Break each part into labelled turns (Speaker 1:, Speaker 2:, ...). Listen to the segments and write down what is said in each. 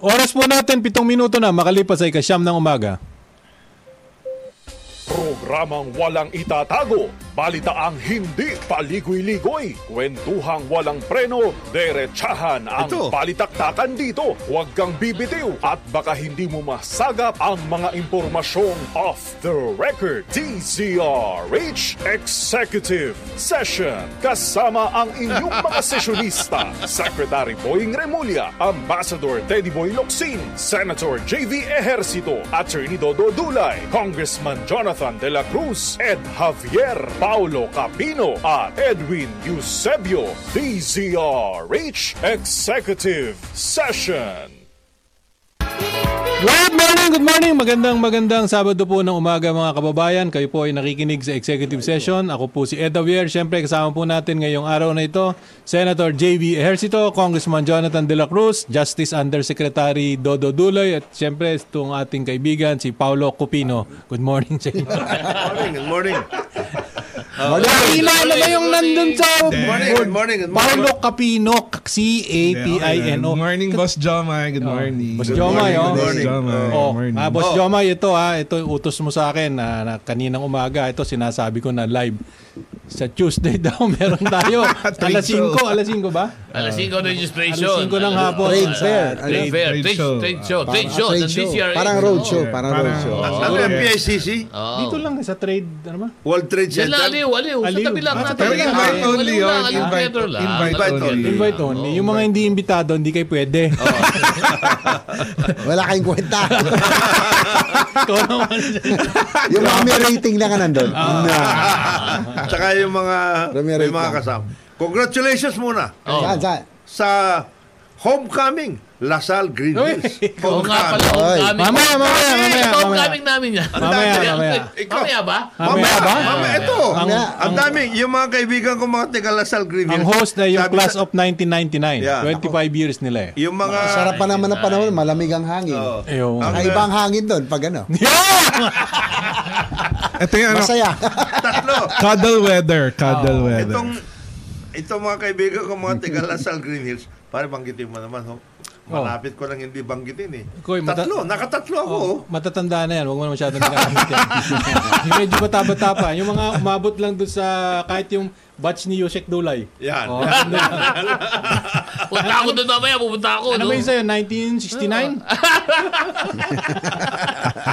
Speaker 1: Oras po natin, pitong minuto na makalipas ay kasyam ng umaga.
Speaker 2: Programang walang itatago, balitaang hindi paligoy-ligoy, kwentuhang walang preno, derechahan ang
Speaker 3: Ito.
Speaker 2: palitaktakan dito. Huwag kang bibitiw at baka hindi mo masagap ang mga impormasyong off the record. DZRH Executive Session kasama ang inyong mga sesyonista, Secretary Boying Remulla, Ambassador Teddy Boy Locsin, Senator JV Ejercito, Attorney Dodo Dulay, Congressman Jonathan de la Cruz, Ed Javier, Paulo Capino, at Edwin Eusebio, DZRH Executive Session.
Speaker 1: Good morning, good morning. Magandang magandang Sabado po ng umaga mga kababayan. Kayo po ay nakikinig sa executive session. Ako po si Ed Avier. Siyempre kasama po natin ngayong araw na ito, Senator JB Ejercito, Congressman Jonathan De La Cruz, Justice Undersecretary Dodo Duloy, at siyempre itong ating kaibigan si Paolo Cupino. Good morning sa inyo.
Speaker 3: morning, good morning.
Speaker 1: Kakilala ano ba yung nandun sa
Speaker 4: Good
Speaker 1: board?
Speaker 4: morning, good morning, good morning.
Speaker 1: Paolo Capino, C-A-P-I-N-O.
Speaker 4: Good morning, Boss Jomai. Good morning.
Speaker 1: Boss Jomai, oh.
Speaker 4: Good morning.
Speaker 1: Good
Speaker 4: Jomai.
Speaker 1: Oh,
Speaker 4: Good morning.
Speaker 1: ah, Boss
Speaker 3: Oh.
Speaker 1: Jomay, ito ha, ito yung utos mo sa akin ah, na, na kaninang umaga, ito sinasabi ko na live. Sa Tuesday daw meron tayo. alas
Speaker 4: Trade show.
Speaker 1: 5, alas 5 ba?
Speaker 5: Alas 5 na registration.
Speaker 1: Ah. Alas 5 ng
Speaker 5: Alas-
Speaker 1: hapon.
Speaker 5: Trade
Speaker 1: Sa-
Speaker 5: fair.
Speaker 1: ano,
Speaker 5: Trade fair.
Speaker 4: trade
Speaker 5: Trade
Speaker 4: show.
Speaker 5: trade show. Trade show.
Speaker 6: Parang
Speaker 5: ng DCRA.
Speaker 6: Parang road show. Parang road show.
Speaker 4: Oh,
Speaker 3: Ano yung PICC?
Speaker 5: Oo.
Speaker 1: Dito lang sa trade, ano ba?
Speaker 3: World Trade
Speaker 5: Yan lang,
Speaker 3: Center?
Speaker 5: aliw, aliw. Oh. Sa
Speaker 1: Aliw.
Speaker 5: tabi lang
Speaker 1: Ah, sa
Speaker 5: natin.
Speaker 1: tabi
Speaker 4: Pero
Speaker 1: lang.
Speaker 4: invite
Speaker 5: Aliw
Speaker 4: only,
Speaker 5: lang, aliw
Speaker 4: oh. Invite,
Speaker 5: lang.
Speaker 4: invite,
Speaker 3: Invite
Speaker 4: only.
Speaker 1: Invite only.
Speaker 5: Oh,
Speaker 1: yung mga hindi imbitado, hindi kayo pwede.
Speaker 6: Wala kayong kwenta.
Speaker 1: Ikaw naman.
Speaker 6: yung mga may rating na ka nandun. Na.
Speaker 3: Tsaka yung mga,
Speaker 6: Ramirez
Speaker 3: may mga
Speaker 6: lang.
Speaker 3: kasama. Congratulations muna
Speaker 5: Oo.
Speaker 6: Saan, saan?
Speaker 3: sa homecoming, Lasal Green
Speaker 1: Uy.
Speaker 3: Hills.
Speaker 5: Oo nga pala,
Speaker 3: Homecoming.
Speaker 6: Oy.
Speaker 5: homecoming.
Speaker 1: Mamaya, mamaya, mamaya,
Speaker 5: Ito,
Speaker 1: mamaya.
Speaker 5: homecoming namin yan.
Speaker 1: Mamaya, mamaya.
Speaker 3: Ikaw.
Speaker 5: Mamaya ba?
Speaker 1: Mamaya ba?
Speaker 3: Mamaya, ito.
Speaker 1: Ang,
Speaker 6: Mamaya.
Speaker 3: Ang
Speaker 1: ang,
Speaker 3: dami, yung mga kaibigan ko mga taga Lasal Green
Speaker 1: ang
Speaker 3: Hills.
Speaker 1: host na yung
Speaker 3: sabi
Speaker 1: class
Speaker 3: sa-
Speaker 1: of 1999.
Speaker 3: Yeah.
Speaker 1: 25 years nila eh.
Speaker 3: Yung mga... Oh,
Speaker 6: Sarap pa naman ng panahon. Malamig ang hangin.
Speaker 3: Oo.
Speaker 1: Ayun.
Speaker 3: Ang-
Speaker 6: Kaiba ang hangin doon pag ano.
Speaker 4: Ito yung ano,
Speaker 6: Masaya.
Speaker 3: Tatlo.
Speaker 4: cuddle weather. Cuddle weather.
Speaker 3: Itong, itong mga kaibigan ko mga taga Lasal Green Hills, pare banggitin mo naman, ho. Malapit ko lang hindi banggitin eh.
Speaker 1: Oh. Koy, mata- Oh.
Speaker 3: tatlo, nakatatlo ako. oh. ho.
Speaker 1: Matatanda na yan. Huwag mo na masyadong nagamit yan. Yung medyo bata-bata pa. Yung mga umabot lang doon sa kahit yung batch ni Yosek Dulay.
Speaker 3: Yan.
Speaker 1: Oh, ano
Speaker 5: Punta ako doon mamaya, pupunta ako.
Speaker 1: ano ba
Speaker 5: no?
Speaker 1: yun sa'yo? 1969?
Speaker 5: Grabe.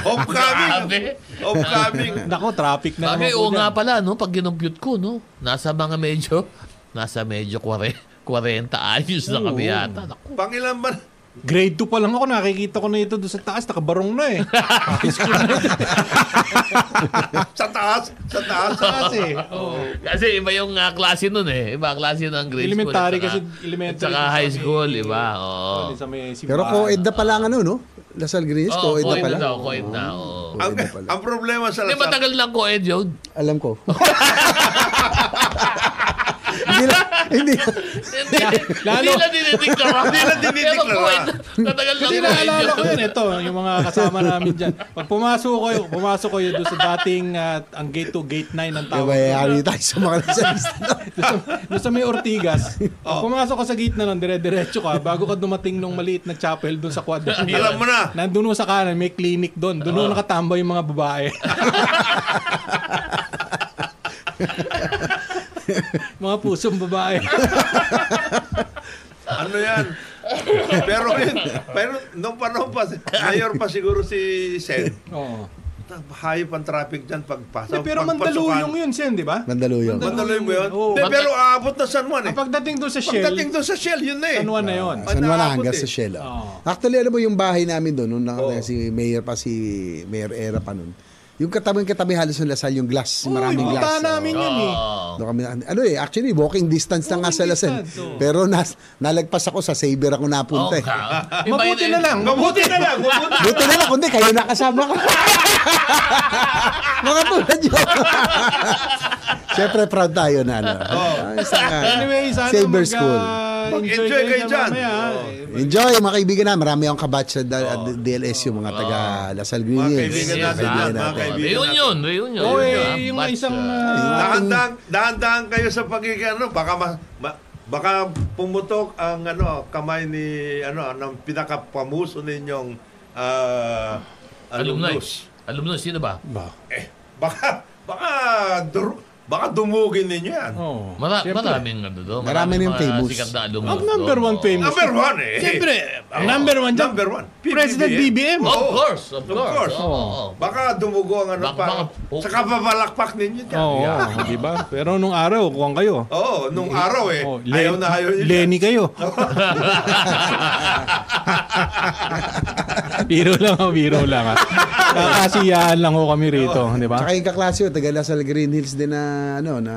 Speaker 3: Homecoming. Homecoming.
Speaker 1: Nako, traffic na
Speaker 5: Bagay,
Speaker 1: naman.
Speaker 5: oo
Speaker 1: po
Speaker 5: nga
Speaker 1: dyan.
Speaker 5: pala, no? Pag ginumpute ko, no? Nasa mga medyo, nasa medyo 40, 40 ayos na kami yata. Naku.
Speaker 3: Pangilan ba?
Speaker 1: Grade 2 pa lang ako. Nakikita ko na ito doon sa taas. Nakabarong na eh.
Speaker 3: Sa taas. Sa taas. Sa taas eh.
Speaker 5: Kasi iba yung ah, klase nun eh. Iba ang klase ng grade
Speaker 1: Elementary
Speaker 5: school. at saka-
Speaker 1: kasi elementary
Speaker 5: At saka
Speaker 1: kasi
Speaker 5: high
Speaker 1: sabi-
Speaker 5: school, iba. Oo.
Speaker 1: Sa may simbahan.
Speaker 6: Pero co-ed na pala ang ano, no? Lasal Green Hills, co-ed na
Speaker 5: co-ed
Speaker 6: pala.
Speaker 5: Oh, daw, co-ed na. oo.
Speaker 1: Ano
Speaker 3: ang,
Speaker 6: Co-ed na pala.
Speaker 3: ang problema sa
Speaker 5: Hindi,
Speaker 3: Lasal.
Speaker 5: matagal lang co-ed yun.
Speaker 6: Alam ko. hindi lang, hindi.
Speaker 5: Hindi
Speaker 1: Lalo-
Speaker 5: hindi na dinideklara. Hindi na
Speaker 3: dinideklara.
Speaker 5: Matagal lang
Speaker 1: Kasi
Speaker 5: co-ed
Speaker 1: naalala ko
Speaker 5: yun.
Speaker 1: yun. Ito, yung mga kasama namin dyan. Pag pumasok ko, pumasok ko yun doon sa dating ah, ang gate 2, gate 9 ng
Speaker 6: Diba,
Speaker 1: tawag.
Speaker 6: yari tayo sa mga lasal.
Speaker 1: Doon sa may Ortigas, pag pumasok ka sa gitna nun, dire-diretso ka, bago ka dumating nung maliit na chapel doon sa quadra.
Speaker 3: Alam mo na.
Speaker 1: Nandun mo sa kanan, may clinic doon. Doon mo nakatambay yung mga babae. mga pusong babae.
Speaker 3: Ano yan? pero yun, pero nung panahon pa, mayor pa siguro si Sen.
Speaker 1: Oo.
Speaker 3: Hayop ang traffic dyan pagpasok.
Speaker 1: Pero mandaluyong yun, Sen, di ba?
Speaker 6: Mandaluyong.
Speaker 3: Mandaluyong ba yun?
Speaker 1: Oo.
Speaker 3: Hindi, pero aabot na San Juan eh.
Speaker 1: Ang pagdating doon sa Shell,
Speaker 3: Pagdating doon sa Shell, yun na eh.
Speaker 1: San Juan na yun.
Speaker 3: Ah.
Speaker 6: San Juan
Speaker 3: Nakaabot
Speaker 6: hanggang
Speaker 3: eh.
Speaker 6: sa Shell. oh.
Speaker 1: Oo.
Speaker 6: Actually, alam mo yung bahay namin doon, nung nakataya
Speaker 3: Oo.
Speaker 6: si Mayor pa, si Mayor Era pa noon, yung katabi-katabi halos ng Lasal, yung glass, maraming
Speaker 1: Uy,
Speaker 6: glass.
Speaker 1: punta
Speaker 6: Oo.
Speaker 1: namin yun eh.
Speaker 5: Oo.
Speaker 6: Doon kami, na- ano eh, actually, walking distance na nga sa
Speaker 1: Walking
Speaker 6: Lasal.
Speaker 1: distance, oo.
Speaker 6: Pero nas, nalagpas ako sa Saber ako napunta eh.
Speaker 5: Okay. Iba
Speaker 1: Mabuti
Speaker 5: yun,
Speaker 1: na
Speaker 5: eh.
Speaker 1: lang.
Speaker 3: Mabuti na lang. Mabuti.
Speaker 6: Buti na lang, kundi kayo nakasama ko. Mga tulad yun. Siyempre, proud tayo na ano. Oh. Sa,
Speaker 1: Anyway, sana
Speaker 6: Saber
Speaker 1: mag,
Speaker 6: School.
Speaker 1: ah, mag-enjoy
Speaker 3: Mag-enjoy
Speaker 1: kayo
Speaker 3: kayo
Speaker 1: dyan.
Speaker 3: dyan.
Speaker 1: Mamaya, ha?
Speaker 3: Oo.
Speaker 6: Enjoy mga kaibigan na. Marami akong kabatch sa dal- at DLSU, mga taga Lasal Green
Speaker 3: Mga
Speaker 6: Hills.
Speaker 3: kaibigan
Speaker 5: Yes,
Speaker 3: natin
Speaker 5: ah.
Speaker 3: yan, mga kaibigan
Speaker 5: Reunion, reunion.
Speaker 1: Oo, eh,
Speaker 5: Ah,
Speaker 1: yung
Speaker 5: but,
Speaker 1: isang...
Speaker 5: ah,
Speaker 1: ah,
Speaker 3: Dahan-dahan, dahan-dahan kayo sa pagiging ano, baka ma, ma- baka pumutok ang ano kamay ni ano ng pinakapamuso ninyong ah,
Speaker 5: alumni.
Speaker 3: alumnus.
Speaker 5: Alumnus, sino ba?
Speaker 1: ba?
Speaker 3: Eh, baka baka dur, baka dumugin ninyo yan.
Speaker 1: Oo.
Speaker 5: Mara,
Speaker 1: Siyempre.
Speaker 5: maraming ano doon.
Speaker 6: Marami
Speaker 5: maraming
Speaker 6: na yung
Speaker 5: mga
Speaker 6: famous.
Speaker 5: Sikat na alumnus.
Speaker 1: Ang number
Speaker 5: doon.
Speaker 1: one
Speaker 5: Oo.
Speaker 1: famous.
Speaker 3: Number one eh.
Speaker 1: Siyempre, ang number one dyan.
Speaker 3: Number one. PBBM.
Speaker 1: President BBM.
Speaker 5: Of
Speaker 3: Oo.
Speaker 5: course,
Speaker 3: Oh.
Speaker 5: of
Speaker 3: Of
Speaker 5: course.
Speaker 3: course.
Speaker 1: Oh.
Speaker 5: Oo, oo.
Speaker 3: Baka dumugo ang ano
Speaker 5: Bak-
Speaker 3: pa.
Speaker 5: baka-
Speaker 3: Saka babalakpak ninyo dyan.
Speaker 1: Oo,
Speaker 3: Yeah.
Speaker 1: oh, di ba? Pero nung araw, kuwang kayo.
Speaker 3: Oo, nung araw eh.
Speaker 1: Oh, Le-
Speaker 3: ayaw na ayaw nyo.
Speaker 1: Lenny kayo. biro lang ako, biro lang ah. Kakasiyahan lang ho kami rito, di ba?
Speaker 6: Tsaka yung kaklase ko, taga Lasal Green Hills din na, ano, na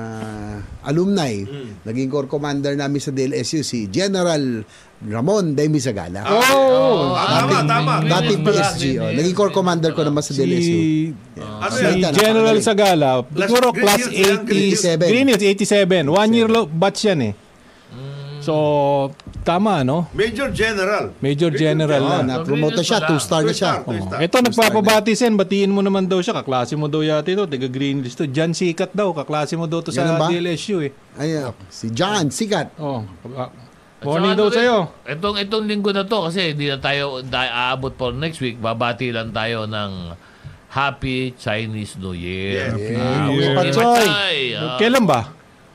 Speaker 6: alumni. Naging corps commander namin sa DLSU, si General Ramon Demisagala.
Speaker 1: Oh!
Speaker 3: Tama,
Speaker 5: Ah, dating-
Speaker 3: tama.
Speaker 6: Dating
Speaker 5: pala,
Speaker 6: PSG. Oh.
Speaker 5: yun,
Speaker 6: Naging
Speaker 5: yun,
Speaker 6: corps
Speaker 5: yun
Speaker 6: commander ko
Speaker 5: pala.
Speaker 6: naman sa DLSU.
Speaker 1: Si,
Speaker 3: Ano
Speaker 1: si
Speaker 3: yan?
Speaker 6: Salita,
Speaker 1: General
Speaker 6: napakagaling.
Speaker 1: Sagala, siguro
Speaker 3: Green
Speaker 1: class
Speaker 3: Hills lang, Green Hills.
Speaker 1: 80, Green Hills 87. One year lo- batch yan eh. So, tama no?
Speaker 3: Major General.
Speaker 1: Major General
Speaker 3: Ah,
Speaker 6: Oh,
Speaker 1: na.
Speaker 6: na-promote na siya.
Speaker 5: Pala.
Speaker 6: Two-star na siya.
Speaker 3: Two-star, two-star.
Speaker 1: Ito nagpapabati sen, batiin mo naman daw siya. Kaklase mo daw yata ito, taga Green Hills to. Jan Sikat daw, kaklase mo daw to sa
Speaker 6: Ganun ba?
Speaker 1: DLSU eh.
Speaker 6: Oh. Ayan. Si John Sikat.
Speaker 1: Oh, ah,
Speaker 5: At
Speaker 1: morning
Speaker 5: saka
Speaker 1: daw
Speaker 5: ano rin,
Speaker 1: sa'yo.
Speaker 5: Itong, itong linggo na to, kasi hindi na tayo da- aabot for next week, babati lang tayo ng Happy Chinese New
Speaker 3: Yes.
Speaker 5: Year. Happy
Speaker 6: Yes.
Speaker 5: New
Speaker 1: Yes.
Speaker 5: Year.
Speaker 1: Patsoy. Kailan ba?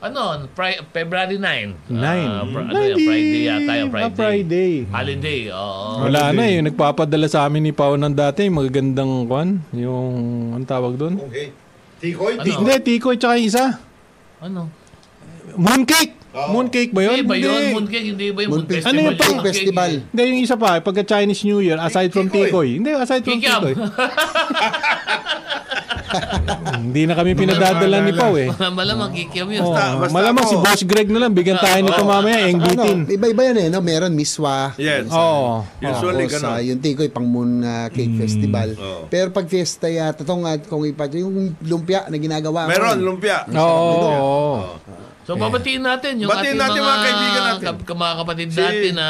Speaker 5: Ano, Fri- February 9.
Speaker 1: Nine.
Speaker 5: Ah, fr- ano
Speaker 1: Nine.
Speaker 5: yan, Friday yata yung
Speaker 1: Ah,
Speaker 5: Friday. Oh,
Speaker 1: Friday.
Speaker 5: Holiday, oo.
Speaker 1: Wala na eh. Nagpapadala sa amin ni Pao ng dati. Yung magagandang kwan. Yung, ang tawag doon?
Speaker 3: Okay. Tikoy,
Speaker 5: Ano?
Speaker 3: Tikoy.
Speaker 1: Hindi, Tiko at saka yung isa.
Speaker 5: Ano?
Speaker 1: Mooncake!
Speaker 3: Oo.
Speaker 1: Mooncake ba yun?
Speaker 5: Hindi ba yun?
Speaker 1: Hindi.
Speaker 5: Mooncake, hindi ba yun?
Speaker 6: Moon
Speaker 5: Moon
Speaker 6: Fest-
Speaker 5: Festival
Speaker 1: Ano yung pang-
Speaker 5: Mooncake,
Speaker 6: festival?
Speaker 5: eh.
Speaker 1: Hindi, yung isa pa. Pagka Chinese New Year, aside from
Speaker 3: Tikoy.
Speaker 1: Tikoy. Hindi, aside from
Speaker 5: Kikiam.
Speaker 1: Tikoy. eh. Hindi na kami pinadadala ni Pao eh.
Speaker 5: Malamang kikiam yun.
Speaker 1: Oh,
Speaker 3: Basta- basta
Speaker 1: malamang
Speaker 3: ako.
Speaker 1: si Boss Greg na lang. Bigyan tayo nito
Speaker 5: Oo.
Speaker 1: mamaya. eh,
Speaker 6: Ano,
Speaker 1: Engbitin.
Speaker 6: iba-iba yan eh. No? Meron Miswa.
Speaker 3: Yes.
Speaker 1: Oo.
Speaker 3: Usually,
Speaker 6: Tapos,
Speaker 3: ganun.
Speaker 6: ah, yung tikoy, pang moon ah, cake festival.
Speaker 3: Oo.
Speaker 6: Pero pag fiesta yata, tong, ah, kung ipa, yung lumpia na ginagawa. ko.
Speaker 3: Meron, lumpia.
Speaker 1: Oo. oo.
Speaker 5: So, babatiin natin yung
Speaker 3: Batiin natin,
Speaker 5: ating
Speaker 3: mga kaibigan natin.
Speaker 5: kap- ka- mga kapatid
Speaker 3: Si-
Speaker 5: natin na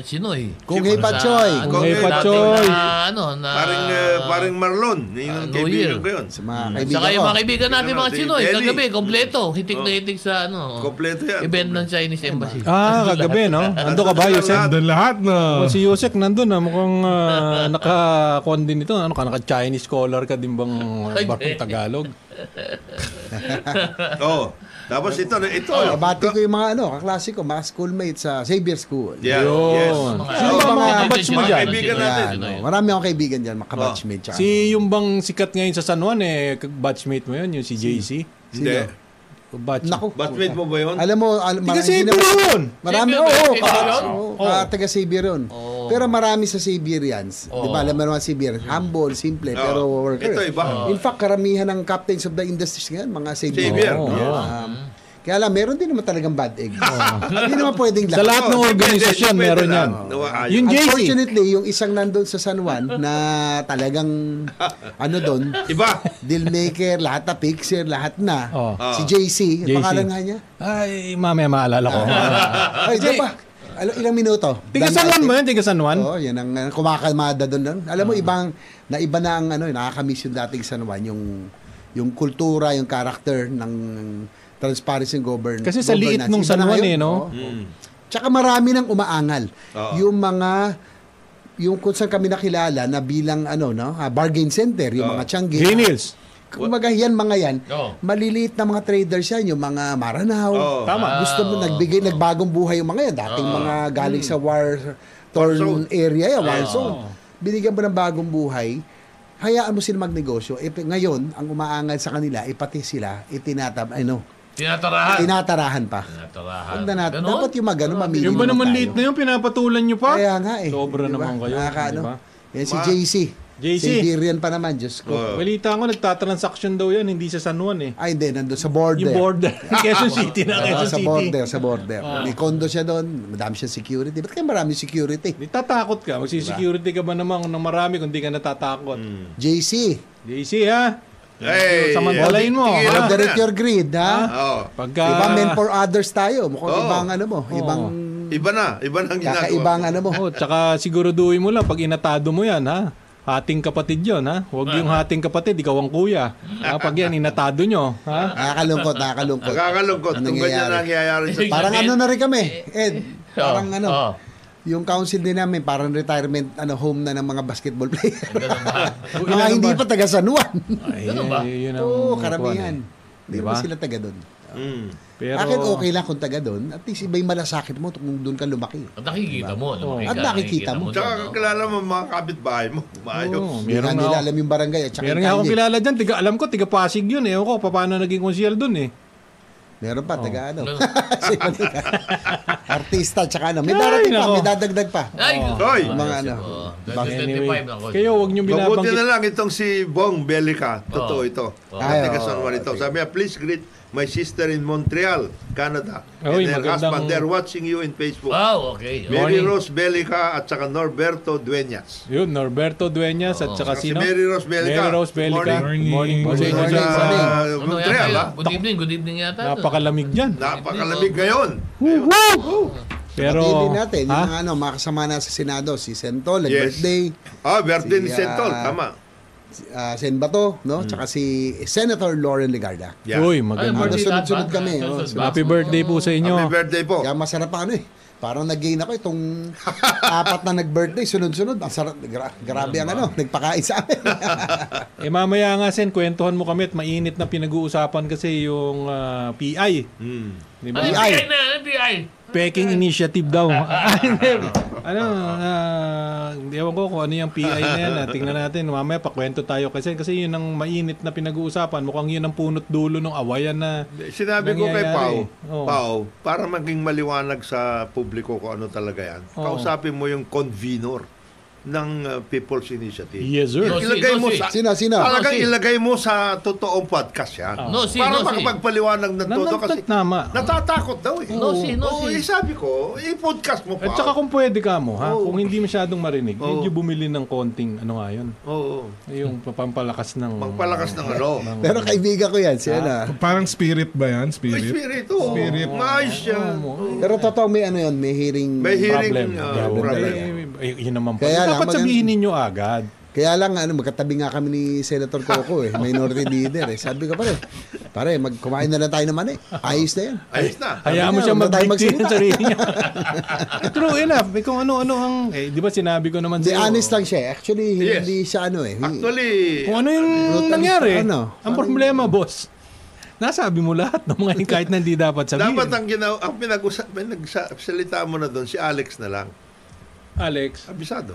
Speaker 5: Chinoy.
Speaker 6: Kung hey, Pachoy.
Speaker 3: Kung
Speaker 5: Kung
Speaker 3: Hey
Speaker 1: Patsoy.
Speaker 5: Na, ano, na...
Speaker 3: Paring, eh, paring Marlon. Yung
Speaker 5: Ah, New
Speaker 3: kaibigan
Speaker 5: Year.
Speaker 3: ko yun.
Speaker 6: Sa mga kaibigan
Speaker 5: Saka yung
Speaker 6: ko.
Speaker 5: mga kaibigan natin,
Speaker 3: Kaibigan
Speaker 5: mga
Speaker 3: natin,
Speaker 5: Chinoy,
Speaker 3: Benny.
Speaker 5: kagabi, kompleto. Hitik na
Speaker 3: Oh.
Speaker 5: hitik sa, ano,
Speaker 3: Kompleto yan.
Speaker 5: event ng Chinese Embassy.
Speaker 1: Ah, kagabi, no? Ando ka ba, Yusef?
Speaker 4: Nandun lahat na.
Speaker 1: Oh, si Yusek nandun na mukhang ah, naka-con din ito. Ano ka, naka-Chinese scholar ka din bang bakit Tagalog?
Speaker 3: Oo. Tapos ito na ito.
Speaker 6: Nabati ko yung mga ano, kaklase ko, mga schoolmates sa Xavier School.
Speaker 3: Yeah. Yes.
Speaker 1: Yun. Sino Ano ba mga
Speaker 5: Chinoy,
Speaker 1: batch mo
Speaker 5: Chinoy,
Speaker 1: dyan?
Speaker 3: Kaibigan
Speaker 5: Chinoy,
Speaker 3: natin. Oh.
Speaker 6: Yan,
Speaker 5: Chinoy.
Speaker 6: oh. Marami akong kaibigan dyan, mga kabatchmate. tsaka-
Speaker 1: Si yung bang sikat ngayon sa San Juan, eh, batchmate mo yun, yung si JC?
Speaker 3: Hindi.
Speaker 1: Batch.
Speaker 6: Hmm. Naku.
Speaker 3: Batmate mo ba yun?
Speaker 6: Alam mo, alam,
Speaker 1: Taga
Speaker 6: marami- hindi
Speaker 1: Xavier
Speaker 6: naman-
Speaker 1: yun!
Speaker 6: Marami,
Speaker 5: Xavier
Speaker 6: oo.
Speaker 5: ba?
Speaker 6: Oh,
Speaker 5: Xavier yun?
Speaker 6: taga Xavier yun.
Speaker 3: Oh.
Speaker 5: Oo.
Speaker 6: Pero marami sa Xaverians.
Speaker 5: Oo.
Speaker 6: Di ba, alam mo naman Xavier. Humble, simple,
Speaker 3: Oo.
Speaker 6: pero worker.
Speaker 3: Oh. Ito iba.
Speaker 5: Oo.
Speaker 6: In fact, karamihan ng captains of the industries ngayon, mga Xavier.
Speaker 3: Xavier,
Speaker 6: Oo.
Speaker 1: yes.
Speaker 6: Um, kaya alam, meron din naman talagang bad egg.
Speaker 3: Oh.
Speaker 6: Hindi naman pwedeng
Speaker 1: Sa lahat ng
Speaker 3: Oo,
Speaker 1: organisasyon,
Speaker 3: depende,
Speaker 1: meron
Speaker 3: depende
Speaker 1: yan.
Speaker 3: lang. Oo, ayun.
Speaker 1: Yung JC.
Speaker 6: Unfortunately, yung isang nandun sa San Juan na talagang ano doon,
Speaker 3: Iba.
Speaker 6: deal maker, lahat na fixer, lahat na.
Speaker 1: Oh.
Speaker 6: Si
Speaker 1: JC.
Speaker 6: JC, JC. pangalan nga niya.
Speaker 1: Ay, mamaya maalala ko.
Speaker 6: Ay, di ba? Alam, ilang minuto?
Speaker 1: Tiga San Juan ba yun? Tiga San Juan? Ah.
Speaker 6: Oo, yan ang uh, kumakalmada doon. lang. Alam mo, ibang, na iba na ang ano, nakakamiss yung dating San Juan, yung, yung kultura, yung character ng transparency and govern- governance.
Speaker 1: Kasi sa liit nung
Speaker 6: Iba
Speaker 1: San
Speaker 6: na
Speaker 1: Juan
Speaker 6: ngayon.
Speaker 1: eh, no?
Speaker 6: Oo. Tsaka marami nang umaangal.
Speaker 3: Mm. Oo.
Speaker 6: Yung mga yung kung saan kami nakilala na bilang ano no ah, bargain center yung
Speaker 3: Oo.
Speaker 6: mga Changi
Speaker 1: Green Hills.
Speaker 6: Kumbaga yan mga yan,
Speaker 5: Oo.
Speaker 6: maliliit na mga traders yan, yung mga Maranao.
Speaker 3: Oo.
Speaker 1: Tama.
Speaker 6: Oh, Gusto mo
Speaker 5: Oo.
Speaker 6: nagbigay, nagbagong buhay yung mga yan. Dating
Speaker 1: Ah.
Speaker 6: mga
Speaker 1: Hmm.
Speaker 6: galing sa war torn
Speaker 3: Zone.
Speaker 6: area, yan,
Speaker 1: Ah.
Speaker 6: war
Speaker 5: Oo.
Speaker 6: zone. Binigyan mo ng bagong buhay, hayaan mo sila magnegosyo. E, ngayon, ang umaangal sa kanila, eh, pati sila, itinatab, ano,
Speaker 1: Ah.
Speaker 5: Tinatarahan.
Speaker 6: tinatarahan pa.
Speaker 5: Tinatarahan.
Speaker 6: Huwag na natin.
Speaker 5: Ganon?
Speaker 6: Dapat yung magano, mamili
Speaker 1: Yung ba
Speaker 6: muna
Speaker 1: naman
Speaker 6: tayo.
Speaker 1: liit na yun, pinapatulan nyo pa?
Speaker 6: Kaya nga eh.
Speaker 1: Sobra
Speaker 6: Di ba?
Speaker 1: naman kayo.
Speaker 6: Nakaka, ano?
Speaker 1: di ba?
Speaker 6: Yan si
Speaker 3: Ma-
Speaker 6: JC.
Speaker 1: JC.
Speaker 6: Siberian pa naman, Diyos ko.
Speaker 3: Oo.
Speaker 1: Balita ko, nagtatransaction daw yan, hindi sa San Juan eh.
Speaker 6: Ay, hindi, nandun sa
Speaker 1: Yung
Speaker 6: border.
Speaker 1: border. Quezon City na,
Speaker 6: Ah,
Speaker 1: Quezon
Speaker 6: sa
Speaker 1: City.
Speaker 6: border, sa border. May condo siya doon, madami siya security. Ba't kaya marami security?
Speaker 1: Di tatakot
Speaker 6: Diba?
Speaker 1: ka. Magsisecurity ka ba naman ng marami kung di ka natatakot?
Speaker 6: Hmm. JC,
Speaker 1: JC ha?
Speaker 3: Hey,
Speaker 1: Samantalain mo. Ah.
Speaker 3: tingin lang
Speaker 6: moderate
Speaker 3: yan.
Speaker 6: your greed, ha?
Speaker 3: Oo.
Speaker 6: Diba,
Speaker 1: Pagka...
Speaker 6: Iba meant for others tayo.
Speaker 3: Ah.
Speaker 6: Mukhang
Speaker 3: Oo.
Speaker 6: ibang ano mo, ibang
Speaker 3: Iba na, iba na ang ginagawa.
Speaker 6: Kakaibang ano mo.
Speaker 1: Oh, tsaka siguraduhin mo lang pag inatado mo yan, ha? Hating kapatid yon ha? Huwag yung hating kapatid, ikaw ang kuya. Ha? Pag yan, inatado nyo, ha?
Speaker 6: Nakakalungkot, nakakalungkot.
Speaker 3: Nakakalungkot.
Speaker 6: Anong
Speaker 3: Kung ganyan ang
Speaker 6: nangyayari?
Speaker 3: nangyayari sa...
Speaker 6: Parang ano na rin kami, Ed. Parang
Speaker 5: Oo,
Speaker 6: ano,
Speaker 5: oo.
Speaker 6: yung council din namin, parang retirement ano home na ng mga basketball player.
Speaker 5: Ganun ba?
Speaker 6: mga hindi pa taga San Juan.
Speaker 1: Ay,
Speaker 5: Ganun ba?
Speaker 1: yun ang
Speaker 6: Ah, Oo,
Speaker 1: kuwan,
Speaker 6: karamihan.
Speaker 1: eh.
Speaker 6: Hindi
Speaker 1: Diba?
Speaker 6: naman sila taga doon.
Speaker 3: Mm.
Speaker 1: Pero,
Speaker 6: Akin okay lang kung taga doon. At least iba yung malasakit mo kung doon ka lumaki.
Speaker 5: At nakikita mo. lumaki
Speaker 6: At
Speaker 5: ka,
Speaker 6: nakikita mo.
Speaker 5: doon,
Speaker 3: Tsaka
Speaker 5: no?
Speaker 3: kakilala mo ang mga kapitbahay mo.
Speaker 1: Oo,
Speaker 3: Maayos.
Speaker 6: Hindi
Speaker 1: meron
Speaker 6: nga
Speaker 1: na
Speaker 6: nila
Speaker 1: ako.
Speaker 6: alam yung barangay at saka
Speaker 1: Meron
Speaker 6: yung
Speaker 1: nga akong
Speaker 6: kalye.
Speaker 1: kilala dyan. Tiga, alam ko, tiga Pasig yun. eh. Ewan ko, paano naging konsyel dun eh.
Speaker 6: Meron pa,
Speaker 1: Oh.
Speaker 6: taga ano.
Speaker 5: Ganun.
Speaker 6: Sa ibang liga. Artista, tsaka ano. May
Speaker 1: Ay,
Speaker 6: darating pa,
Speaker 1: nako.
Speaker 6: may dadagdag pa.
Speaker 5: Ay, oh,
Speaker 3: Hoy!
Speaker 6: Mga ano.
Speaker 5: Oo.
Speaker 6: Bakit?
Speaker 5: 25 lang ako.
Speaker 1: kayo huwag niyong
Speaker 3: Mabuti
Speaker 1: binabanggit.
Speaker 3: na lang itong si Bong Belica. Totoo
Speaker 5: Oo.
Speaker 3: ito.
Speaker 5: Oo.
Speaker 3: Ay,
Speaker 6: Ay, oo.
Speaker 1: oh,
Speaker 3: San Juan ito. Sabi niya, please greet my sister in Montreal, Canada. and
Speaker 1: Uy,
Speaker 3: her
Speaker 1: magandang-
Speaker 3: husband. They're watching you in Facebook.
Speaker 5: Wow, okay.
Speaker 3: Mary
Speaker 1: Morning.
Speaker 3: Rose Belica at saka Norberto Dueñas.
Speaker 1: Yun, Norberto Dueñas at
Speaker 5: Oo.
Speaker 1: saka
Speaker 3: Si
Speaker 1: Ah, sino?
Speaker 3: Mary Rose Belica.
Speaker 1: Mary Rose
Speaker 3: Good
Speaker 1: Belica.
Speaker 4: morning.
Speaker 1: Morning. po sa
Speaker 6: Good
Speaker 1: inyo
Speaker 3: Sa
Speaker 6: morning.
Speaker 1: dyan sa
Speaker 5: Ano yan
Speaker 3: Montreal, ah.
Speaker 5: kayo?
Speaker 3: ha?
Speaker 5: Good evening, good evening yata. to.
Speaker 1: Napakalamig dyan.
Speaker 3: Napakalamig ngayon.
Speaker 1: Pero,
Speaker 6: Pati din natin, yung
Speaker 1: ha?
Speaker 6: mga ano, mga kasama na sa Senado, si Sentol, ang
Speaker 3: Yes.
Speaker 6: birthday,
Speaker 3: Ah, Verdin
Speaker 6: Si, ah,
Speaker 3: Sentol, tama.
Speaker 6: si, ah, Sen Bato, no?
Speaker 1: Hmm.
Speaker 6: Tsaka si Senator Lauren Legarda.
Speaker 3: Yeah.
Speaker 1: Uy,
Speaker 5: Ay,
Speaker 1: maganda.
Speaker 5: birthday
Speaker 6: Sunod-sunod
Speaker 5: lahat ba?
Speaker 6: kami, oh.
Speaker 5: Sunod-sunod.
Speaker 1: Happy birthday po sa inyo.
Speaker 3: Happy birthday po.
Speaker 1: Oh.
Speaker 6: Kaya masarap pa ano eh. Parang nag-gain ako itong apat na nag-birthday, sunod-sunod. Ang sarap, gra- grabe ang ano, nagpakain sa amin.
Speaker 1: Eh mamaya nga sen, kwentuhan mo kami at mainit na pinag-uusapan kasi yung ah, PI.
Speaker 3: Mm.
Speaker 1: Di ba?
Speaker 5: Ano yung
Speaker 6: BI?
Speaker 5: BI na? Ano yung BI?
Speaker 1: Peking Initiative daw. Ah, hindi. ano, ah, hindi ewan ko kung ano yung PI na yan. ah. Tingnan natin, mamaya pakwento tayo kasi kasi yun ang mainit na pinag-uusapan. Mukhang yun ang punot dulo ng awayan na
Speaker 3: Sinabi ko kay Pau,
Speaker 1: Nangyayari. Oo.
Speaker 3: Pau, para maging maliwanag sa publiko kung ano talaga yan,
Speaker 1: Oo.
Speaker 3: kausapin mo yung convenor ng uh, People's Initiative.
Speaker 1: Yes, sir.
Speaker 5: No, si-
Speaker 3: ilagay mo
Speaker 5: no, si-
Speaker 3: sa...
Speaker 6: Sino, sino?
Speaker 3: Talagang
Speaker 5: No, si-
Speaker 3: ilagay mo sa totoong podcast yan.
Speaker 5: No, si-
Speaker 3: para
Speaker 5: no, si.
Speaker 3: makapagpaliwanag ng
Speaker 1: Na-
Speaker 3: todo
Speaker 1: na-
Speaker 3: kasi
Speaker 1: tama.
Speaker 3: natatakot daw eh.
Speaker 5: No, si- no,
Speaker 3: Oo, eh,
Speaker 5: si.
Speaker 3: sabi ko, i-podcast mo pa.
Speaker 1: At saka kung pwede ka mo, ha?
Speaker 3: Oo.
Speaker 6: Oh.
Speaker 1: Kung hindi masyadong marinig,
Speaker 3: Oo.
Speaker 1: medyo bumili ng konting, ano nga yun?
Speaker 3: Oo,
Speaker 1: Yung pampalakas ng...
Speaker 3: magpalakas ng ano.
Speaker 6: Pero kaibigan ko yan, si ano.
Speaker 4: Parang spirit ba
Speaker 3: May
Speaker 4: yan? Spirit?
Speaker 3: spirit, oo.
Speaker 4: Spirit.
Speaker 3: Maayos yan.
Speaker 1: Oo.
Speaker 6: Pero totoo may ano yun, may hearing.
Speaker 3: May
Speaker 1: problem.
Speaker 3: hearing uh,
Speaker 1: Problem.
Speaker 3: problem.
Speaker 1: Eh, eh, yun naman pala.
Speaker 6: Oh, Kaya lang,
Speaker 1: Dapat
Speaker 6: maganda.
Speaker 1: sabihin ninyo agad.
Speaker 6: Kaya lang, ano, magkatabi nga kami ni Senator Coco eh, minority leader eh. Sabi ko pare, pare, magkumain na lang tayo naman eh. Ayos na yan.
Speaker 3: Ayos na.
Speaker 1: Hayaan mo
Speaker 6: na,
Speaker 1: siya
Speaker 6: huwag na tayo
Speaker 1: mag-dictate
Speaker 6: magsalita.
Speaker 1: ng sarili niya. True enough. Eh, kung ano-ano ang... Eh, di ba sinabi ko naman
Speaker 6: Hindi,
Speaker 1: sa'yo,
Speaker 6: honest lang siya. eh. Actually,
Speaker 3: Yes.
Speaker 6: hindi siya ano eh.
Speaker 3: Actually,
Speaker 1: Kung ano yung
Speaker 6: Brutal
Speaker 1: nangyari.
Speaker 6: sa ano.
Speaker 1: Ang problema, boss. Nasabi mo lahat ng mga yun kahit na hindi dapat sabihin.
Speaker 3: dapat ang ginawa, ang pinag-usap, pinagsalita mo na doon, si Alex na lang.
Speaker 1: Alex.
Speaker 3: Abisado.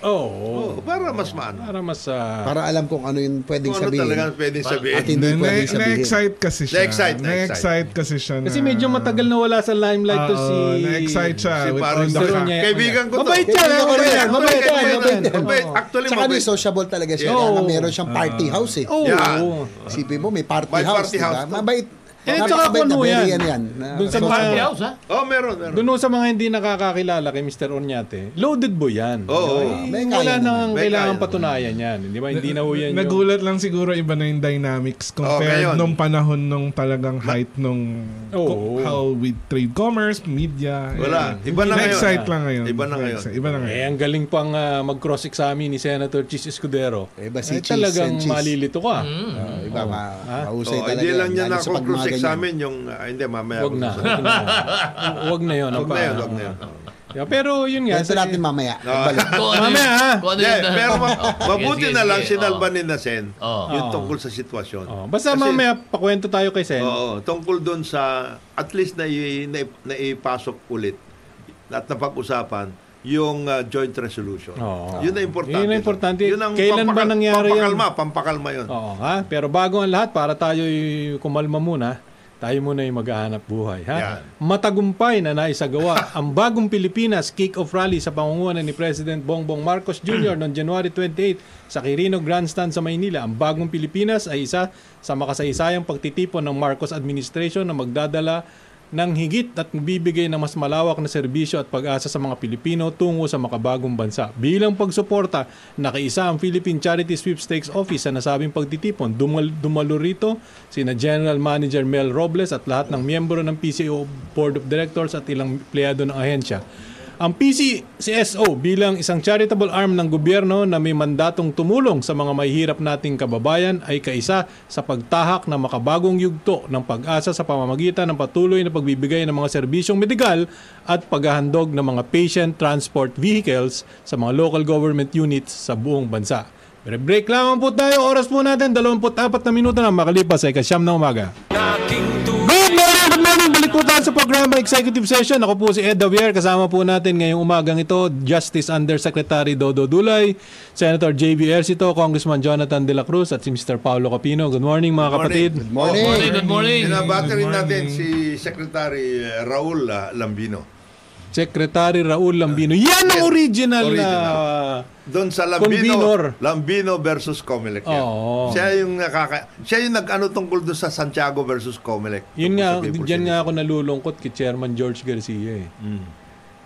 Speaker 1: Oo.
Speaker 3: Oo, para mas maano.
Speaker 1: Para mas... ah,
Speaker 6: Para alam kung ano yung pwedeng
Speaker 3: Kung ano
Speaker 6: sabihin.
Speaker 3: talaga ang pwedeng sabihin.
Speaker 6: At hindi
Speaker 4: Na-
Speaker 6: pwedeng
Speaker 4: na-
Speaker 6: sabihin.
Speaker 4: Na-excite kasi siya.
Speaker 3: Na-excite, na-excite.
Speaker 4: Na-excite kasi siya.
Speaker 1: kasi
Speaker 4: na-
Speaker 1: medyo matagal na wala sa limelight to
Speaker 3: Ah,
Speaker 4: Oo,
Speaker 1: si...
Speaker 4: Na-excite siya.
Speaker 3: si
Speaker 4: with
Speaker 3: parang
Speaker 4: all the
Speaker 1: Zero
Speaker 4: facts.
Speaker 1: niya.
Speaker 3: Kaibigan ko to.
Speaker 1: Mabait yan,
Speaker 6: Kaibigan ko
Speaker 1: mabait
Speaker 6: rin
Speaker 1: yan,
Speaker 6: yan,
Speaker 1: mabait yan,
Speaker 3: mabait,
Speaker 1: mabait yan.
Speaker 3: mabait.
Speaker 1: Oo.
Speaker 3: Actually,
Speaker 6: Tsaka ano,
Speaker 3: mabait.
Speaker 6: sociable talaga siya.
Speaker 1: Yeah.
Speaker 6: Na meron siyang party
Speaker 1: Ah.
Speaker 6: house eh.
Speaker 1: Oo.
Speaker 3: Yeah.
Speaker 6: Isipin mo, may party
Speaker 3: May
Speaker 6: house.
Speaker 3: party
Speaker 6: diba?
Speaker 3: house to.
Speaker 6: Mabait.
Speaker 1: Eh,
Speaker 6: Mabait
Speaker 1: tsaka
Speaker 6: na
Speaker 1: kung ano
Speaker 6: very
Speaker 1: yan.
Speaker 6: ano yan. na-
Speaker 1: Dun sa
Speaker 6: social-
Speaker 1: party
Speaker 5: Happy house, ha?
Speaker 3: Oh, meron, meron.
Speaker 1: Doon sa mga hindi nakakakilala kay Mr. Ornyate, loaded boy yan.
Speaker 3: Oo.
Speaker 1: Ay,
Speaker 6: May
Speaker 1: wala
Speaker 6: kaya naman.
Speaker 1: nang
Speaker 3: May
Speaker 1: kailangan
Speaker 3: kaya
Speaker 1: patunayan yan. Di ba? Hindi na ho yan yung...
Speaker 4: Nagulat lang siguro iba na yung dynamics
Speaker 3: Oh,
Speaker 4: compared
Speaker 3: ngayon.
Speaker 4: nung panahon nung talagang height nung
Speaker 1: Oo.
Speaker 4: how we trade commerce, media.
Speaker 3: Wala.
Speaker 4: ayan.
Speaker 3: Iba na ngayon.
Speaker 4: Na-excite lang ngayon.
Speaker 3: Iba na ngayon.
Speaker 4: Iba na ngayon.
Speaker 1: Eh, ang galing pang ah, mag-cross-examine ni Senator Chis Escudero.
Speaker 6: Eh, ba si
Speaker 1: Ay,
Speaker 6: Chis
Speaker 1: talagang
Speaker 6: and Chis?
Speaker 1: malilito ka.
Speaker 6: Ah, Iba, ma- mahusay
Speaker 3: Oh,
Speaker 6: talaga.
Speaker 3: hindi lang niya
Speaker 6: lalo sa pag mga
Speaker 3: na-conclusive
Speaker 6: ganyan.
Speaker 3: sa amin yung, ah, hindi, mamaya.
Speaker 1: Huwag
Speaker 3: ko
Speaker 1: na.
Speaker 3: sasabihin.
Speaker 1: Huwag na yun.
Speaker 3: Huwag
Speaker 1: apa.
Speaker 3: na yun, huwag na yun.
Speaker 1: Yeah, Pero yun nga.
Speaker 6: Kwento
Speaker 1: sa-
Speaker 6: natin mamaya.
Speaker 3: Ah.
Speaker 6: Balik.
Speaker 5: Kung ano
Speaker 1: Mamaya,
Speaker 5: yung-
Speaker 1: ha?
Speaker 5: kung ano
Speaker 3: Hindi,
Speaker 5: yung-
Speaker 3: pero ma-
Speaker 5: Oh, sige,
Speaker 3: mabuti
Speaker 5: sige,
Speaker 3: na lang
Speaker 5: sige.
Speaker 3: sinalba
Speaker 5: Oo.
Speaker 3: ni Nasen
Speaker 5: Oo.
Speaker 3: yung
Speaker 1: Oo.
Speaker 3: tungkol sa sitwasyon.
Speaker 1: Oh, basta
Speaker 3: Kasi-
Speaker 1: mamaya pakwento tayo kay Sen.
Speaker 3: Oo, tungkol doon sa at least na, i- na, naipasok ulit at napag-usapan yung uh, joint resolution.
Speaker 1: Oo.
Speaker 3: Yun na importante.
Speaker 1: Oh. Yun ang importante.
Speaker 3: Yun ang
Speaker 1: Kailan ba nangyari yun?
Speaker 3: pampakalma, Pampakalma yun.
Speaker 1: Oo, ha? Pero bago ang lahat, para tayo kumalma muna, tayo muna yung maghahanap buhay. Ha?
Speaker 3: Yan.
Speaker 1: Matagumpay na naisagawa ang bagong Pilipinas kick-off rally sa pangungunan ni President Bongbong Marcos Jr. noong January 28 sa Quirino Grandstand sa Maynila. Ang bagong Pilipinas ay isa sa makasaysayang pagtitipon ng Marcos administration na magdadala ng higit at bibigay ng mas malawak na serbisyo at pag-asa sa mga Pilipino tungo sa makabagong bansa. Bilang pagsuporta, nakiisa ang Philippine Charity Sweepstakes Office sa nasabing pagtitipon. Dumal- dumalo rito sina General Manager Mel Robles at lahat ng miyembro ng PCO Board of Directors at ilang empleyado ng ahensya. Ang PCCSO bilang isang charitable arm ng gobyerno na may mandatong tumulong sa mga mahihirap nating kababayan ay kaisa sa pagtahak na makabagong yugto ng pag-asa sa pamamagitan ng patuloy na pagbibigay ng mga serbisyong medikal at paghahandog ng mga patient transport vehicles sa mga local government units sa buong bansa. Break lamang po tayo. Oras po natin. 24 na minuto na makalipas ay kasyam na umaga. Good morning, good morning. Balik po tayo sa programa Executive Session. Ako po si Ed Davier. Kasama po natin ngayong umagang ito, Justice Undersecretary Dodo Dulay, Senator J.B. Ercito, Congressman Jonathan De La Cruz, at si Mr. Paolo Capino. Good morning mga kapatid.
Speaker 6: Good morning.
Speaker 5: Morning, good morning.
Speaker 3: Binabati rin
Speaker 4: Good
Speaker 3: natin
Speaker 4: morning.
Speaker 3: si Secretary eh, Raul ah, Lambino.
Speaker 1: Secretary Raul Lambino. Yan ang original, na...
Speaker 3: Doon sa Lambino,
Speaker 1: Convenor.
Speaker 3: Lambino versus Comelec. yan.
Speaker 1: Oo.
Speaker 3: Siya yung nakaka siya yung nag-ano tungkol doon sa Santiago versus Comelec.
Speaker 1: Yun
Speaker 3: Tungkol
Speaker 1: nga,
Speaker 3: sa people
Speaker 1: diyan
Speaker 3: city.
Speaker 1: nga ako nalulungkot kay Chairman George Garcia eh.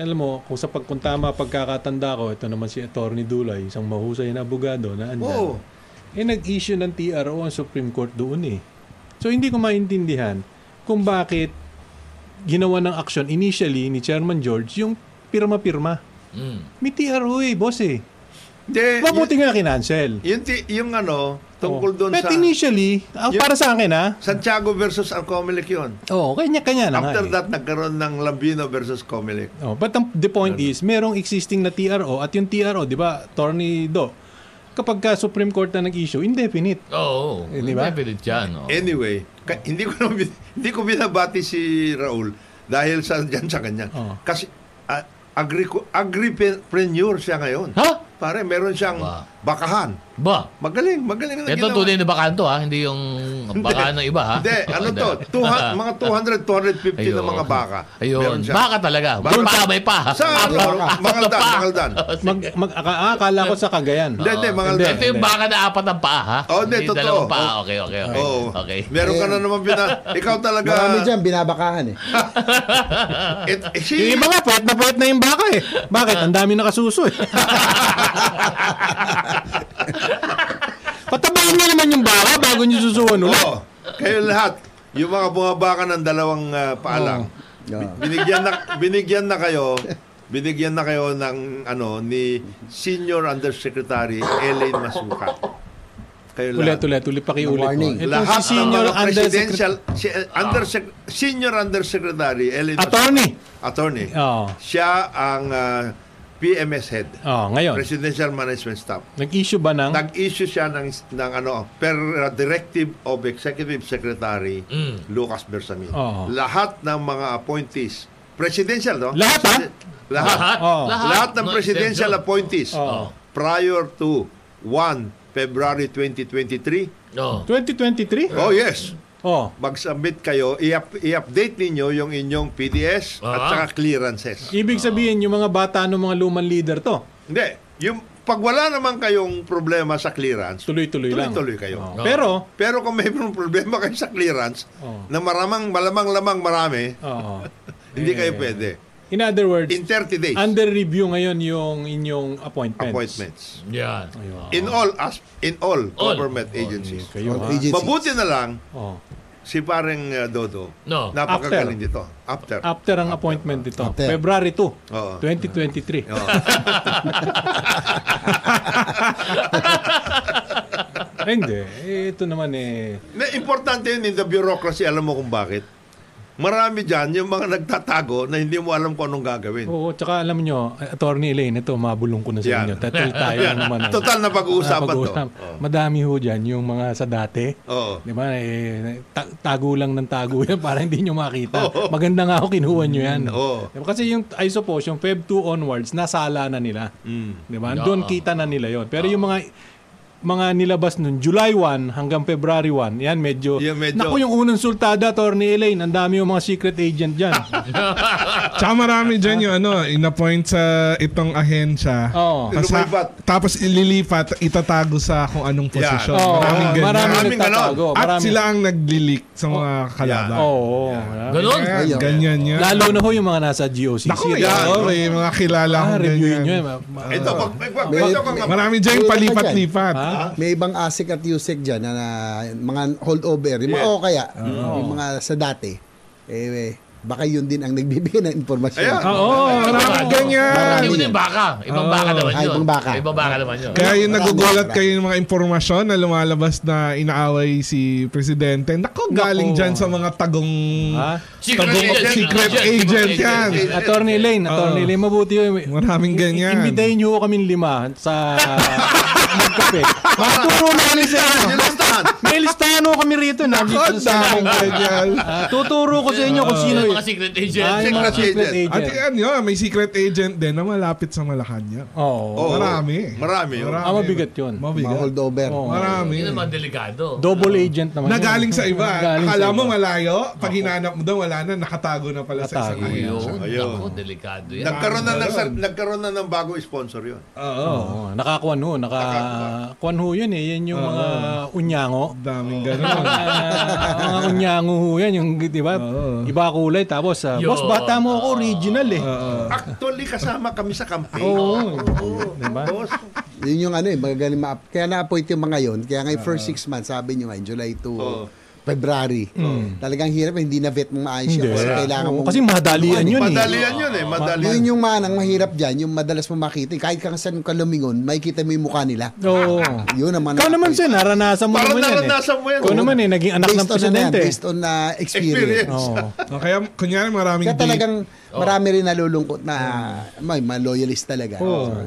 Speaker 1: Alam mo, kung sa pagkuntama pagkakatanda ko, ito naman si Attorney Dulay, isang mahusay na abogado na andyan.
Speaker 3: Oo.
Speaker 1: Eh nag-issue ng TRO ang Supreme Court doon eh. So hindi ko maintindihan kung bakit ginawa ng action initially ni Chairman George yung pirma-pirma.
Speaker 5: Mm.
Speaker 1: May TRO eh, boss eh.
Speaker 3: Hindi,
Speaker 1: Mabuti nga kinancel.
Speaker 3: Yung, ti- yung ano, tungkol
Speaker 1: Oo.
Speaker 3: doon
Speaker 1: But
Speaker 3: sa
Speaker 1: initially, ah,
Speaker 3: Yun-
Speaker 1: para sa akin ha,
Speaker 3: Santiago versus ang Comelec yun.
Speaker 1: oh, kanya-kanya na nga
Speaker 3: After
Speaker 1: eh.
Speaker 3: that, nagkaroon ng Lambino versus Comelec.
Speaker 1: Oh, but ang, the point is, merong existing na TRO at yung TRO, 'di ba, tornado. Kapag ka Supreme Court na nag-issue, indefinite.
Speaker 5: Oo.
Speaker 1: Eh, di ba?
Speaker 5: Definite yan. oo.
Speaker 3: Eh, Anyway, ka- hindi ko na bin- hindi ko binabati si Raul dahil sa diyan sa kanya.
Speaker 1: Oo.
Speaker 3: Kasi ah, agri agripreneur siya ngayon.
Speaker 5: Ha?
Speaker 3: Pare, meron siyang
Speaker 5: Wow.
Speaker 3: bakahan.
Speaker 5: Ba?
Speaker 3: Magaling, magaling na
Speaker 5: Ito tunay na bakanto ha, hindi yung baka ng iba ha.
Speaker 3: Hindi, ano to? 200, mga 200, 250 na
Speaker 5: Ayun.
Speaker 3: mga baka.
Speaker 5: Ayun,
Speaker 3: Meron siya.
Speaker 5: baka talaga.
Speaker 3: Baka-
Speaker 5: Baka may pa.
Speaker 3: Sa ano? Mangaldan,
Speaker 5: Pa.
Speaker 3: mangaldan.
Speaker 1: Mag, mag aka- akala ko sa Cagayan.
Speaker 3: Hindi, hindi, mangaldan.
Speaker 5: Ito yung baka na apat ang paa ha.
Speaker 3: Oh, hindi, totoo.
Speaker 5: dalawang paa. Okay, okay, okay.
Speaker 3: Oo.
Speaker 5: Okay.
Speaker 3: Meron ka na naman bina... Ikaw talaga...
Speaker 6: Marami dyan, binabakahan eh.
Speaker 3: It, eh, si-
Speaker 1: Yung iba nga, puwet na puwet na yung baka eh. Bakit? Ang dami nakasuso eh. Patabahin niyo naman yung baka bago niyo susuan ulit.
Speaker 3: Oo. Kayo lahat. Yung mga bumabaka ng dalawang ah, paa lang.
Speaker 6: Yeah.
Speaker 3: Binigyan na binigyan na kayo binigyan na kayo ng ano ni Senior Undersecretary Elaine Masuka. Kayo
Speaker 1: Ulit,
Speaker 3: lahat.
Speaker 1: ulit, ulit, pakiulit po.
Speaker 6: Warning.
Speaker 1: Ito
Speaker 3: lahat
Speaker 1: si Senior
Speaker 3: ng mga
Speaker 1: Undersecretary.
Speaker 3: presidential si, eh, undersec- Senior Undersecretary Elaine
Speaker 1: Attorney. Ah.
Speaker 3: Masuka. Attorney.
Speaker 1: Oo.
Speaker 3: Siya ang ah, PMS head.
Speaker 1: Oh, ngayon,
Speaker 3: Presidential Management Staff.
Speaker 1: nag-issue ba
Speaker 5: Oh.
Speaker 1: ng...
Speaker 3: Nag-issue siya ng, ng ano, per uh, directive of Executive Secretary
Speaker 5: Mm.
Speaker 3: Lucas Bersamin.
Speaker 5: Oh.
Speaker 1: Oo.
Speaker 3: Lahat ng mga appointees, presidential, no?
Speaker 1: Lahat, ha?
Speaker 3: Lahat.
Speaker 5: Lahat.
Speaker 1: Oo.
Speaker 5: Lahat.
Speaker 3: Lahat ng
Speaker 5: Oh. No Oh.
Speaker 3: presidential
Speaker 5: exception.
Speaker 3: appointees
Speaker 1: Oo.
Speaker 3: prior to 1 February 2023.
Speaker 5: Oo.
Speaker 1: 2023?
Speaker 3: Oh, yes.
Speaker 1: Oh.
Speaker 3: Mag-submit kayo, i-up- i-update ninyo yung inyong PDS at
Speaker 5: Ah.
Speaker 3: saka clearances.
Speaker 1: Ibig sabihin, yung mga bata ng mga lumang leader to,
Speaker 3: Hindi. Yung, pag wala naman kayong problema sa clearance,
Speaker 1: tuloy-tuloy lang.
Speaker 3: Tuloy-tuloy kayo.
Speaker 1: Oh. Pero,
Speaker 3: Pero kung may mga problema kayo sa clearance,
Speaker 1: Oo.
Speaker 3: na maramang, malamang lamang marami,
Speaker 1: oo.
Speaker 3: hindi kayo pwede.
Speaker 1: in other words,
Speaker 3: In 30 days,
Speaker 1: under review ngayon yung inyong appointments.
Speaker 3: appointments.
Speaker 5: Yan.
Speaker 3: In all, as, in all,
Speaker 5: All.
Speaker 3: government agencies.
Speaker 1: Kayo,
Speaker 6: All
Speaker 1: ha?
Speaker 6: agencies.
Speaker 3: Mabuti na lang,
Speaker 1: Oh.
Speaker 3: si pareng uh, Dodo,
Speaker 5: No.
Speaker 3: napakagaling dito. After.
Speaker 1: After ang appointment dito,
Speaker 6: After.
Speaker 1: February 2,
Speaker 3: Oo.
Speaker 1: 2023.
Speaker 3: Oo.
Speaker 1: Eh, Hindi, Eh, ito naman eh.
Speaker 3: Na importante yun in the bureaucracy, alam mo kung bakit. Marami dyan yung mga nagtatago na hindi mo alam kung anong gagawin.
Speaker 1: Oo, tsaka alam nyo, Attorney Elaine, ito, mabulong ko na sa
Speaker 3: Yan.
Speaker 1: inyo. Tatil tayo lang naman. ang-
Speaker 3: Total na pag-uusapan to.
Speaker 1: napag-uusap. Madami ho dyan yung mga sa dati.
Speaker 3: Oo.
Speaker 1: Di ba? Eh, ta- tago lang ng tago yan para hindi nyo makita. Maganda nga ako kinuha nyo yan.
Speaker 3: Mm, Oo.
Speaker 1: Di ba? Kasi yung, I suppose, yung Feb 2 onwards, nasala na nila.
Speaker 3: Mm.
Speaker 1: Di ba? Doon kita na nila yon Pero yung mga mga nilabas nun, July 1 hanggang February 1. Yan, medyo...
Speaker 3: Yeah, medyo.
Speaker 1: Naku, yung unang sultada, Attorney Elaine, ang dami yung mga secret agent dyan.
Speaker 4: Tsaka marami dyan yung ano, inappoint sa itong ahensya.
Speaker 1: Oo.
Speaker 4: Tapos, ha-
Speaker 3: Lumipat.
Speaker 4: tapos ililipat, itatago sa kung anong
Speaker 3: Yeah.
Speaker 4: posisyon.
Speaker 1: Oo,
Speaker 4: Oh, Maraming ganyan.
Speaker 1: maraming
Speaker 3: Maraming ganon.
Speaker 1: nagtatago.
Speaker 4: At
Speaker 1: Maraming-
Speaker 4: sila ang nag-leak sa mga kalaban.
Speaker 1: Oo. oo, marami.
Speaker 5: Ganun?
Speaker 4: Yan,
Speaker 6: Ayun.
Speaker 4: ganyan yan.
Speaker 1: Lalo na ho yung mga nasa GOCC.
Speaker 4: Ako,
Speaker 1: Dapat,
Speaker 4: yeah,
Speaker 1: oh,
Speaker 4: may mga kilala
Speaker 1: Ah,
Speaker 4: akong
Speaker 1: reviewin nyo.
Speaker 4: ganyan.
Speaker 1: eh, ma- ma-
Speaker 3: Ito, pag, pag, pag,
Speaker 6: May-
Speaker 3: ito, pag,
Speaker 6: may-
Speaker 4: Marami dyan yung palipat-lipat.
Speaker 1: Ha?
Speaker 6: May ibang asik at yusek dyan na, na mga holdover. Yung mga
Speaker 3: Yeah. Ah.
Speaker 6: o kaya, yung mga sa dati. Eh, eh, baka yun din ang nagbibigay ng impormasyon.
Speaker 3: Ayan.
Speaker 1: Ah, Oo, marami
Speaker 5: Marami.
Speaker 4: ganyan.
Speaker 5: Hindi mo din baka. Ibang baka naman
Speaker 6: Ah,
Speaker 5: yun.
Speaker 6: ibang baka.
Speaker 5: Ibang baka naman yun.
Speaker 4: Kaya yung
Speaker 6: Marami,
Speaker 4: nagugulat
Speaker 6: marami.
Speaker 4: kayo ng mga impormasyon na lumalabas na inaaway si Presidente. Nako, galing
Speaker 1: Nako.
Speaker 4: dyan sa mga tagong...
Speaker 1: Ha?
Speaker 5: Secret
Speaker 4: tagong
Speaker 5: agent.
Speaker 4: secret
Speaker 5: Agent,
Speaker 4: agent
Speaker 5: secret
Speaker 4: yan.
Speaker 5: agent.
Speaker 1: Attorney Elaine, Attorney
Speaker 4: Oo.
Speaker 1: Elaine, mabuti yun.
Speaker 4: Maraming Ah. ganyan.
Speaker 1: Imbitahin nyo kami lima sa magkape. Magturo na kami sa inyo.
Speaker 3: Yung listahan.
Speaker 1: May listahan ho kami rito. eh. Nandito
Speaker 4: Nako,
Speaker 1: sa
Speaker 4: daming ganyan.
Speaker 1: Ah, tuturo ko sa inyo kung sino yun.
Speaker 5: Mga secret agent.
Speaker 1: Ah, yung mga
Speaker 3: Secret
Speaker 1: secret
Speaker 3: agent.
Speaker 4: At
Speaker 1: agent.
Speaker 4: yan, yun, may secret agent din na malapit sa Malacanang.
Speaker 6: Oh,
Speaker 1: Oo.
Speaker 3: Oo.
Speaker 4: Marami.
Speaker 3: Marami, oh.
Speaker 1: Ah, mabigat yun.
Speaker 6: Mga
Speaker 4: Mabigat.
Speaker 6: holdover.
Speaker 1: Oo.
Speaker 4: Marami.
Speaker 5: Yun ang mga delikado.
Speaker 1: Double agent naman. yun.
Speaker 4: Nagaling sa iba.
Speaker 1: Nagaling
Speaker 4: Akala
Speaker 1: sa
Speaker 4: mo
Speaker 1: iba.
Speaker 4: malayo, pag hinanap mo daw, wala na, nakatago na pala sa isang
Speaker 1: Nakatago.
Speaker 4: ahensya.
Speaker 5: Ayun.
Speaker 3: Ayun.
Speaker 5: Ako, delikado yan.
Speaker 3: Nagkaroon na, nagsa- nagkaroon na ng bago sponsor yun.
Speaker 4: Oo.
Speaker 1: Oo, nakakuan ho, naka kuan ho yun eh. Yan yung mga unyango.
Speaker 4: Daming ganun.
Speaker 1: Ah, mga unyango ho yan, yung, di ba?
Speaker 4: Oo.
Speaker 1: Iba kulay, tapos, ah,
Speaker 5: Yun.
Speaker 1: boss, bata mo ako, original eh.
Speaker 4: Oo.
Speaker 3: Actually, kasama kami sa campaign.
Speaker 1: Oo.
Speaker 3: Oo.
Speaker 1: Diba?
Speaker 3: Boss,
Speaker 6: Yun yung ano eh, magagaling ma- Kaya na-appoint yung mga yun. Kaya ngayon first six months, sabi nyo ngayon, July to
Speaker 3: Ah. Oo. Hmm.
Speaker 6: February. Talagang hirap, hindi na vet mong maayos
Speaker 1: Hindi.
Speaker 6: yun. Kasi kailangan
Speaker 1: Oo,
Speaker 6: mong...
Speaker 1: kasi madalian yun
Speaker 3: madali
Speaker 1: eh.
Speaker 3: yan yun eh. Madali
Speaker 6: yun
Speaker 3: yan.
Speaker 6: yung manang mahirap dyan, yung madalas mo makita. Kahit kang saan ka lumingon, makikita mo yung mukha nila.
Speaker 1: Oo.
Speaker 6: Yun naman.
Speaker 1: Ikaw naman siya, naranasan mo naman
Speaker 3: Parang
Speaker 1: yan eh.
Speaker 3: naranasan mo yan.
Speaker 1: Ikaw naman eh, naging anak ng
Speaker 6: Based on, ano yan,
Speaker 1: presidente.
Speaker 6: based on na experience.
Speaker 3: Experience.
Speaker 1: Oo.
Speaker 4: Oh, Kaya, kunyari, maraming
Speaker 6: Kaya
Speaker 4: date.
Speaker 6: talagang
Speaker 1: Oh.
Speaker 6: marami rin nalulungkot na may mga loyalist talaga.
Speaker 1: Oh.
Speaker 6: So,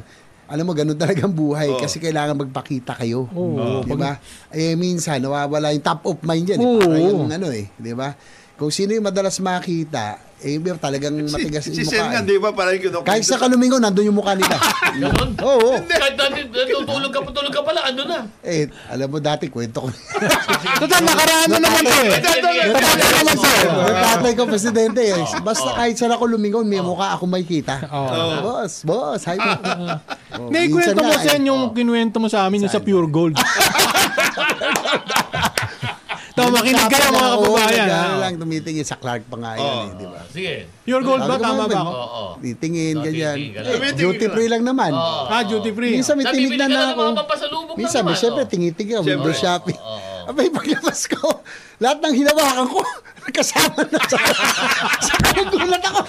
Speaker 6: alam mo, ganun talaga ang buhay
Speaker 3: Oh.
Speaker 6: kasi kailangan magpakita kayo.
Speaker 1: Oo.
Speaker 6: Di ba? Eh, minsan, nawawala yung top of mind yan. eh.
Speaker 1: Oo.
Speaker 6: Parang yung ano eh. Di ba? Kung sino yung madalas makita, eh, may talagang matigas
Speaker 3: Si, si
Speaker 6: yung
Speaker 3: Sen
Speaker 6: mukha.
Speaker 3: nga,
Speaker 6: eh.
Speaker 3: di ba? Parang kinukwento.
Speaker 6: Kahit sa kalumingo, nandun yung mukha nila.
Speaker 5: Ganun?
Speaker 6: Oo.
Speaker 5: Kahit dati, tutulog ka, tutulog ka pala, ano na?
Speaker 6: Eh, alam mo, dati kwento ko.
Speaker 1: Total, nakaraan na naman to eh. Nakaraan naman to eh.
Speaker 6: Yung tatay ko, presidente. eh. Basta kahit saan ako lumingon, may mukha ako makikita.
Speaker 1: Oo.
Speaker 6: Boss, boss, hi. Oh,
Speaker 1: Hindi,
Speaker 6: minsan
Speaker 1: kwento mo
Speaker 6: nga,
Speaker 1: sa
Speaker 6: eh.
Speaker 1: yung kinuwento mo sa amin yung sa Pure Gold. Tama, makinig kayo mga
Speaker 6: Oo,
Speaker 1: kababayan. ah. ha?
Speaker 6: nagano oh, lang tumitingin sa Clark pa nga yan, eh, di ba?
Speaker 5: Sige.
Speaker 1: Pure Gold ba?
Speaker 6: Sabi eh. ko,
Speaker 1: Tama
Speaker 6: man,
Speaker 1: ba ako?
Speaker 5: Oo.
Speaker 6: Titingin,
Speaker 5: Oo,
Speaker 6: ganyan.
Speaker 5: titingin, ganun.
Speaker 6: Eh,
Speaker 3: Tumitingin
Speaker 6: duty
Speaker 3: ka
Speaker 6: free lang naman.
Speaker 1: Ah, duty free.
Speaker 6: Minsan may
Speaker 5: Sabi, bibili ka
Speaker 6: tinignan
Speaker 5: na ng
Speaker 6: na
Speaker 5: mga
Speaker 6: ako.
Speaker 5: pampasalubong na
Speaker 6: Minsan,
Speaker 5: naman,
Speaker 6: may syempre,
Speaker 5: oh.
Speaker 6: tingiting ka, window
Speaker 3: Siyempre.
Speaker 6: shopping. Abay, paglabas ko, lahat ng hinawakan ko, kasama na sa... Saka nagulat ako.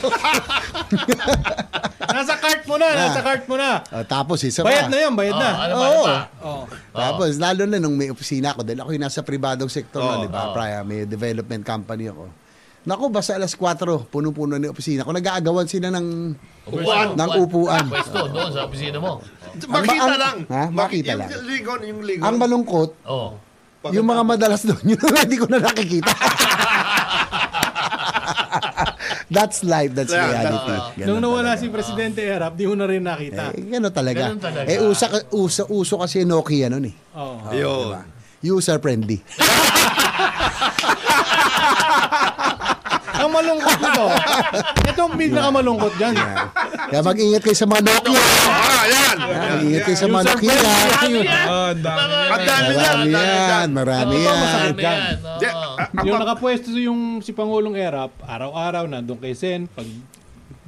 Speaker 1: Nasa cart mo na, nasa cart mo na.
Speaker 6: Ah, tapos, isa pa.
Speaker 1: Bayad na yun, bayad
Speaker 5: Oo,
Speaker 1: na.
Speaker 5: ano ba, ano
Speaker 6: Oo.
Speaker 5: ba?
Speaker 6: Tapos, lalo na nung may opisina ako, dahil ako yung nasa pribadong sektor na, di ba? Prior, may development company ako. Naku, basta alas 4, punong-puno na yung opisina ko. Nag-aagawan sila ng
Speaker 5: Upuan.
Speaker 6: ng upuan.
Speaker 5: Pwesto, doon sa opisina mo.
Speaker 3: Makita
Speaker 6: ang-
Speaker 3: lang.
Speaker 6: Ha? Makita
Speaker 3: yung
Speaker 6: lang.
Speaker 3: Lingon, yung lingon.
Speaker 6: Ang malungkot,
Speaker 5: Oo.
Speaker 6: yung mga madalas doon, yun ang hindi ko na nakikita. that's life, that's
Speaker 3: Yeah,
Speaker 6: reality. Ganun
Speaker 1: Nung nawala
Speaker 6: talaga.
Speaker 1: si Presidente Erap, di mo na rin nakita.
Speaker 6: Eh, ganun talaga.
Speaker 5: Ganun talaga.
Speaker 6: Eh, usa, usa, uso kasi Nokia noon eh.
Speaker 1: Oo.
Speaker 3: Yun.
Speaker 6: Diba? User-friendly.
Speaker 1: Ang malungkot nito. Ito ang pinakamalungkot dyan.
Speaker 6: Kaya mag-ingat kayo sa mga Nokia.
Speaker 3: Ah, yan.
Speaker 6: Ah, Mag-ingat kayo sa mga Nokia.
Speaker 5: Marami yan.
Speaker 4: Ah, ang dami.
Speaker 3: Ang dami yan.
Speaker 6: Marami
Speaker 3: ang dami
Speaker 6: yan,
Speaker 3: yan.
Speaker 1: Ano
Speaker 6: marami yan.
Speaker 5: Marami Ah, ano yan. oh, oo.
Speaker 3: Di- ah, ah,
Speaker 1: Yung nakapwesto yung si Pangulong Erap, araw-araw nandun kay Sen, pag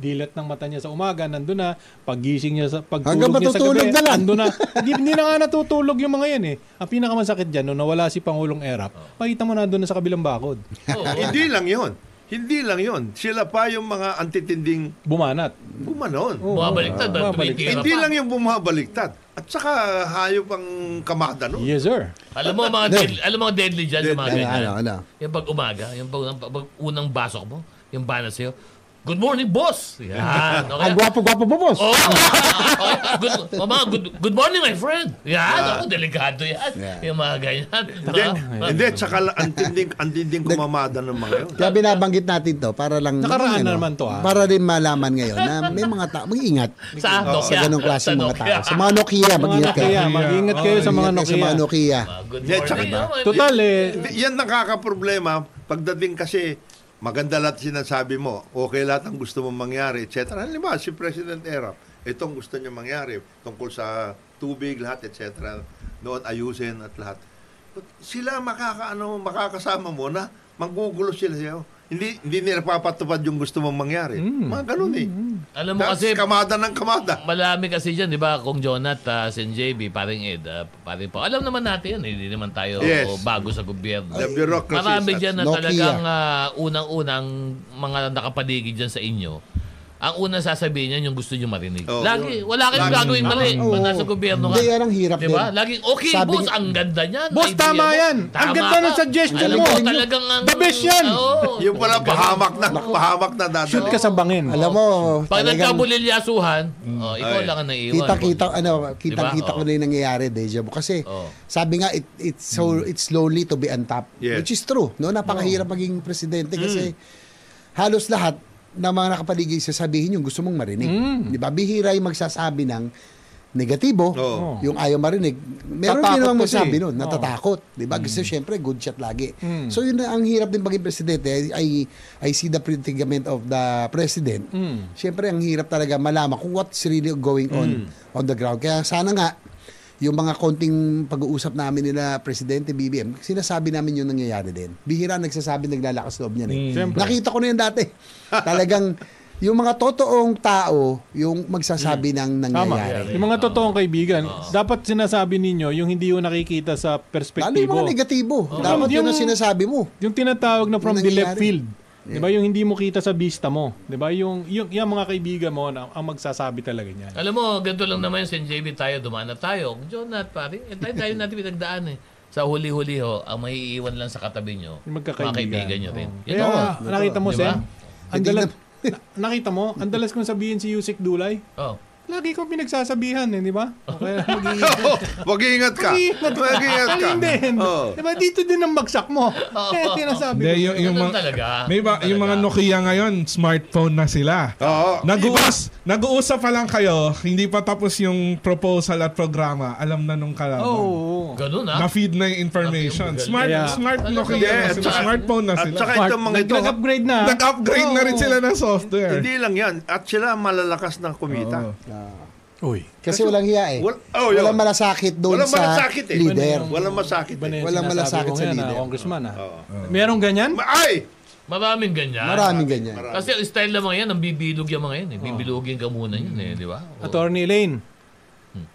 Speaker 1: dilat ng mata niya sa umaga, nandun na. Paggising niya sa
Speaker 6: Hanggang
Speaker 1: pagtulog niya sa
Speaker 6: matutulog
Speaker 1: gabi,
Speaker 6: na lang.
Speaker 1: nandun na. hindi, hindi na nga natutulog yung mga yan eh. Ang pinakamasakit dyan, nung nawala si Pangulong Erap, makita mo nandun na sa kabilang bakod.
Speaker 3: Hindi lang yun. Hindi lang yun. Sila pa yung mga antitinding
Speaker 1: Bumanat.
Speaker 3: gumanon.
Speaker 5: Bumabaliktad. ba?
Speaker 1: Bumabaliktad.
Speaker 5: Tumitira
Speaker 3: Hindi
Speaker 5: pa.
Speaker 3: lang yung bumabaliktad. At saka hayop ang kamada nun.
Speaker 1: Yes, sir.
Speaker 5: Alam mo mga deadly, alam mo mga deadly dyan, yung mga
Speaker 6: Ano,
Speaker 5: ganyan.
Speaker 6: ano, ano?
Speaker 5: Yung pag umaga, yung pag, pag unang basok mo, yung bana sa'yo, Good morning, boss! Yan. Okay.
Speaker 6: Ang gwapo-gwapo po, boss.
Speaker 5: Oh, good, oh, mga good, good morning, my friend. Yan, ako, delikado yan.
Speaker 6: Yeah.
Speaker 5: Yung mga ganyan.
Speaker 3: Then,
Speaker 5: Mga-
Speaker 3: Hindi, tsaka la- ang tinding, ang tinding kumamada ng mga yun.
Speaker 6: Kaya binabanggit natin to para lang ano,
Speaker 1: Nakaraan naman to, ah.
Speaker 6: Para rin malaman ngayon na may mga tao mag-ingat
Speaker 5: Sa
Speaker 6: sa
Speaker 5: Nokia.
Speaker 6: ganung klase
Speaker 5: Sa
Speaker 6: mga
Speaker 5: Nokia.
Speaker 6: tao. Sa mga Nokia,
Speaker 1: Mga
Speaker 6: mag-ingat kayo.
Speaker 1: Nokia, mag-ingat kayo sa mga
Speaker 6: Mag-ingat kayo
Speaker 1: Nokia.
Speaker 6: Sa mga ano Nokia.
Speaker 5: Good
Speaker 3: Yeah, tsaka
Speaker 5: morning.
Speaker 3: ba?
Speaker 5: Oh,
Speaker 1: Total eh,
Speaker 3: Hindi, Yan nakakaproblema pagdating kasi maganda lahat sinasabi mo, okay lahat ang gusto mong mangyari, etc. Halimbawa, si President Erap, itong gusto niya mangyari tungkol sa tubig, lahat, etc. Noon, ayusin at lahat. But sila makakaano, makakasama mo na magugulo sila sa'yo. Hindi, hindi nila papatupad yung gusto mong mangyari. Mga ganun eh.
Speaker 5: Alam mo
Speaker 3: Tapos
Speaker 5: Hmm. kasi,
Speaker 3: kamada ng kamada.
Speaker 5: Malami kasi dyan, di ba? Kung Jonat, uh, Sen JB, paring Ed, ah, paring po. Alam naman natin yan, eh, hindi naman tayo
Speaker 3: Yes.
Speaker 5: oh, bago sa gobyerno.
Speaker 3: The bureaucracy.
Speaker 5: Marami
Speaker 3: is-
Speaker 5: dyan na
Speaker 6: Nokia.
Speaker 5: talagang ah, unang-unang mga nakapaligid dyan sa inyo. Ang unang sasabihin niyan yung gusto niyo marinig.
Speaker 3: Oo.
Speaker 5: Lagi, wala kayong gagawin mali.
Speaker 6: Oo.
Speaker 5: Nasa gobyerno ka.
Speaker 6: Hindi, yan
Speaker 5: Diba?
Speaker 6: ang hirap
Speaker 5: Di ba?
Speaker 6: din.
Speaker 5: Laging, okay,
Speaker 6: Sabi
Speaker 5: boss,
Speaker 6: ni-
Speaker 5: ang ganda niyan.
Speaker 1: Boss,
Speaker 5: Idea
Speaker 1: tama
Speaker 5: mo.
Speaker 1: yan. Ang
Speaker 5: Tama
Speaker 1: ganda
Speaker 5: ka.
Speaker 1: ng suggestion
Speaker 5: Alam
Speaker 1: mo.
Speaker 5: talagang ang...
Speaker 1: The best yan.
Speaker 5: Oo.
Speaker 3: Yung pala pahamak na, pahamak na dadali.
Speaker 1: shoot ka sa bangin.
Speaker 6: Alam mo,
Speaker 5: Pag
Speaker 6: talagang
Speaker 5: nagkabulilyasuhan, oh, ikaw
Speaker 3: Ay.
Speaker 5: lang ang naiiwan.
Speaker 6: kita-kita ano, kita-kita
Speaker 5: Diba?
Speaker 6: ko na 'yung nangyayari deja vu kasi
Speaker 5: Oo. Hmm.
Speaker 6: sabi nga it, it's so it's lonely to be on top,
Speaker 3: Yes.
Speaker 6: which is true. No, napakahirap maging presidente
Speaker 5: Hmm.
Speaker 6: kasi halos lahat ng mga nakapaligid sasabihin yung gusto mong marinig.
Speaker 5: Hmm.
Speaker 6: 'Di ba? Bihira 'yung magsasabi ng negatibo,
Speaker 3: Oo.
Speaker 6: yung ayaw marinig. Meron
Speaker 1: Tatakot
Speaker 6: din namang
Speaker 1: kasi. Mm.
Speaker 6: magsabi nun, natatakot. 'di ba? Kasi syempre good shot lagi. So yun na ang hirap din maging presidente. I, I, I see the predicament of the president.
Speaker 1: Mm.
Speaker 6: Syempre ang hirap talaga malaman kung what's really going on
Speaker 1: Mm.
Speaker 6: on the ground. Kaya sana nga yung mga konting pag-uusap namin nila Presidente BBM, sinasabi namin yung nangyayari din. Bihira nagsasabi naglalakas loob niyan eh.
Speaker 1: Mm. Siyempre.
Speaker 6: Nakita ko na yan dati. Talagang yung mga totoong tao yung magsasabi ng
Speaker 1: Mm. Tama.
Speaker 6: nangyayari.
Speaker 1: Yung mga totoong kaibigan, dapat sinasabi ninyo yung hindi yung nakikita sa
Speaker 6: Lalo yung mga
Speaker 1: perspektibo.
Speaker 6: negatibo. Dapat
Speaker 1: Yung-
Speaker 6: yun ang sinasabi mo.
Speaker 1: Yung tinatawag na from
Speaker 6: Yung
Speaker 1: the left
Speaker 6: nangyayari.
Speaker 1: field. 'Di ba yung hindi mo kita sa vista mo? 'Di ba yung yung yung mga kaibigan mo na ang magsasabi talaga niyan.
Speaker 5: Alam mo, ganito lang naman yun, Sen JB tayo, dumana tayo. Jonat, pare, eh, tayo, tayo natin pinagdaan eh. Sa huli-huli ho, ang maiiwan lang sa katabi nyo,
Speaker 1: Yung
Speaker 5: mga kaibigan nyo rin.
Speaker 1: Oo.
Speaker 5: Diba? Yun
Speaker 1: Kaya
Speaker 5: ang-
Speaker 1: nga, nakita mo,
Speaker 5: Di
Speaker 1: Sen?
Speaker 5: ba?
Speaker 1: Ang
Speaker 6: Hindi
Speaker 1: dalas- na- nakita mo, ang dalas kong sabihin si Yusik Dulay,
Speaker 5: oh.
Speaker 1: lagi ko pinagsasabihan, eh, di ba? Okay,
Speaker 3: Oo, Mag-iingat ka.
Speaker 1: Mag-iingat ka.
Speaker 3: Mag-iingat ka.
Speaker 1: hindi.
Speaker 3: Oo.
Speaker 1: Di ba, dito din ang bagsak mo.
Speaker 5: Oh.
Speaker 1: Kaya sinasabi ko.
Speaker 4: Hindi, yung, yung
Speaker 5: Ganun
Speaker 4: mga,
Speaker 5: talaga.
Speaker 3: Ah,
Speaker 4: may ba,
Speaker 5: Ganun
Speaker 4: yung mga
Speaker 5: talaga.
Speaker 4: Nokia ngayon, smartphone na sila.
Speaker 3: Oo.
Speaker 4: Nag-uus, nag-uusap pa lang kayo, hindi pa tapos yung proposal at programa, alam na nung kalaban.
Speaker 1: Oo.
Speaker 3: Oh.
Speaker 5: Ganun ah.
Speaker 4: Na-feed na yung information.
Speaker 5: Galing.
Speaker 4: Smart,
Speaker 1: Kaya-
Speaker 4: smart Nokia
Speaker 3: Yeah,
Speaker 4: na
Speaker 3: at
Speaker 4: sila.
Speaker 3: saka-
Speaker 4: Smartphone na
Speaker 3: at
Speaker 4: sila.
Speaker 3: saka-
Speaker 1: Smart,
Speaker 3: itong mga ito,
Speaker 1: nag-upgrade na.
Speaker 4: Nag-upgrade na rin sila ng software.
Speaker 3: Hindi lang yan. At sila malalakas ng kumita.
Speaker 4: Oo.
Speaker 1: Uy.
Speaker 6: Kasi walang hiya eh.
Speaker 3: Wal- oh, yun.
Speaker 6: walang malasakit doon
Speaker 3: Walang
Speaker 6: sa
Speaker 3: malasakit eh.
Speaker 6: leader.
Speaker 3: Walang masakit.
Speaker 1: Iba na
Speaker 3: Eh.
Speaker 1: yung
Speaker 6: Walang
Speaker 1: sinasabi ko
Speaker 6: malasakit sa
Speaker 1: ngayon, ah,
Speaker 6: leader.
Speaker 1: Congressman, ah.
Speaker 3: Oo.
Speaker 1: Merong ganyan?
Speaker 3: Ma- Ay!
Speaker 5: Maraming ganyan.
Speaker 6: Maraming ganyan.
Speaker 3: Marami.
Speaker 5: Kasi ang style naman yan, ang bibilog yung mga yan. Eh. Bibilogin ka muna yun eh, di ba? Oo. Hmm.
Speaker 1: Attorney Lane.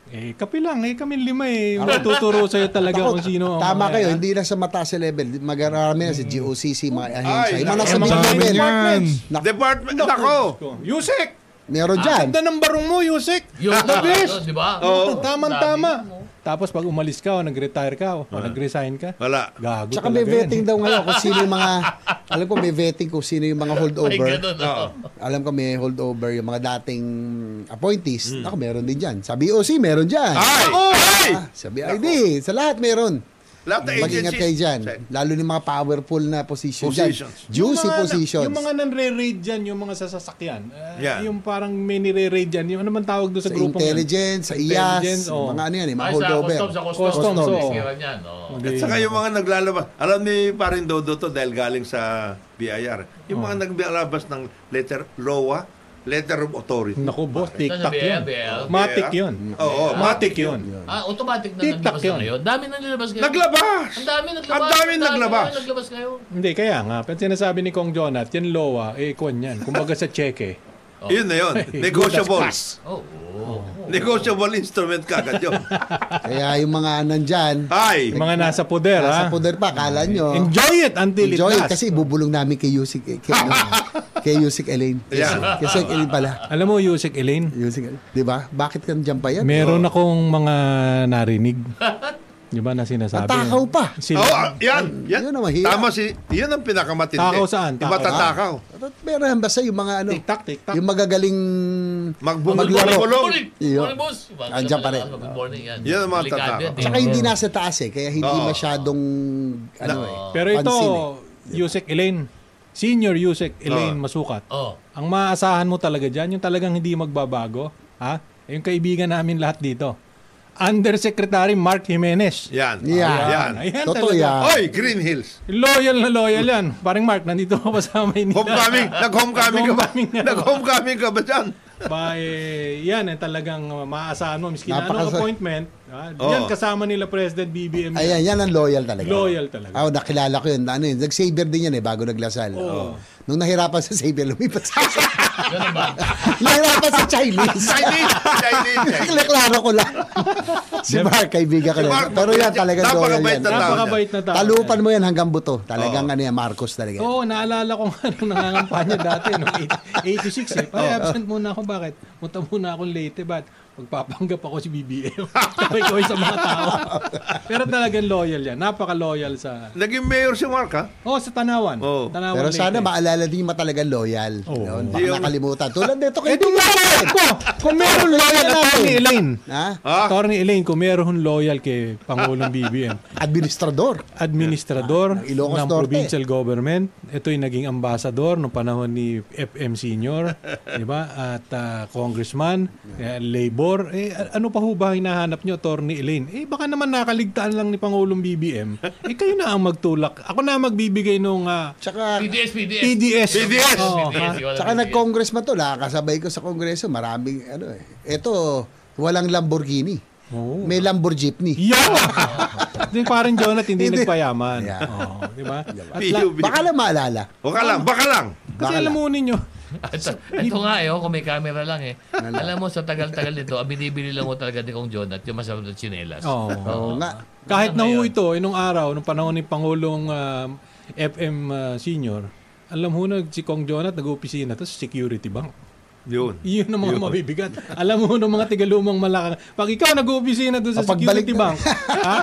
Speaker 1: Eh, kapi lang. Eh, kami lima eh. Matuturo sa'yo talaga
Speaker 6: Takot.
Speaker 1: kung sino. ang mga
Speaker 6: Tama kayo,
Speaker 1: yan. Mm.
Speaker 6: hindi lang sa mataas na level. Magarami na si GOCC, mga ahensya.
Speaker 3: Ay,
Speaker 6: Yung mga nasa
Speaker 4: Ang
Speaker 6: mid
Speaker 4: dami
Speaker 6: level.
Speaker 4: niyan.
Speaker 6: Nak-
Speaker 3: Department. Nako!
Speaker 1: Yusek!
Speaker 6: Meron dyan.
Speaker 1: Ah, Ganda ng barong mo, Yusek!
Speaker 5: Yung
Speaker 1: The best!
Speaker 5: Ano, Di ba?
Speaker 1: Tama-tama. Tapos pag umalis ka o nag-retire ka o, o
Speaker 3: Ah.
Speaker 1: nag-resign ka,
Speaker 3: Wala.
Speaker 1: gago talaga
Speaker 6: Tsaka may
Speaker 1: yan.
Speaker 6: vetting daw ngayon kung sino yung mga, alam ko may vetting kung sino yung mga
Speaker 5: Ay,
Speaker 6: holdover.
Speaker 5: ganun. oh. Oo.
Speaker 6: Alam ko may holdover yung mga dating appointees. Ako, meron din dyan. Sa BOC, meron dyan.
Speaker 3: Ay! Hmm. Ay!
Speaker 6: Ah, sa BID, sa lahat meron.
Speaker 3: Lahat ng agencies-
Speaker 6: Mag-ingat kayo dyan.
Speaker 3: Sen.
Speaker 6: Lalo ng mga powerful na position
Speaker 3: Positions.
Speaker 6: dyan. Juicy
Speaker 1: mga-
Speaker 6: positions.
Speaker 1: Yung mga nanre-raid dyan, yung mga sasasakyan. Ah,
Speaker 3: Yeah.
Speaker 1: Yung parang may nire-raid dyan. Yung ano man tawag doon sa,
Speaker 6: sa
Speaker 1: grupong yan?
Speaker 6: intelligence, sa
Speaker 1: Intelligence,
Speaker 6: IAS,
Speaker 1: oh.
Speaker 6: mga ano yan, eh, mga
Speaker 5: Ay, sa
Speaker 6: holdover.
Speaker 5: customs, sa customs.
Speaker 1: Customs, oo.
Speaker 5: Ikiwan yan, oh. oo.
Speaker 3: At saka yung mga naglalabas. Alam ni parin Dodo to dahil galing sa BIR. Yung
Speaker 1: Oh.
Speaker 3: mga naglalabas ng letter LOA, letter of authority.
Speaker 1: Naku, boss, tiktak
Speaker 5: Sabi,
Speaker 1: yun.
Speaker 5: BL.
Speaker 1: Matik
Speaker 3: Yeah. Oh,
Speaker 1: yun.
Speaker 3: Oo,
Speaker 1: Matik yun.
Speaker 5: Ah, automatic na
Speaker 1: Tic-tac
Speaker 5: naglabas na
Speaker 1: yun.
Speaker 5: ngayon. Dami na nilabas ngayon.
Speaker 3: Naglabas!
Speaker 5: Ang dami naglabas.
Speaker 3: Ang dami naglabas.
Speaker 5: Ang naglabas ngayon.
Speaker 1: Hindi, kaya nga. Pero sinasabi ni Kong Jonat, yan lowa, eh, kwan yan. Kumbaga sa cheque.
Speaker 3: Oh. Yun na yun. Negotiable.
Speaker 5: Oo. Oh,
Speaker 3: Negotiable instrument kagad yun.
Speaker 6: Kaya yung mga nandyan,
Speaker 3: Ay!
Speaker 1: Yung mga nasa poder, ha?
Speaker 6: nasa poder pa, kala nyo.
Speaker 1: Enjoy it until
Speaker 6: Enjoy
Speaker 1: it
Speaker 6: it
Speaker 1: lasts.
Speaker 6: kasi ibubulong namin kay Yusik, eh, kay, ano, kay Yusik Elaine. Kay
Speaker 3: Yeah.
Speaker 6: kay Yusik Elaine pala.
Speaker 1: Alam mo, Yusek Elaine,
Speaker 6: oh. Yusik Elaine. Di ba? Bakit ka nandiyan pa yan?
Speaker 1: meron akong mga narinig Di ba na sinasabi?
Speaker 6: Tatakaw pa.
Speaker 1: Sila.
Speaker 3: Oo, ah, yan, yan.
Speaker 6: Yun ang mahirap.
Speaker 3: Tama si, yan ang pinakamatindi.
Speaker 1: Takaw saan?
Speaker 3: Yung matatakaw.
Speaker 6: At Meron basta yung mga ano,
Speaker 1: Tiktak, tiktak.
Speaker 6: yung magagaling
Speaker 3: Magbumulong.
Speaker 5: Good
Speaker 3: Magbulong.
Speaker 5: morning.
Speaker 6: Iyo.
Speaker 5: Morning, boss. Bago
Speaker 6: Andiyan
Speaker 5: naman
Speaker 6: pa rin.
Speaker 5: ako. Good morning, yan.
Speaker 3: Yan ang mga
Speaker 5: Delikado
Speaker 3: tataka.
Speaker 5: yan, eh.
Speaker 6: Tsaka hindi nasa taas eh, kaya hindi
Speaker 3: Oo.
Speaker 6: masyadong ano eh.
Speaker 1: Pero ito,
Speaker 6: pansin
Speaker 1: Yusek Elaine, senior Yusek Elaine
Speaker 3: Oo.
Speaker 1: Masukat.
Speaker 5: Oo.
Speaker 1: Ang maaasahan mo talaga dyan, yung talagang hindi magbabago, ha? Eh, Yung kaibigan namin lahat dito. Undersecretary Mark Jimenez.
Speaker 3: Yan.
Speaker 6: Yan.
Speaker 3: Yan.
Speaker 1: Ayan
Speaker 6: Totoo
Speaker 1: talaga.
Speaker 6: yan.
Speaker 3: Oy, Green Hills.
Speaker 1: Loyal na loyal yan. Parang Mark, nandito ako kasama Maynila.
Speaker 3: Homecoming. Nag-homecoming ka ba?
Speaker 1: Homecoming na ako.
Speaker 3: Nag-homecoming ka ba dyan?
Speaker 1: Ba, eh, yan eh, talagang uh, maaasahan mo. Miskin na anong
Speaker 6: Napakasa-
Speaker 1: appointment, ah,
Speaker 3: Oo.
Speaker 1: yan kasama nila President BBM.
Speaker 6: Ayan, yan ang loyal talaga.
Speaker 1: Loyal talaga.
Speaker 6: Ah, nakilala ko yun. Ano yun? Nag-saver din yan eh, bago naglasal. Oo. Nung nahirapan sa saver, lumipat sa... nahirapan sa Chinese.
Speaker 3: Chinese. eh. Chinese. Chinese.
Speaker 6: Naklaro ko lang. si Mark, kaibigan ko
Speaker 3: Si
Speaker 6: lang.
Speaker 3: Mark,
Speaker 6: Pero yan talaga loyal
Speaker 3: napakabait
Speaker 6: yan.
Speaker 3: na tao.
Speaker 1: Napakabait na tao.
Speaker 6: Talupan mo yan hanggang buto. Talagang ano yan, Marcos talaga. yan.
Speaker 1: Oo, naalala ko nga nung nangangampanya dati, no, 86 eh. Pare, absent muna ako. Bakit? Punta muna akong late. eh. Ba't? Magpapanggap ako si BBM. Kaway-kaway sa mga tao. Pero talagang loyal yan. Napaka-loyal sa...
Speaker 3: Naging mayor si Mark, ha?
Speaker 1: Oh, sa Tanawan.
Speaker 3: Oo.
Speaker 1: Tanawan
Speaker 6: Pero
Speaker 1: Leyte.
Speaker 6: sana maalala din mo talagang loyal. Oh. Yun, baka
Speaker 3: eh. Yung-
Speaker 6: nakalimutan. Tulad nito
Speaker 1: Eh,
Speaker 6: kay
Speaker 1: di loyal ko! Kung meron loyal Attorney Elaine.
Speaker 6: Ha?
Speaker 3: Ah.
Speaker 1: Attorney Elaine, kung meron loyal kay Pangulong BBM.
Speaker 6: Administrador.
Speaker 1: administrador
Speaker 6: Ah, ng Ilocos
Speaker 1: ng
Speaker 6: Norte.
Speaker 1: provincial government. Ito yung naging ambassador noong panahon ni FM Senior, di ba? At ah, congressman, eh, labor. Eh, a- ano pa ho ba hinahanap nyo, Attorney Elaine? Eh, baka naman nakaligtaan lang ni Pangulong BBM. Eh, kayo na ang magtulak. Ako na ang magbibigay nung ah,
Speaker 6: Tsaka
Speaker 5: PDS, PDS.
Speaker 1: PDS.
Speaker 3: PDS.
Speaker 6: Oh,
Speaker 1: Oo, ah.
Speaker 5: PDS,
Speaker 1: ha?
Speaker 5: ikaw na
Speaker 6: Saka
Speaker 5: PDS.
Speaker 6: nag-congressman to, nakakasabay ko sa kongreso, maraming ano eh. Ito, walang Lamborghini.
Speaker 1: Oo.
Speaker 6: May Lamborghini.
Speaker 1: Yo! Hindi, parang Jonathan, hindi,
Speaker 6: Hindi.
Speaker 1: nagpayaman.
Speaker 6: Yeah.
Speaker 1: Oo, di ba? At la-
Speaker 3: PUB.
Speaker 6: Baka lang maalala.
Speaker 3: Baka lang, baka lang.
Speaker 1: kasi
Speaker 6: Baka
Speaker 1: alam mo ninyo,
Speaker 5: Ito, ito nga eh, oh, kung may camera lang eh. Alam mo, sa tagal-tagal nito, ang binibili lang mo talaga ni Kong John at yung masarap na tsinelas.
Speaker 1: Oo.
Speaker 6: Oo nga.
Speaker 1: Kahit na ho
Speaker 5: Ngayon.
Speaker 1: ito, eh, nung araw, nung panahon ni Pangulong ah, FM ah, Senior, alam ho na si Kong Jonat nag-opisina to sa security bank.
Speaker 3: Yun.
Speaker 1: Iyon ang mga mabibigat. Alam mo ng mga tigalumang malakang. Pag ikaw nag-opisina doon sa
Speaker 6: Pagbalik
Speaker 1: security
Speaker 6: na-
Speaker 1: bank, ha?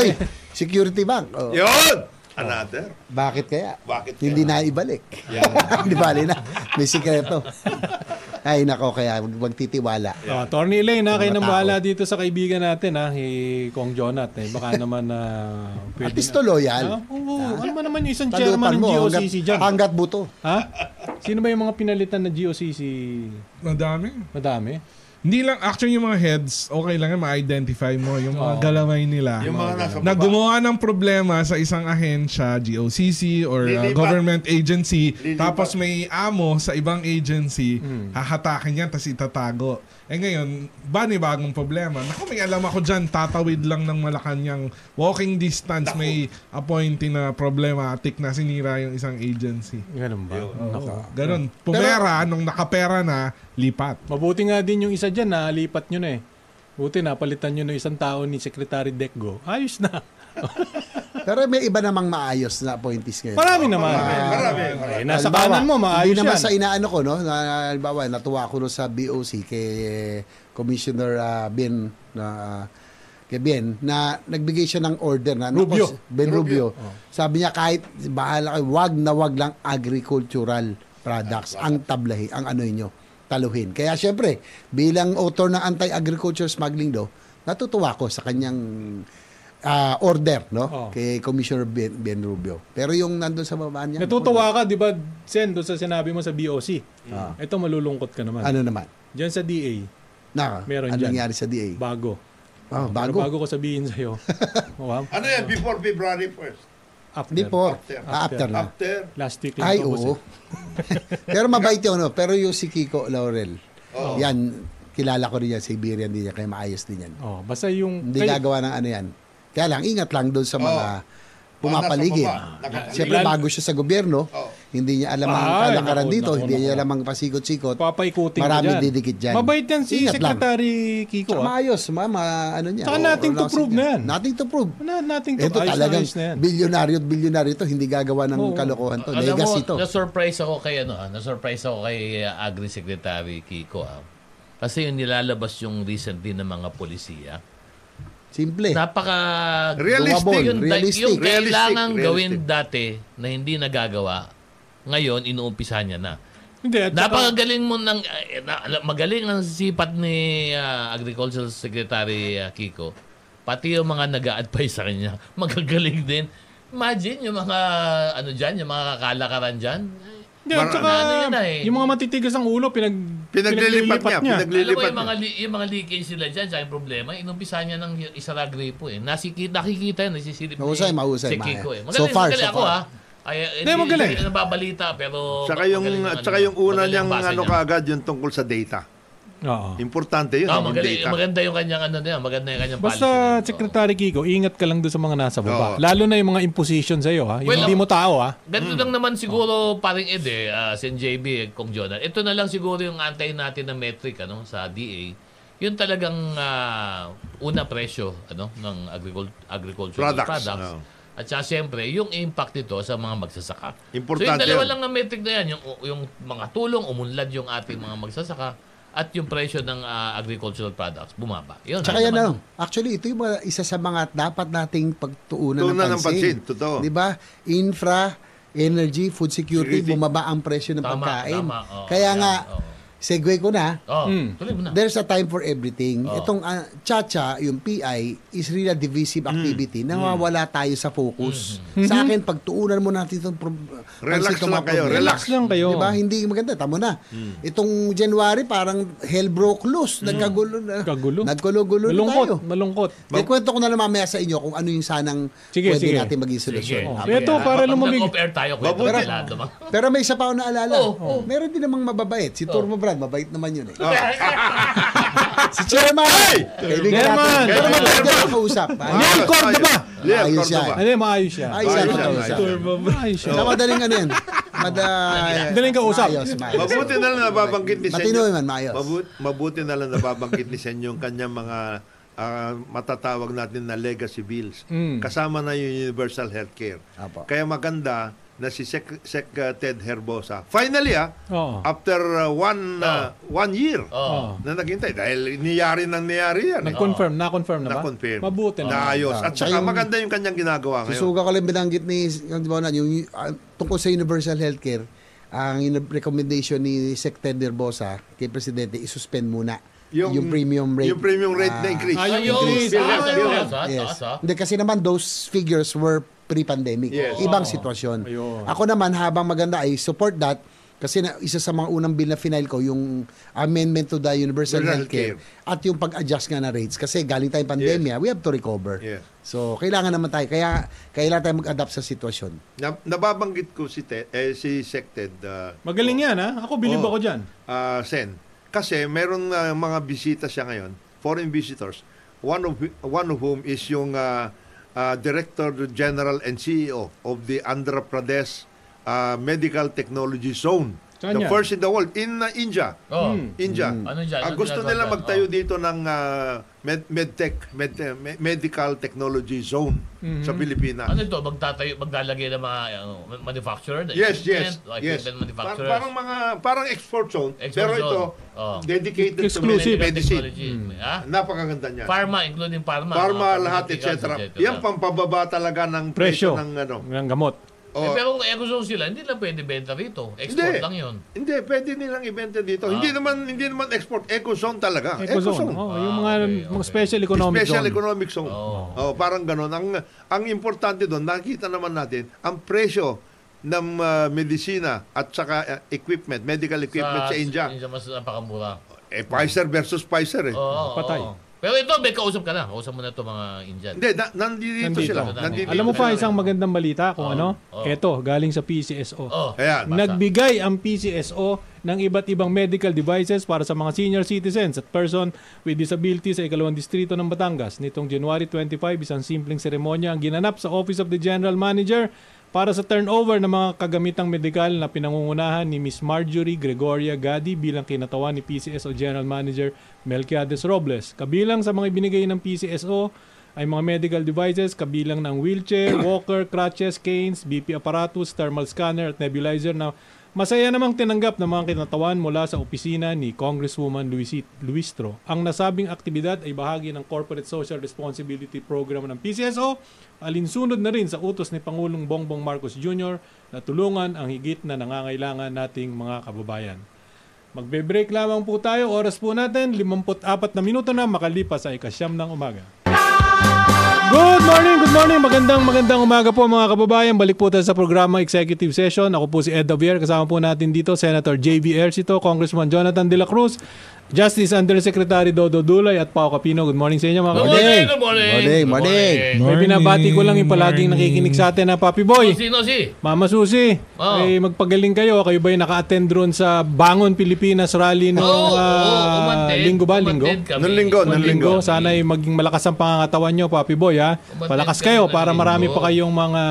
Speaker 6: Oy, security bank. Oh,
Speaker 3: Yun! Another.
Speaker 6: Bakit kaya?
Speaker 3: Bakit
Speaker 6: Hindi na ibalik. Hindi bali na. May sikreto. Ay, nako, kaya magtitiwala.
Speaker 1: Ah, Attorney Elaine, ha, kayo
Speaker 6: Mga
Speaker 1: nang
Speaker 6: tao.
Speaker 1: bahala dito sa kaibigan natin, ha? Si Kong Jonat. Eh. Baka naman na... pwede
Speaker 6: At
Speaker 1: na-
Speaker 6: least to loyal.
Speaker 1: Ha? Oo, ano man naman yung isang
Speaker 6: Talupan
Speaker 1: chairman ng
Speaker 6: mo
Speaker 1: GOCC
Speaker 6: hanggat,
Speaker 1: dyan?
Speaker 6: hanggat buto.
Speaker 1: Ha? Sino ba yung mga pinalitan na GOCC?
Speaker 4: Madami.
Speaker 1: Madami.
Speaker 4: Hindi lang, actually yung mga heads, okay lang yan, ma-identify mo yung mga galaway nila.
Speaker 3: Yung mga nasa
Speaker 4: na
Speaker 3: baba.
Speaker 4: gumawa ng problema sa isang ahensya, GOCC or uh,
Speaker 3: Lilipat.
Speaker 4: government agency,
Speaker 3: Lilipat.
Speaker 4: tapos may amo sa ibang agency, hahatakin yan tapos itatago. Eh ngayon, banibagong problema. Naku, may alam ako dyan, tatawid lang ng Malacanang walking distance, may appointee na problematic na sinira yung isang agency.
Speaker 1: Ganun ba? Nako.
Speaker 4: Ganon. Pumera, nung nakapera na, lipat.
Speaker 1: Mabuti nga din yung isa dyan, nalipat nyo na eh. Buti napalitan nyo na isang tao ni Secretary Dekgo. Ayos na.
Speaker 6: Pero may iba namang maayos na appointees ngayon.
Speaker 1: Marami naman.
Speaker 3: Marami.
Speaker 1: Eh, nasa
Speaker 6: Halimbawa,
Speaker 1: kanan mo, maayos
Speaker 6: Hindi naman
Speaker 1: yan.
Speaker 6: sa inaano ko, no? Na, halimbawa, natuwa ako no sa BOC kay eh, Commissioner ah, Ben na ah, kay Ben na nagbigay siya ng order na nako,
Speaker 1: Rubio. Oh.
Speaker 6: si- Ben Rubio. Sabi niya kahit bahala kayo, wag na wag lang agricultural products
Speaker 1: Ah,
Speaker 6: ang tablahi, ang ano niyo taluhin. Kaya syempre, bilang author ng anti-agriculture smuggling daw, natutuwa ko sa kanyang ah, order,
Speaker 1: Oh.
Speaker 6: no? Kay Commissioner ben, ben Rubio. Pero yung nandun sa baba niya,
Speaker 1: Natutuwa ka, di ba, Sen, doon sa sinabi mo sa BOC. Ito, malulungkot ka naman.
Speaker 6: Ah. ano naman?
Speaker 1: Diyan sa DA,
Speaker 6: Na,
Speaker 1: Meron
Speaker 6: ano
Speaker 1: dyan.
Speaker 6: nangyari sa DA?
Speaker 1: bago.
Speaker 6: Ah,
Speaker 1: Pero
Speaker 6: bago.
Speaker 1: bago ko sabihin sa'yo. wow,
Speaker 3: Ano yan? Before February 1st.
Speaker 1: after.
Speaker 6: Hindi po.
Speaker 3: After.
Speaker 6: Ah, after na.
Speaker 3: After.
Speaker 1: Last week lang
Speaker 6: Ay,
Speaker 1: tapos
Speaker 6: oo.
Speaker 1: eh.
Speaker 6: Pero mabait yun, no? Pero yung si Kiko Laurel, yan, kilala ko rin yan, Siberian din yan, kaya maayos din yan.
Speaker 1: Oh, basta yung...
Speaker 6: Hindi
Speaker 1: kayo-
Speaker 6: gagawa ng ano yan. Kaya lang, ingat lang doon sa mga pumapaligid.
Speaker 3: Ah, nasa baba. Nakapaligid.
Speaker 6: Siyempre, bago siya sa gobyerno,
Speaker 3: Oo.
Speaker 6: hindi niya alam ang
Speaker 1: Ay,
Speaker 6: kalakaran
Speaker 1: naku,
Speaker 6: dito,
Speaker 1: naku,
Speaker 6: hindi
Speaker 1: naku.
Speaker 6: niya alam ang pasikot-sikot.
Speaker 1: Papaikutin ko
Speaker 6: Maraming
Speaker 1: dyan.
Speaker 6: didikit dyan.
Speaker 1: Mabait yan si
Speaker 6: Ingat lang.
Speaker 1: Secretary Kiko.
Speaker 6: Tsaka
Speaker 1: ah.
Speaker 6: maayos, ma, ma- ano niya.
Speaker 1: Tsaka
Speaker 6: Oo,
Speaker 1: nating to
Speaker 6: relaxing
Speaker 1: prove na yan.
Speaker 6: Nating to prove.
Speaker 1: Wala nating to. Ayos
Speaker 6: Ito
Speaker 1: na,
Speaker 6: talagang
Speaker 1: ayos na yan.
Speaker 6: bilyonaryo at bilyonaryo ito, hindi gagawa ng
Speaker 1: Oo.
Speaker 6: kalokohan to.
Speaker 5: Alam mo,
Speaker 6: Legacy to.
Speaker 5: na-surprise ako kay, ano, ah, na-surprise ako kay ah, Agri Secretary Kiko. Ah. Kasi yung nilalabas yung recently ng mga polisiya,
Speaker 6: Simple.
Speaker 5: Napaka
Speaker 3: Realistic.
Speaker 5: gumabol. Yung,
Speaker 6: Realistic.
Speaker 5: yung
Speaker 3: Realistic.
Speaker 5: kailangan
Speaker 3: Realistic.
Speaker 5: gawin dati na hindi nagagawa, ngayon inuumpisa niya na.
Speaker 1: Hindi, at saka-
Speaker 5: Napakagaling mo ng eh, na- ala- magaling ang sipat ni ah, Agricultural Secretary ah, Kiko. Pati yung mga nag-a-advise sa kanya, magagaling din. Imagine yung mga ano diyan, yung mga kalakaran diyan.
Speaker 1: Hindi, at
Speaker 3: Mar-
Speaker 1: saka,
Speaker 5: ano yun ah, eh.
Speaker 1: yung mga matitigas ng ulo, pinag,
Speaker 3: Pinaglilipat niya.
Speaker 5: Alam mo
Speaker 3: Pinaglilipat
Speaker 5: yung mga,
Speaker 3: niya.
Speaker 5: li- yung mga leakage sila dyan, sa problema, inumpisa niya ng isara gripo eh. Nasikita, nakikita yan, nasisilip
Speaker 6: Mahusay, mahusay,
Speaker 5: si Kiko eh.
Speaker 6: Maya.
Speaker 5: Magaling,
Speaker 6: So far,
Speaker 5: magaling
Speaker 6: so
Speaker 5: ako
Speaker 6: far.
Speaker 5: ha. Ay, eh,
Speaker 1: Hindi, magaling.
Speaker 5: Hindi nababalita, pero...
Speaker 3: Tsaka yung,
Speaker 5: magaling ano,
Speaker 3: tsaka yung una
Speaker 5: magaling
Speaker 3: niyang
Speaker 5: basa
Speaker 3: ano
Speaker 5: niya.
Speaker 3: kaagad yung tungkol sa data.
Speaker 1: Oo.
Speaker 3: Importante yun.
Speaker 5: Oo,
Speaker 3: yung
Speaker 5: Ah, magaling,
Speaker 3: data.
Speaker 5: maganda yung kanyang ano na yan, maganda yung kanyang
Speaker 1: Basta,
Speaker 5: policy na yun.
Speaker 1: Secretary Kiko, ingat ka lang doon sa mga nasa baba.
Speaker 3: Oo.
Speaker 1: Lalo na yung mga imposition sa'yo, ha? Yung
Speaker 5: Well,
Speaker 1: hindi mo tao, ha?
Speaker 3: Hmm.
Speaker 5: Ganito lang
Speaker 3: Oh.
Speaker 5: naman siguro paring Ed eh, ah, Sen JB, eh, Kong Jonah. Ito na lang siguro yung antayin natin na metric ano, sa DA. Yun talagang ah, una presyo ano, ng agricul- agricultural
Speaker 3: Products,
Speaker 5: products.
Speaker 3: oh.
Speaker 5: At saka siyempre, yung impact nito sa mga magsasaka. so yung
Speaker 3: Importante
Speaker 5: dalawa
Speaker 3: yun.
Speaker 5: lang na metric na yan, yung, yung mga tulong, umunlad yung ating mga magsasaka at yung presyo ng ah, agricultural products bumaba. Yun,
Speaker 6: Tsaka
Speaker 5: ayun
Speaker 6: yan
Speaker 5: naman.
Speaker 6: lang. Actually, ito yung mga- isa sa mga dapat nating pagtuunan
Speaker 3: Tuunan
Speaker 6: ng
Speaker 3: ng
Speaker 6: pansin.
Speaker 3: pansin, totoo.
Speaker 6: Di ba? Infra, energy, food security,
Speaker 3: Security.
Speaker 6: bumaba ang presyo ng
Speaker 5: Tama,
Speaker 6: pagkain.
Speaker 5: tama, oo,
Speaker 6: Kaya
Speaker 5: yan,
Speaker 6: nga,
Speaker 5: oo.
Speaker 6: segue ko na,
Speaker 5: Oh,
Speaker 1: Hmm.
Speaker 5: tuloy mo na.
Speaker 6: there's a time for everything.
Speaker 5: Oo.
Speaker 6: Itong ah, chacha, yung PI, is really a divisive activity. Nawawala tayo sa focus. Sa akin, pagtuunan mo natin itong prob-
Speaker 3: Relax
Speaker 6: pansin itong
Speaker 3: lang
Speaker 6: mga
Speaker 3: kayo,
Speaker 6: problema.
Speaker 1: Relax lang kayo.
Speaker 6: Di ba? Hindi maganda. Tamo na. Itong January, parang hell broke loose. Nagkagulo na.
Speaker 1: Kagulo.
Speaker 6: Naggulo-gulo na
Speaker 1: malungkot,
Speaker 6: tayo.
Speaker 1: malungkot.
Speaker 6: May kwento ko na lang mamaya sa inyo kung ano yung sanang
Speaker 1: Sige,
Speaker 6: pwede
Speaker 1: sige.
Speaker 6: natin maging solusyon.
Speaker 5: Sige.
Speaker 1: Oh.
Speaker 5: Ah,
Speaker 1: Ito,
Speaker 5: kaya-
Speaker 1: para
Speaker 5: Pag
Speaker 1: lumamig.
Speaker 5: nag-off-air tayo, kwento
Speaker 3: Mabuti.
Speaker 5: nila, diba?
Speaker 6: Pero may isa pa ako naalala.
Speaker 5: Oo, oo.
Speaker 6: Meron din namang mababait. Si Turbo Brad, mabait naman yun eh. si Chairman! Kaibigan
Speaker 1: Chairman!
Speaker 6: natin. Pero mabait din ang kausap.
Speaker 1: Liel
Speaker 3: Ayos,
Speaker 1: Cordoba!
Speaker 3: ayos. Liel
Speaker 6: Ayos
Speaker 3: Cordoba.
Speaker 6: yan.
Speaker 1: Ano yun, maayos siya.
Speaker 6: Ayos
Speaker 3: Ayos
Speaker 6: yan,
Speaker 3: yan,
Speaker 6: ayos yan.
Speaker 3: ayos yan.
Speaker 1: Maayos siya.
Speaker 6: Sa madaling ano yan? Mada...
Speaker 1: Madaling kausap.
Speaker 6: Maayos, maayos.
Speaker 3: Mabuti na lang nababanggit ni
Speaker 6: Matino man, maayos.
Speaker 3: Mabuti, mabuti na lang nababanggit ni Sen yung kanyang mga ah, matatawag natin na legacy bills.
Speaker 5: Hmm.
Speaker 3: Kasama na yung universal healthcare.
Speaker 6: Apo.
Speaker 3: Kaya maganda na si Sec, Sec ah, Ted Herbosa. Finally ah,
Speaker 1: Oo.
Speaker 3: after ah, one ah, one year
Speaker 5: Oo.
Speaker 3: na naghintay dahil niyari ng niyari yan. eh.
Speaker 1: Nag-confirm, na-confirm na ba?
Speaker 3: Na-confirm.
Speaker 1: Mabuti na.
Speaker 3: Naayos. At saka
Speaker 6: Ayun.
Speaker 3: maganda yung kanyang ginagawa ngayon.
Speaker 6: Susuga ko lang binanggit ni di ba na yung ah, tungkol sa universal healthcare ang in- recommendation ni Secretary Nervosa kay presidente isuspend muna yung, premium rate.
Speaker 3: Yung premium rate na
Speaker 6: Ah,
Speaker 3: increase.
Speaker 1: Ah, yung
Speaker 5: Ayun,
Speaker 1: increase.
Speaker 5: taas,
Speaker 1: Ah,
Speaker 5: taas,
Speaker 1: yun.
Speaker 5: taas, ah,
Speaker 6: Yes.
Speaker 5: taas, ah.
Speaker 6: Hindi kasi naman those figures were pre-pandemic.
Speaker 3: Yes.
Speaker 6: Ibang sitwasyon. Ako naman habang maganda ay support that kasi na, isa sa mga unang bill na final ko yung amendment to the universal
Speaker 3: Universal
Speaker 6: healthcare at yung pag-adjust nga na rates kasi galing tayong pandemya we have to recover
Speaker 3: Yes.
Speaker 6: so kailangan naman tayo kaya kailangan tayo mag-adapt sa sitwasyon
Speaker 3: Na- nababanggit ko si Ted, eh, si Sec Ted ah,
Speaker 1: Magaling yan, ha? Ako, believe
Speaker 3: Oo.
Speaker 1: ako dyan.
Speaker 3: ah, Sen. Kasi meron ah, mga bisita siya ngayon, foreign visitors. One of whi- one of whom is yung ah, ah, Director General and CEO of the Andhra Pradesh ah, Medical Technology Zone.
Speaker 1: Saan
Speaker 3: the
Speaker 1: yan?
Speaker 3: first in the world in ah, India.
Speaker 5: Oo.
Speaker 3: India.
Speaker 6: Mm.
Speaker 5: Ano dyan?
Speaker 3: Ah,
Speaker 5: Ano
Speaker 3: gusto
Speaker 5: ginagawa
Speaker 3: nila
Speaker 5: dyan?
Speaker 3: magtayo
Speaker 5: Oo.
Speaker 3: dito ng ah, med- medtech, med- eh, me- medical technology zone sa Pilipinas.
Speaker 5: Ano ito? Magtatayo, maglalagay ng mga ano, manufacturer? na
Speaker 3: Yes, yes.
Speaker 5: equipment,
Speaker 3: yes.
Speaker 5: Oh, Equipment
Speaker 3: Par-
Speaker 5: manufacturers.
Speaker 3: parang mga parang export zone.
Speaker 5: Export
Speaker 3: pero
Speaker 5: zone.
Speaker 3: ito
Speaker 5: Oh.
Speaker 3: dedicated
Speaker 1: Exclusive.
Speaker 3: to med- medicine.
Speaker 5: Technology. Ah?
Speaker 3: Napakaganda niya.
Speaker 5: Pharma, oh, including pharma.
Speaker 3: Pharma,
Speaker 5: mga
Speaker 3: lahat,
Speaker 5: pharmaceuticals,
Speaker 3: etc. Yan pampababa talaga ng
Speaker 1: Presyo.
Speaker 3: presyo ng ano.
Speaker 1: Ng gamot.
Speaker 5: Eh,
Speaker 3: Oh.
Speaker 5: pero kung eh, gusto sila, hindi na pwede benta rito. Export
Speaker 3: Hindi.
Speaker 5: lang yun.
Speaker 3: Hindi, pwede nilang ibenta dito. Hindi
Speaker 5: Ah.
Speaker 3: naman hindi naman export, eco-zone talaga.
Speaker 1: Ecozone.
Speaker 3: Eco-zone.
Speaker 1: Oh, yung mga,
Speaker 5: Ah, okay,
Speaker 1: mga
Speaker 5: okay.
Speaker 1: special economic
Speaker 3: Special
Speaker 1: zone.
Speaker 3: economic zone. Oh. parang ganun. Ang ang importante doon, nakita naman natin ang presyo ng ah, medisina at saka ah, equipment, medical equipment sa, India.
Speaker 5: India Oh. mas napakamura.
Speaker 3: Eh, Pfizer versus Pfizer eh.
Speaker 5: Oo, oo,
Speaker 1: Patay.
Speaker 5: oo. Pero ito, may kausap ka na. Kausap mo na ito mga Indian.
Speaker 3: Hindi, na, nandito,
Speaker 1: Nandito.
Speaker 3: sila.
Speaker 5: Nandito.
Speaker 3: Nandito
Speaker 1: Alam mo pa,
Speaker 3: sila.
Speaker 1: isang magandang balita kung
Speaker 5: Oo.
Speaker 1: ano?
Speaker 5: Oo.
Speaker 1: Eto, galing sa PCSO.
Speaker 5: Oo.
Speaker 3: Ayan.
Speaker 5: Basa.
Speaker 1: Nagbigay ang PCSO ng iba't ibang medical devices para sa mga senior citizens at person with disabilities sa ikalawang distrito ng Batangas. Nitong January 25, isang simpleng seremonya ang ginanap sa Office of the General Manager para sa turnover ng mga kagamitang medikal na pinangungunahan ni Miss Marjorie Gregoria Gadi bilang kinatawan ni PCSO General Manager Melquiades Robles. Kabilang sa mga ibinigay ng PCSO ay mga medical devices kabilang ng wheelchair, walker, crutches, canes, BP apparatus, thermal scanner at nebulizer na Masaya namang tinanggap ng mga kinatawan mula sa opisina ni Congresswoman Luisit Luistro. Ang nasabing aktibidad ay bahagi ng Corporate Social Responsibility Program ng PCSO, alinsunod na rin sa utos ni Pangulong Bongbong Marcos Jr. na tulungan ang higit na nangangailangan nating mga kababayan. Magbe-break lamang po tayo. Oras po natin, 54 na minuto na makalipas sa ikasyam ng umaga. Good morning, good morning. Magandang magandang umaga po mga kababayan. Balik po tayo sa programa Executive Session. Ako po si Ed Davier. Kasama po natin dito Senator J.B. Ercito, Congressman Jonathan De La Cruz, Justice Undersecretary Dodo Dulay at Pao Capino. Good morning sa inyo mga
Speaker 5: Good
Speaker 1: kababayan.
Speaker 5: morning, good morning.
Speaker 7: Morning, morning.
Speaker 1: May binabati ko lang yung palaging
Speaker 4: morning.
Speaker 1: nakikinig sa atin na Papi Boy.
Speaker 5: Oh, Sino si?
Speaker 1: Mama Susi,
Speaker 5: Oo.
Speaker 1: ay magpagaling kayo. Kayo ba yung naka-attend doon sa Bangon Pilipinas rally noong
Speaker 5: Oo, oo,
Speaker 1: ah,
Speaker 5: umantid.
Speaker 1: linggo ba? Linggo?
Speaker 5: Umantid kami.
Speaker 3: Nung linggo, nung linggo.
Speaker 1: Linggo, sana ay maging malakas ang pangangatawan nyo, Papi Boy, ha?
Speaker 5: Umattend
Speaker 1: Palakas
Speaker 5: ka
Speaker 1: kayo
Speaker 5: ng
Speaker 1: para
Speaker 5: linggo.
Speaker 1: marami pa kayong mga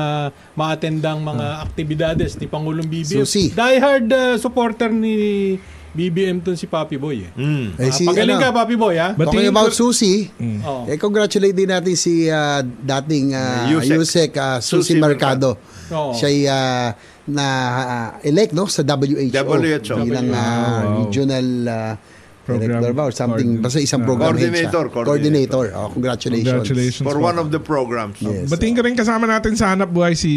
Speaker 1: maatendang mga aktibidades ni Pangulong BBM.
Speaker 6: Susi.
Speaker 1: Diehard uh, supporter ni BBM tun si Papi Boy, eh.
Speaker 3: Hmm.
Speaker 6: Eh, si,
Speaker 1: Pagaling ka,
Speaker 6: ano,
Speaker 1: Papi Boy, ha?
Speaker 4: Ba't-
Speaker 6: Talking
Speaker 4: Batiin
Speaker 6: about
Speaker 4: ko-
Speaker 6: Susi,
Speaker 4: Mm.
Speaker 1: Oo.
Speaker 6: eh, congratulate din natin si ah, dating ah,
Speaker 3: Yusek.
Speaker 6: Yusek, ah,
Speaker 3: Susi
Speaker 6: Susi Mercado.
Speaker 4: Oh.
Speaker 1: Oo.
Speaker 6: Siya ay na ah, elect no sa WHO.
Speaker 3: WHO.
Speaker 6: Bilang ah,
Speaker 4: Wow.
Speaker 6: regional ah,
Speaker 4: Program
Speaker 6: director ba or something.
Speaker 4: coordinator.
Speaker 6: Basta isang program head siya.
Speaker 3: Coordinator, coordinator.
Speaker 6: Coordinator. Oh, congratulations.
Speaker 4: Congratulations.
Speaker 3: For one of the programs.
Speaker 6: Yes.
Speaker 4: Batiin ka rin kasama natin sa hanap buhay si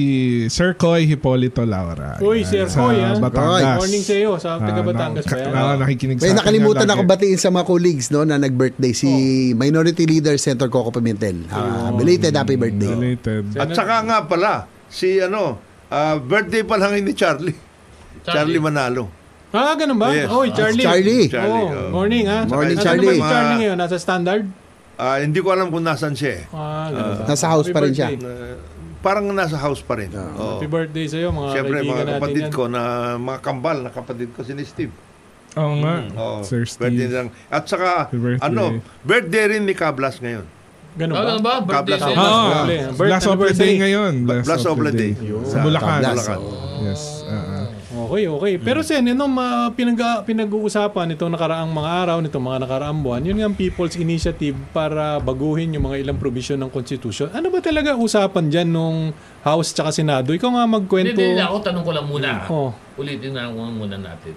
Speaker 4: Sir Coy Hipolito Laura.
Speaker 1: Uy, Sir Coy, ha?
Speaker 4: Sa Batangas.
Speaker 1: Morning sa iyo, sa taga Batangas
Speaker 4: Ah,
Speaker 1: ba yan?
Speaker 4: na- na- nakikinig
Speaker 6: May
Speaker 4: sa atin
Speaker 6: nakalimutan
Speaker 4: yan
Speaker 6: ako
Speaker 4: lagi. Oh.
Speaker 6: batiin sa mga colleagues no na nag-birthday si Minority Leader Senator Coco Pimentel. Ah, belated happy birthday.
Speaker 4: Related.
Speaker 3: At saka nga pala, si ano, ah, birthday pa lang ni Charlie. Charlie,
Speaker 5: Charlie.
Speaker 3: Manalo.
Speaker 1: Ah, ganun ba?
Speaker 3: Yes.
Speaker 1: Oy, Charlie.
Speaker 6: Charlie.
Speaker 3: Charlie,
Speaker 1: Oh,
Speaker 3: oh.
Speaker 1: Morning, ha?
Speaker 6: Morning,
Speaker 1: Nasaan ba
Speaker 6: Charlie.
Speaker 1: si Charlie
Speaker 3: Mga-
Speaker 1: ngayon? Nasa standard?
Speaker 3: Ah, hindi ko alam kung nasan siya eh.
Speaker 1: Ah, ganun ba?
Speaker 6: Nasa house
Speaker 1: Happy
Speaker 6: pa rin siya.
Speaker 1: birthday.
Speaker 3: Ah, parang nasa house pa rin. Oh. Oo.
Speaker 1: Happy birthday sa'yo, mga
Speaker 3: Siyempre,
Speaker 1: kaibigan
Speaker 3: mga
Speaker 1: natin
Speaker 3: kapatid
Speaker 1: yan.
Speaker 3: ko na mga kambal na kapatid ko si ni Steve.
Speaker 4: Oo nga.
Speaker 1: Mm.
Speaker 3: Oo.
Speaker 4: Sir
Speaker 3: Birthday
Speaker 4: Steve.
Speaker 3: lang. At saka,
Speaker 4: Happy birthday.
Speaker 3: ano, birthday rin ni Kablas ngayon.
Speaker 1: Ganun ba?
Speaker 6: diba?
Speaker 5: Ano ba? Birthday
Speaker 3: Kablas
Speaker 5: sa'yo.
Speaker 1: Ah,
Speaker 3: ako.
Speaker 6: Ah,
Speaker 4: Oo.
Speaker 1: birthday. Birth
Speaker 4: Last of the
Speaker 1: anniversary.
Speaker 4: day ngayon.
Speaker 3: Blas Oblade.
Speaker 4: Sa Bulacan.
Speaker 6: Blas.
Speaker 3: Bulacan.
Speaker 4: Yes. ah, ah.
Speaker 1: Okay, okay.
Speaker 3: Mm.
Speaker 1: Pero Sen, ano ma, pinag, pinag-uusapan itong nakaraang mga araw, nitong mga nakaraang buwan, yun nga ang People's Initiative para baguhin yung mga ilang provision ng Constitution. Ano ba talaga usapan dyan nung House tsaka Senado? Ikaw nga
Speaker 5: Hindi,
Speaker 1: magkwento.
Speaker 5: hindi, hindi. ako tanong ko lang muna.
Speaker 1: Oo.
Speaker 6: Oh.
Speaker 5: Ulitin na lang muna natin.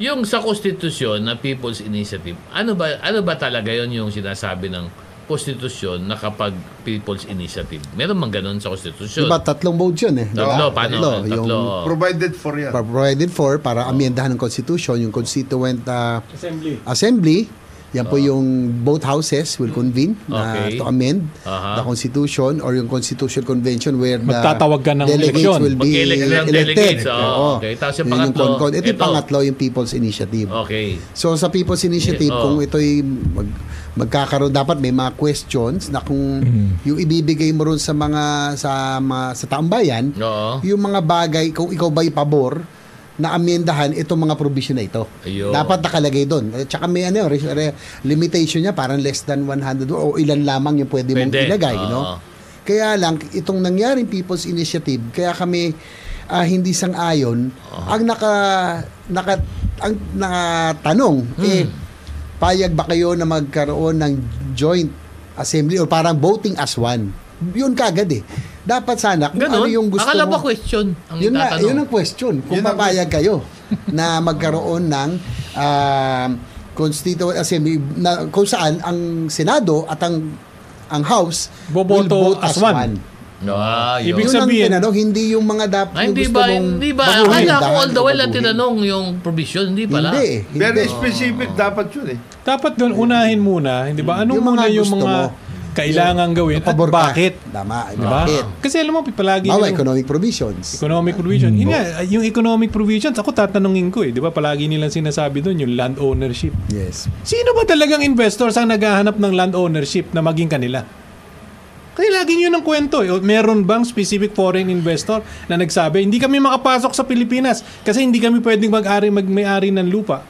Speaker 5: Yung sa konstitusyon na People's Initiative, ano ba ano ba talaga yon yung sinasabi ng konstitusyon na kapag People's Initiative? Meron mang ganun sa konstitusyon.
Speaker 6: Diba tatlong votes yun eh.
Speaker 5: Tatlo, paano?
Speaker 6: Tatlo,
Speaker 5: Tatlo.
Speaker 6: yung
Speaker 3: Provided for yan.
Speaker 6: provided for para amyendahan ng Constitution, yung Constituent ah,
Speaker 1: Assembly.
Speaker 6: Assembly. Yan po yung both houses will convene na
Speaker 5: Okay.
Speaker 6: to amend
Speaker 5: Aha.
Speaker 6: the Constitution or yung Constitution Convention where the
Speaker 1: Magtatawag ka ng
Speaker 6: delegates
Speaker 1: eleksyon.
Speaker 6: will be
Speaker 5: Mag-elect ng
Speaker 6: elected.
Speaker 5: delegates, oo. Okay. Tapos yung
Speaker 6: Yun
Speaker 5: pangatlo,
Speaker 6: concon- Ito
Speaker 5: ito.
Speaker 6: yung pangatlo, yung People's Initiative.
Speaker 5: Okay.
Speaker 6: So sa People's
Speaker 5: Eh,
Speaker 6: Initiative,
Speaker 5: oo.
Speaker 6: kung ito'y mag, magkakaroon, dapat may mga questions na kung
Speaker 1: Mm-hmm.
Speaker 6: yung ibibigay mo ron sa mga sa mga, sa tambayan,
Speaker 5: Oo.
Speaker 6: yung mga bagay, kung ikaw ba'y pabor na amyendahan itong mga provision na ito.
Speaker 5: Ayun.
Speaker 6: Dapat nakalagay doon. At saka may ano, re- re- limitation niya parang less than 100 o ilan lamang yung pwede, mong
Speaker 5: Pwede.
Speaker 6: ilagay.
Speaker 5: Oo.
Speaker 6: No? Kaya lang, itong nangyaring People's Initiative, kaya kami ah, hindi sang-ayon, ang naka, naka, ang nakatanong,
Speaker 5: Hmm.
Speaker 6: eh, payag ba kayo na magkaroon ng joint assembly or parang voting as one? Yun kagad eh. Dapat sana, kung
Speaker 5: Ganun?
Speaker 6: ano yung gusto
Speaker 5: Akala ba
Speaker 6: mo.
Speaker 5: question ang
Speaker 6: yun na,
Speaker 5: itatanong?
Speaker 6: yun ang question. Kung
Speaker 3: Yun ang-
Speaker 6: papayag kayo na magkaroon ng ah, Constituent Assembly na, kung saan ang Senado at ang ang House will
Speaker 1: Boboto
Speaker 6: vote
Speaker 1: as
Speaker 6: as
Speaker 1: one.
Speaker 6: one.
Speaker 5: Ah, yun.
Speaker 1: Ibig
Speaker 6: Yun
Speaker 1: sabihin-
Speaker 6: ang tinanong, hindi yung mga dapat
Speaker 5: Ah,
Speaker 6: yung
Speaker 5: hindi
Speaker 6: gusto
Speaker 5: ba,
Speaker 6: mong
Speaker 5: hindi ba,
Speaker 6: baguhin,
Speaker 5: akala ko
Speaker 6: dahan
Speaker 5: all
Speaker 6: o
Speaker 5: the while na
Speaker 6: baguhin.
Speaker 5: tinanong yung provision, hindi pala.
Speaker 6: Hindi. hindi.
Speaker 3: Very specific dapat yun eh.
Speaker 1: Dapat doon, unahin muna, hindi ba? Ano
Speaker 6: Yung mga
Speaker 1: muna yung
Speaker 6: gusto
Speaker 1: mga
Speaker 6: mo.
Speaker 1: kailangan gawin at
Speaker 6: Pabor ka.
Speaker 1: bakit? Diba?
Speaker 6: Tama.
Speaker 1: Di ba?
Speaker 6: Bakit?
Speaker 1: Kasi alam mo, palagi
Speaker 6: Bawa
Speaker 1: nilang-
Speaker 6: Ah. economic provisions.
Speaker 1: Economic provision. Yun nga, yung economic provisions, ako tatanungin ko eh. Di ba palagi nilang sinasabi doon yung land ownership.
Speaker 6: Yes.
Speaker 1: Sino ba talagang investors ang naghahanap ng land ownership na maging kanila? Kasi laging yun ang kwento. Eh. O, Meron bang specific foreign investor na nagsabi, hindi kami makapasok sa Pilipinas kasi hindi kami pwedeng mag-ari, mag-may-ari ng lupa.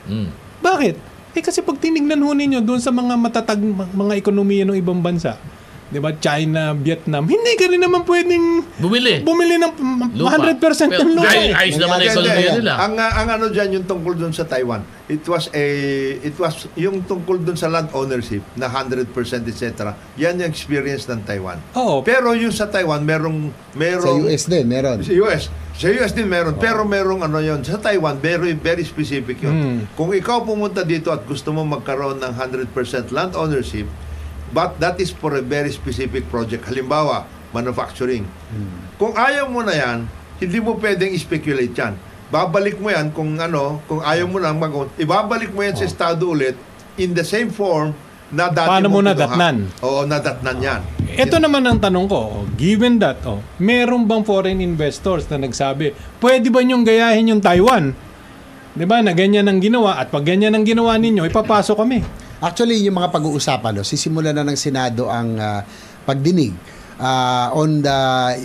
Speaker 1: Bakit? Eh kasi pag tinignan ho ninyo doon sa mga matatag mga ekonomiya ng ibang bansa, 'di ba? China, Vietnam, hindi ka rin naman pwedeng
Speaker 5: Bumili.
Speaker 1: bumili ng
Speaker 5: Eh. Lupa.
Speaker 1: 100% ng lupa. eh.
Speaker 5: Ay, ayos
Speaker 3: Ang
Speaker 5: naman na
Speaker 3: ganda
Speaker 5: ekonomiya
Speaker 3: Ano yan.
Speaker 5: nila.
Speaker 3: Ang, ah, ang ano dyan, yung tungkol dun sa Taiwan, it was a, it was yung tungkol dun sa land ownership na 100% etc. Yan yung experience ng Taiwan.
Speaker 1: Oo.
Speaker 3: Pero yung sa Taiwan, merong,
Speaker 6: Sa
Speaker 3: merong,
Speaker 6: US din, meron.
Speaker 3: Sa US, Sa US din meron,
Speaker 1: Oh.
Speaker 3: pero merong ano yon Sa Taiwan, very, very specific
Speaker 1: Hmm.
Speaker 3: yun. Kung ikaw pumunta dito at gusto mo magkaroon ng 100% land ownership, but that is for a very specific project. Halimbawa, manufacturing.
Speaker 1: Hmm.
Speaker 3: Kung ayaw mo na yan, hindi mo pwedeng speculate yan. Babalik mo yan kung ano, kung ayaw mo na mag ibabalik mo yan sa estado ulit in the same form na dati
Speaker 1: Oh. Paano mo
Speaker 3: kinuha.
Speaker 1: nadatnan?
Speaker 3: Oo, nadatnan yan.
Speaker 1: Ito naman ang tanong ko, oh, given that, oh, meron bang foreign investors na nagsabi, pwede ba niyong gayahin yung Taiwan? Di ba, na ganyan ang ginawa at pag ganyan ang ginawa ninyo, ipapasok kami.
Speaker 6: Actually, yung mga pag-uusapan, no, sisimula na ng Senado ang ah, pagdinig ah, on the...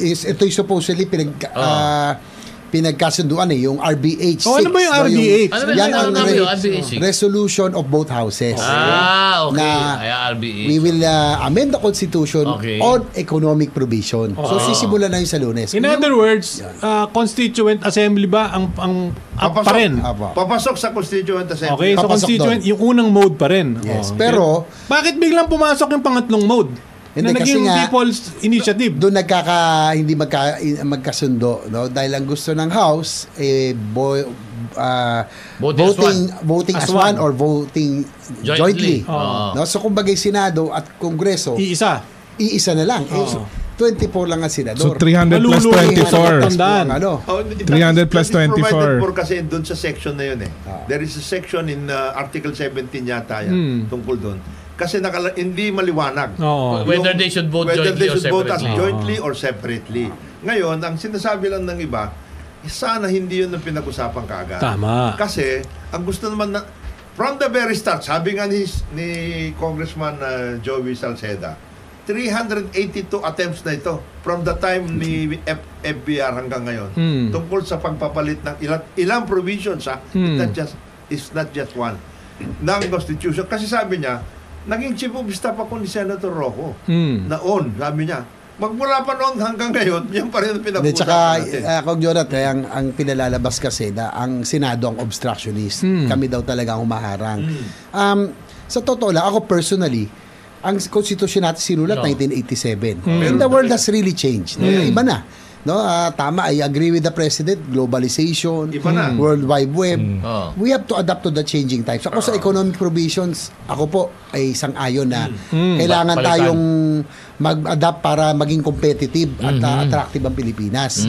Speaker 6: Is, ito yung supposedly pinag,
Speaker 5: Oh.
Speaker 6: ah, pinagkasunduan eh, yung RBH 6.
Speaker 1: Oh, ano ba yung RBH?
Speaker 5: Ano ba yung
Speaker 6: yan ang
Speaker 5: tawag namin yung RBH?
Speaker 6: re- resolution of both houses.
Speaker 5: Ah, okay.
Speaker 6: Na-
Speaker 5: Ay, RBE.
Speaker 6: We will ah, amend the Constitution
Speaker 5: Okay. Ah.
Speaker 6: on economic provision. So, sisimula na yun sa lunes.
Speaker 1: In other words, ah, Constituent Assembly ba ang, ang up ah, pa rin?
Speaker 6: Apa.
Speaker 3: papasok sa Constituent Assembly.
Speaker 1: Okay, so
Speaker 6: Ah, Papasok
Speaker 1: Constituent,
Speaker 6: doon.
Speaker 1: yung unang mode pa rin.
Speaker 6: Yes,
Speaker 1: Oh.
Speaker 6: pero-
Speaker 1: Bakit biglang pumasok yung pangatlong mode?
Speaker 6: Hindi,
Speaker 1: na
Speaker 6: kasi
Speaker 1: naging
Speaker 6: nga-
Speaker 1: People's Initiative.
Speaker 6: doon nagkaka hindi magka, in- magkasundo no dahil ang gusto ng house eh boy ah,
Speaker 5: Voting as
Speaker 6: voting
Speaker 5: one.
Speaker 6: voting
Speaker 1: As
Speaker 6: as one
Speaker 1: one.
Speaker 6: or voting
Speaker 5: Jointly.
Speaker 6: jointly,
Speaker 5: Oo.
Speaker 6: no so kumbaga yung senado at kongreso
Speaker 1: Iisa.
Speaker 6: iisa na lang Eh, so, 24 lang ang
Speaker 4: So,
Speaker 6: senador
Speaker 4: 300 plus
Speaker 1: Malulugi.
Speaker 4: 24.
Speaker 1: Tandaan.
Speaker 6: Ang ano
Speaker 3: Oh, that-
Speaker 4: 300 plus
Speaker 3: that is provided
Speaker 4: 24.
Speaker 3: for kasi doon sa section na yun eh. There is a section in uh, Article 17 yata yan tungkol doon. Kasi nakala- hindi maliwanag.
Speaker 1: Hmm. Oo.
Speaker 5: Whether they should vote
Speaker 3: whether they
Speaker 5: jointly or
Speaker 3: should vote as
Speaker 5: separately.
Speaker 3: jointly or separately. Ngayon, ang sinasabi lang ng iba, eh, sana hindi yun ang pinag-usapan kaagad.
Speaker 1: Tama.
Speaker 3: Kasi, ang gusto naman na, from the very start, sabi nga ni, ni Congressman uh, Joey Salceda, 382 attempts na ito from the time ni F- FBR hanggang ngayon
Speaker 1: Hmm.
Speaker 3: tungkol sa pagpapalit ng ilang, ilang provisions ha
Speaker 1: Hmm.
Speaker 3: it's not just it's not just one ng Constitution kasi sabi niya naging chief of staff ako ni Senator Rojo
Speaker 1: Hmm.
Speaker 3: noon, sabi niya. Magmula pa noon hanggang ngayon, yan pa rin ang
Speaker 6: Hindi,
Speaker 3: pinag-uusapan
Speaker 6: tsaka,
Speaker 3: natin.
Speaker 6: uh, Kong Jonat, eh, ang, ang pinalalabas kasi na ang Senado ang obstructionist.
Speaker 3: Hmm.
Speaker 6: Kami daw talaga ang humaharang. Um, sa totoo lang, ako personally, ang konstitusyon natin sinulat
Speaker 5: No.
Speaker 6: 1987.
Speaker 3: Hmm.
Speaker 6: And the world has really changed. Eh, Iba na. No, ah, tama, I agree with the president. Globalization, hmm,
Speaker 3: Iba na. Hmm.
Speaker 6: World Wide Web.
Speaker 5: Oh.
Speaker 6: We have to adapt to the changing times. Ako
Speaker 3: Ah.
Speaker 6: sa economic provisions, ako po ay isang ayon na
Speaker 3: Hmm.
Speaker 6: kailangan
Speaker 5: Palitan.
Speaker 6: tayong mag-adapt para maging competitive at uh, attractive ang Pilipinas.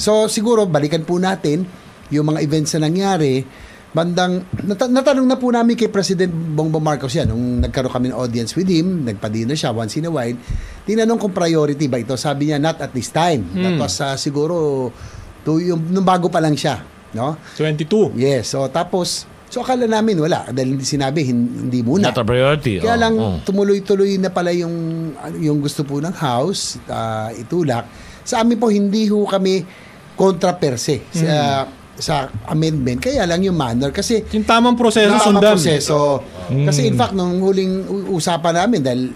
Speaker 6: So siguro balikan po natin yung mga events na nangyari bandang nata- natanong na po namin kay President Bongbong Marcos yan nung nagkaroon kami ng audience with him nagpa-dinner siya once in a while tinanong kung priority ba ito sabi niya not at this time that was uh, siguro to yung nung bago pa lang siya no
Speaker 1: 22.
Speaker 6: yes so tapos so akala namin wala dahil hindi sinabi hin- hindi muna
Speaker 5: Not a priority. Oh,
Speaker 6: kaya lang
Speaker 5: oh.
Speaker 6: tumuloy-tuloy na pala yung yung gusto po ng house ah, itulak. Sa amin po hindi ho kami kontra per se
Speaker 5: Hmm.
Speaker 6: sa ah, sa amendment. Kaya lang yung manner kasi
Speaker 1: Yung tamang proseso
Speaker 6: Tama
Speaker 1: sundan. Mm.
Speaker 6: proseso. Kasi in fact, nung huling u- usapan namin, dahil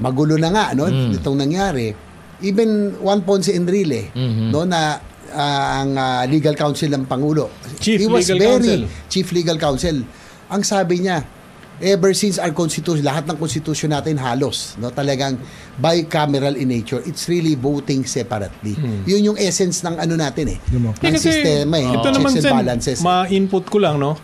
Speaker 6: magulo na nga, no?
Speaker 1: Mm.
Speaker 6: Itong nangyari. Even Juan Ponce Enrile,
Speaker 1: Mm-hmm.
Speaker 6: no, na ah, ang ah, legal counsel ng Pangulo.
Speaker 1: Chief
Speaker 6: He was
Speaker 1: Legal
Speaker 6: very,
Speaker 1: Counsel.
Speaker 6: Chief Legal Counsel. Ang sabi niya, ever since our constitution, lahat ng constitution natin halos, no, talagang bicameral in nature. It's really voting separately. Yun yung essence ng ano natin eh.
Speaker 1: Eh,
Speaker 6: Ng
Speaker 1: kasi
Speaker 6: sistema eh.
Speaker 1: Hmm. Ito
Speaker 6: checks
Speaker 1: naman,
Speaker 6: and
Speaker 1: Sen,
Speaker 6: balances.
Speaker 1: ma-input ko lang, no?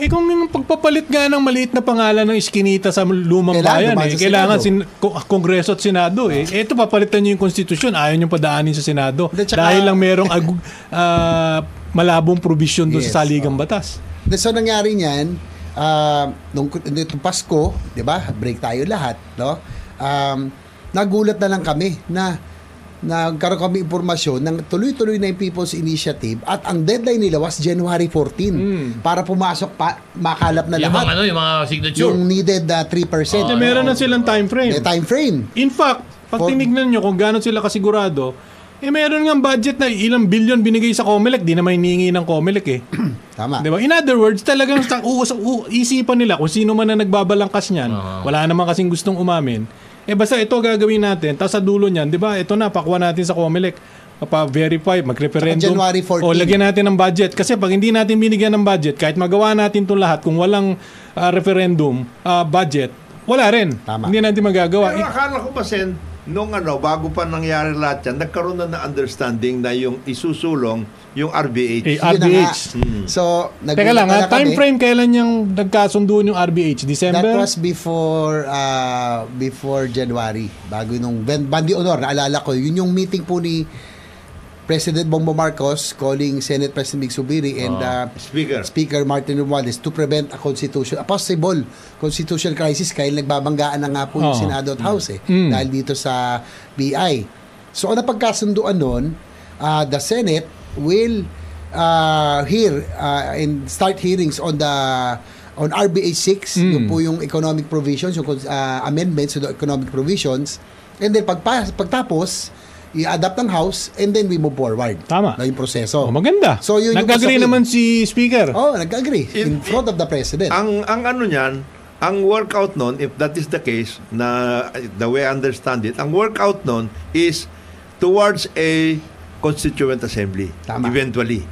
Speaker 1: Eh kung yung pagpapalit nga ng maliit na pangalan ng iskinita sa lumang
Speaker 6: Kailangan
Speaker 1: bayan,
Speaker 6: dumaan
Speaker 1: eh,
Speaker 6: sa
Speaker 1: kailangan
Speaker 6: Senado.
Speaker 1: sin- ko- Kongreso at Senado. Eh. Ito, papalitan nyo yung konstitusyon, ayaw nyo padaanin sa Senado.
Speaker 6: Hindi, tsaka-
Speaker 1: Dahil lang merong ag- ah, malabong provision doon
Speaker 6: Yes,
Speaker 1: sa saligang batas.
Speaker 6: Na- So nangyari niyan, ah, nung nitong Pasko, 'di ba? Break tayo lahat, no? Um, nagulat na lang kami na nagkaroon kami impormasyon ng tuloy-tuloy na yung People's Initiative at ang deadline nila was January
Speaker 1: Hmm.
Speaker 6: 14 para pumasok pa makalap na
Speaker 5: Yung
Speaker 6: lahat
Speaker 5: mga, ano, yung mga signature.
Speaker 6: yung needed ah, na 3%
Speaker 1: Kasi
Speaker 6: na
Speaker 1: Ah, meron na silang time frame.
Speaker 6: time frame.
Speaker 1: In fact, pag
Speaker 6: For-
Speaker 1: tinignan nyo kung gaano sila kasigurado, eh meron nga budget na ilang billion binigay sa COMELEC, di naman hinihingi ng COMELEC eh.
Speaker 6: Tama.
Speaker 1: Di ba? In other words, talagang sa, uus- u- isipan nila kung sino man na nagbabalangkas niyan,
Speaker 6: Ah.
Speaker 1: wala naman kasing gustong umamin. Eh basta ito gagawin natin, tapos sa dulo niyan, di ba, ito na, pakuha natin sa COMELEC, pa-verify, mag-referendum.
Speaker 6: Tsaka January 14.
Speaker 1: O lagyan natin ng budget. Kasi pag hindi natin binigyan ng budget, kahit magawa natin itong lahat, kung walang ah, referendum, ah, budget, wala rin.
Speaker 6: Tama. ah,
Speaker 1: Hindi natin magagawa.
Speaker 3: Pero akala ko ba, Sen, nung ano, bago pa nangyari lahat yan, nagkaroon na na understanding na yung isusulong yung
Speaker 1: Eh,
Speaker 3: RBH.
Speaker 6: Yun na nga.
Speaker 1: RBH.
Speaker 6: So,
Speaker 1: Teka
Speaker 6: nagulat
Speaker 1: lang,
Speaker 6: na
Speaker 1: ha? time
Speaker 6: kami.
Speaker 1: frame kailan yung nagkasunduan yung RBH?
Speaker 6: That
Speaker 1: December?
Speaker 6: was before ah, before January, bago nung Ben Bandi Honor, naalala ko, yun yung meeting po ni President Bongbong Marcos calling Senate President Big Subiri and ah,
Speaker 3: Speaker.
Speaker 6: Speaker Martin Romualdez to prevent a constitution, a possible constitutional crisis kahit nagbabanggaan na nga po yung
Speaker 1: Oo.
Speaker 6: Senado at House eh,
Speaker 1: Mm.
Speaker 6: dahil dito sa BI. So, ang napagkasunduan nun, ah, the Senate will ah, hear ah, and start hearings on the on RBH 6,
Speaker 1: Mm.
Speaker 6: yung po yung economic provisions, yung ah, amendments to the economic provisions. And then pagpas, pagtapos, i-adapt ng House and then we move forward.
Speaker 1: Tama.
Speaker 6: Na yung
Speaker 1: Oh,
Speaker 6: proseso.
Speaker 1: maganda.
Speaker 6: So, yun yung
Speaker 1: Nag-agree
Speaker 6: usapin.
Speaker 1: naman si Speaker.
Speaker 6: Oh, nag-agree.
Speaker 3: In-
Speaker 6: In, front of the president.
Speaker 3: Ang ang ano niyan, ang workout nun, if that is the case, na the way I understand it, ang workout nun is towards a constituent assembly
Speaker 6: Tama.
Speaker 3: eventually.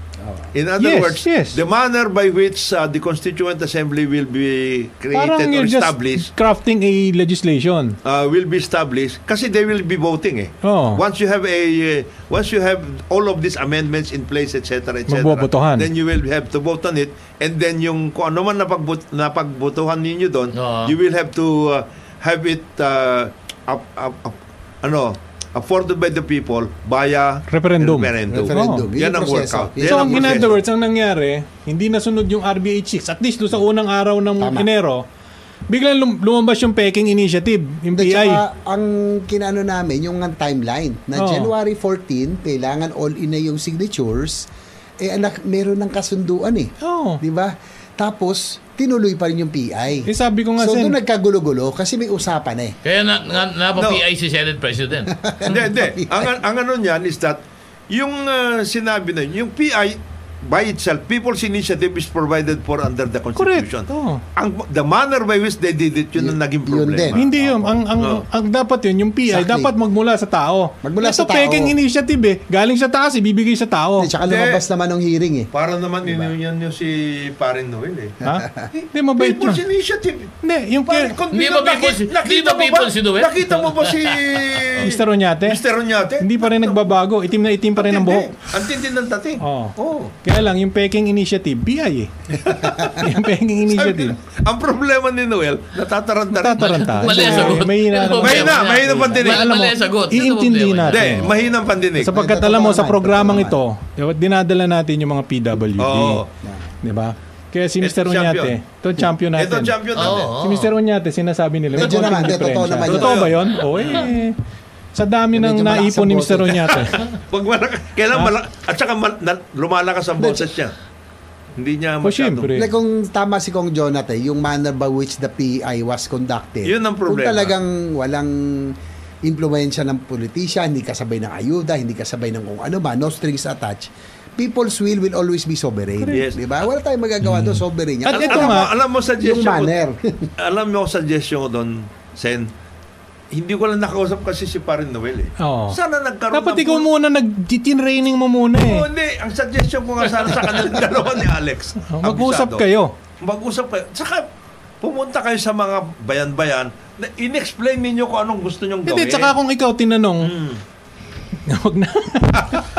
Speaker 3: In
Speaker 1: Yes,
Speaker 3: other words,
Speaker 1: yes.
Speaker 3: the manner by which uh, the constituent assembly will be created
Speaker 1: Parang
Speaker 3: or
Speaker 1: you're just
Speaker 3: established
Speaker 1: crafting a legislation.
Speaker 3: uh, will be established kasi they will be voting eh.
Speaker 1: Oo.
Speaker 3: Once you have a uh, once you have all of these amendments in place etc etc.
Speaker 1: Magbobotohan.
Speaker 3: Then you will have to vote on it and then yung kung ano man napagbut napagbotohan ninyo doon,
Speaker 5: Oo.
Speaker 3: you will have to uh, have it uh, up, up, up, ano afforded by the people via
Speaker 1: Referendum.
Speaker 3: referendum.
Speaker 6: Referendum.
Speaker 3: Oo. Oh.
Speaker 6: Yun
Speaker 3: Yan
Speaker 6: yung
Speaker 3: ang
Speaker 6: proseso.
Speaker 3: workout.
Speaker 6: Yun
Speaker 3: Yan
Speaker 1: So,
Speaker 6: ang
Speaker 1: ang in other words, ang nangyari, hindi nasunod yung RBH 6. At least doon sa unang araw ng
Speaker 6: Tama.
Speaker 1: Enero, biglang lum- lumabas yung Peking Initiative, yung
Speaker 6: At
Speaker 1: PI.
Speaker 6: saka, ang kinano namin, yung ang timeline, na
Speaker 1: Oo.
Speaker 6: January 14, kailangan all-in na yung signatures, eh anak, meron ng kasunduan eh.
Speaker 1: Oo.
Speaker 6: Di ba? Tapos, tinuloy pa rin yung PI.
Speaker 1: Eh, sabi ko nga,
Speaker 6: so,
Speaker 1: Sen.
Speaker 6: doon nagkagulo-gulo kasi may usapan na eh.
Speaker 5: Kaya na, na, napa-PI si Senate President.
Speaker 3: hindi, hindi. Ang, ang ano niyan is that yung uh, sinabi na yun, yung PI by itself, people's initiative is provided for under the
Speaker 1: Correct. Oh.
Speaker 3: Constitution.
Speaker 1: Oo.
Speaker 3: Ang, the manner by which they did it, yun ang
Speaker 6: Yun-
Speaker 3: naging
Speaker 6: yun din.
Speaker 3: problema.
Speaker 1: Hindi yun. Ang, ang,
Speaker 3: Oo.
Speaker 1: ang dapat yun, yung PI,
Speaker 6: Ah, Exactly.
Speaker 1: dapat magmula sa tao.
Speaker 6: Magmula
Speaker 1: Ito
Speaker 6: sa tao.
Speaker 1: Peking Initiative eh. Galing sa taas, ibibigay sa tao.
Speaker 6: At saka lumabas naman ng hearing eh.
Speaker 3: Para naman diba? yun yung si paring Noel eh.
Speaker 1: Ha? Hindi, mabait yun.
Speaker 3: People's initiative.
Speaker 1: Hindi, yung kay-
Speaker 3: Pare, kung
Speaker 5: Hindi
Speaker 3: bilang
Speaker 5: ba
Speaker 3: nakita-
Speaker 5: people's- hindi
Speaker 3: nakita
Speaker 5: ba
Speaker 3: mo
Speaker 5: people's si Noel?
Speaker 3: Nakita mo ba si...
Speaker 1: Mr. Onyate,
Speaker 3: Mr. Onyate?
Speaker 1: hindi pa rin nagbabago. Itim na itim pa rin ang
Speaker 3: Tindi.
Speaker 1: buhok. Oh.
Speaker 3: Ang tindi ng dating. Oh.
Speaker 1: Oo.
Speaker 3: Oo.
Speaker 1: Kaya lang, yung Peking Initiative, PI eh. yung Peking Initiative.
Speaker 3: Ang problema ni Noel, natataranta rin.
Speaker 6: Ah,
Speaker 1: Tataranta.
Speaker 5: Mali ang sagot.
Speaker 1: May hina naman.
Speaker 3: Mahina, mahina
Speaker 5: pa
Speaker 3: pandinig.
Speaker 5: Mali mali ang sagot. Ito ang
Speaker 1: iintindi
Speaker 5: problema.
Speaker 1: natin.
Speaker 3: Hindi, mahinang pandinig.
Speaker 1: Sapagkat
Speaker 6: Ay, totoo
Speaker 1: alam mo, sa
Speaker 6: naman,
Speaker 1: programang
Speaker 6: totoo
Speaker 1: ito, dapat dinadala natin yung mga PWD.
Speaker 3: Oo.
Speaker 1: Di ba? Kaya si Mr.
Speaker 3: Ito, champion.
Speaker 1: Unyate, ito champion natin.
Speaker 3: Ito champion natin.
Speaker 5: Oo.
Speaker 1: Si Mr. Unyate, sinasabi nila. may
Speaker 6: Medyo
Speaker 1: konting
Speaker 6: naman, hindi, totoo
Speaker 1: diferensya.
Speaker 6: naman yun.
Speaker 1: Totoo ba yun? Oo eh. Sa dami ng
Speaker 6: Medyo malakas
Speaker 1: naipon
Speaker 6: ang
Speaker 1: ni
Speaker 6: boto.
Speaker 1: Mr. Unyate.
Speaker 3: Pag malak- kailan malak- at saka mal- na- lumalakas ang boses niya. Hindi niya
Speaker 1: O
Speaker 3: masyadong.
Speaker 1: syempre.
Speaker 6: Like kung tama si Kong Jonathan, yung manner by which the PI was conducted.
Speaker 3: Yun ang problema.
Speaker 6: Kung talagang walang impluensya ng politisyan, hindi kasabay ng ayuda, hindi kasabay ng kung ano ba, no strings attached, people's will will always be sovereign.
Speaker 3: Correct. Mm.
Speaker 6: Di ba? Wala tayong magagawa doon, sovereign. yan.
Speaker 1: At
Speaker 6: Ang-
Speaker 1: ito
Speaker 3: alam
Speaker 1: nga,
Speaker 3: mo, alam mo
Speaker 6: yung
Speaker 3: suggestion ko.
Speaker 6: manner.
Speaker 3: Alam mo suggestion ko doon, Sen. Hindi ko lang nakausap kasi si Parin Noel eh.
Speaker 1: Oo.
Speaker 3: Sana nagkaroon
Speaker 1: Dapat
Speaker 3: ng...
Speaker 1: ikaw muna, nag-tin-raining mo muna eh.
Speaker 3: Oo, hindi. Ang suggestion ko nga sana sa kanilang dalawa ni Alex.
Speaker 1: Oh,
Speaker 3: Abisado.
Speaker 1: Mag-usap kayo.
Speaker 3: Mag-usap kayo. Saka pumunta kayo sa mga bayan-bayan na in-explain ninyo kung anong gusto nyong gawin.
Speaker 1: Hindi, tsaka kung ikaw tinanong,
Speaker 3: eh. Hmm.
Speaker 1: huwag na.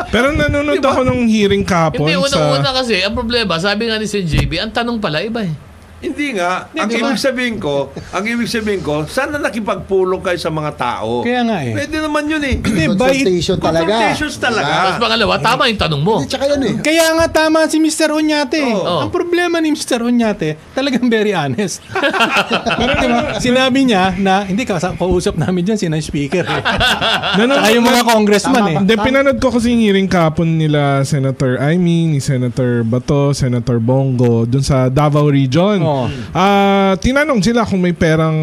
Speaker 4: Pero nanonood ako nung hearing kahapon
Speaker 5: Hindi,
Speaker 4: sa...
Speaker 5: unang-una kasi, ang problema, sabi nga ni Sen JB, ang tanong pala iba eh.
Speaker 3: Hindi nga.
Speaker 1: Hindi,
Speaker 3: ang
Speaker 1: di ba?
Speaker 3: ibig sabihin ko, ang ibig sabihin ko, sana nakipagpulong kayo sa mga tao.
Speaker 1: Kaya nga eh.
Speaker 3: Pwede naman yun eh.
Speaker 1: Hindi, by,
Speaker 6: Confrontation talaga.
Speaker 3: Confrontations talaga.
Speaker 5: Tapos pangalawa, tama yung tanong mo.
Speaker 6: Hindi, tsaka yun eh.
Speaker 1: Kaya nga tama si Mr. Onyate.
Speaker 3: Oo.
Speaker 1: Ang problema ni Mr. Onyate, talagang very honest. Pero diba, sinabi niya na, hindi ka, kausap namin dyan, sina speaker. Eh.
Speaker 4: Nanonood
Speaker 1: Saka yung mga congressman eh.
Speaker 4: Hindi, pinanood ko kasi yung hearing kapon nila Senator Aimee, ni Senator Bato, Senator Bongo, dun sa Davao Region.
Speaker 1: Oo.
Speaker 4: Ah, tinanong sila kung may perang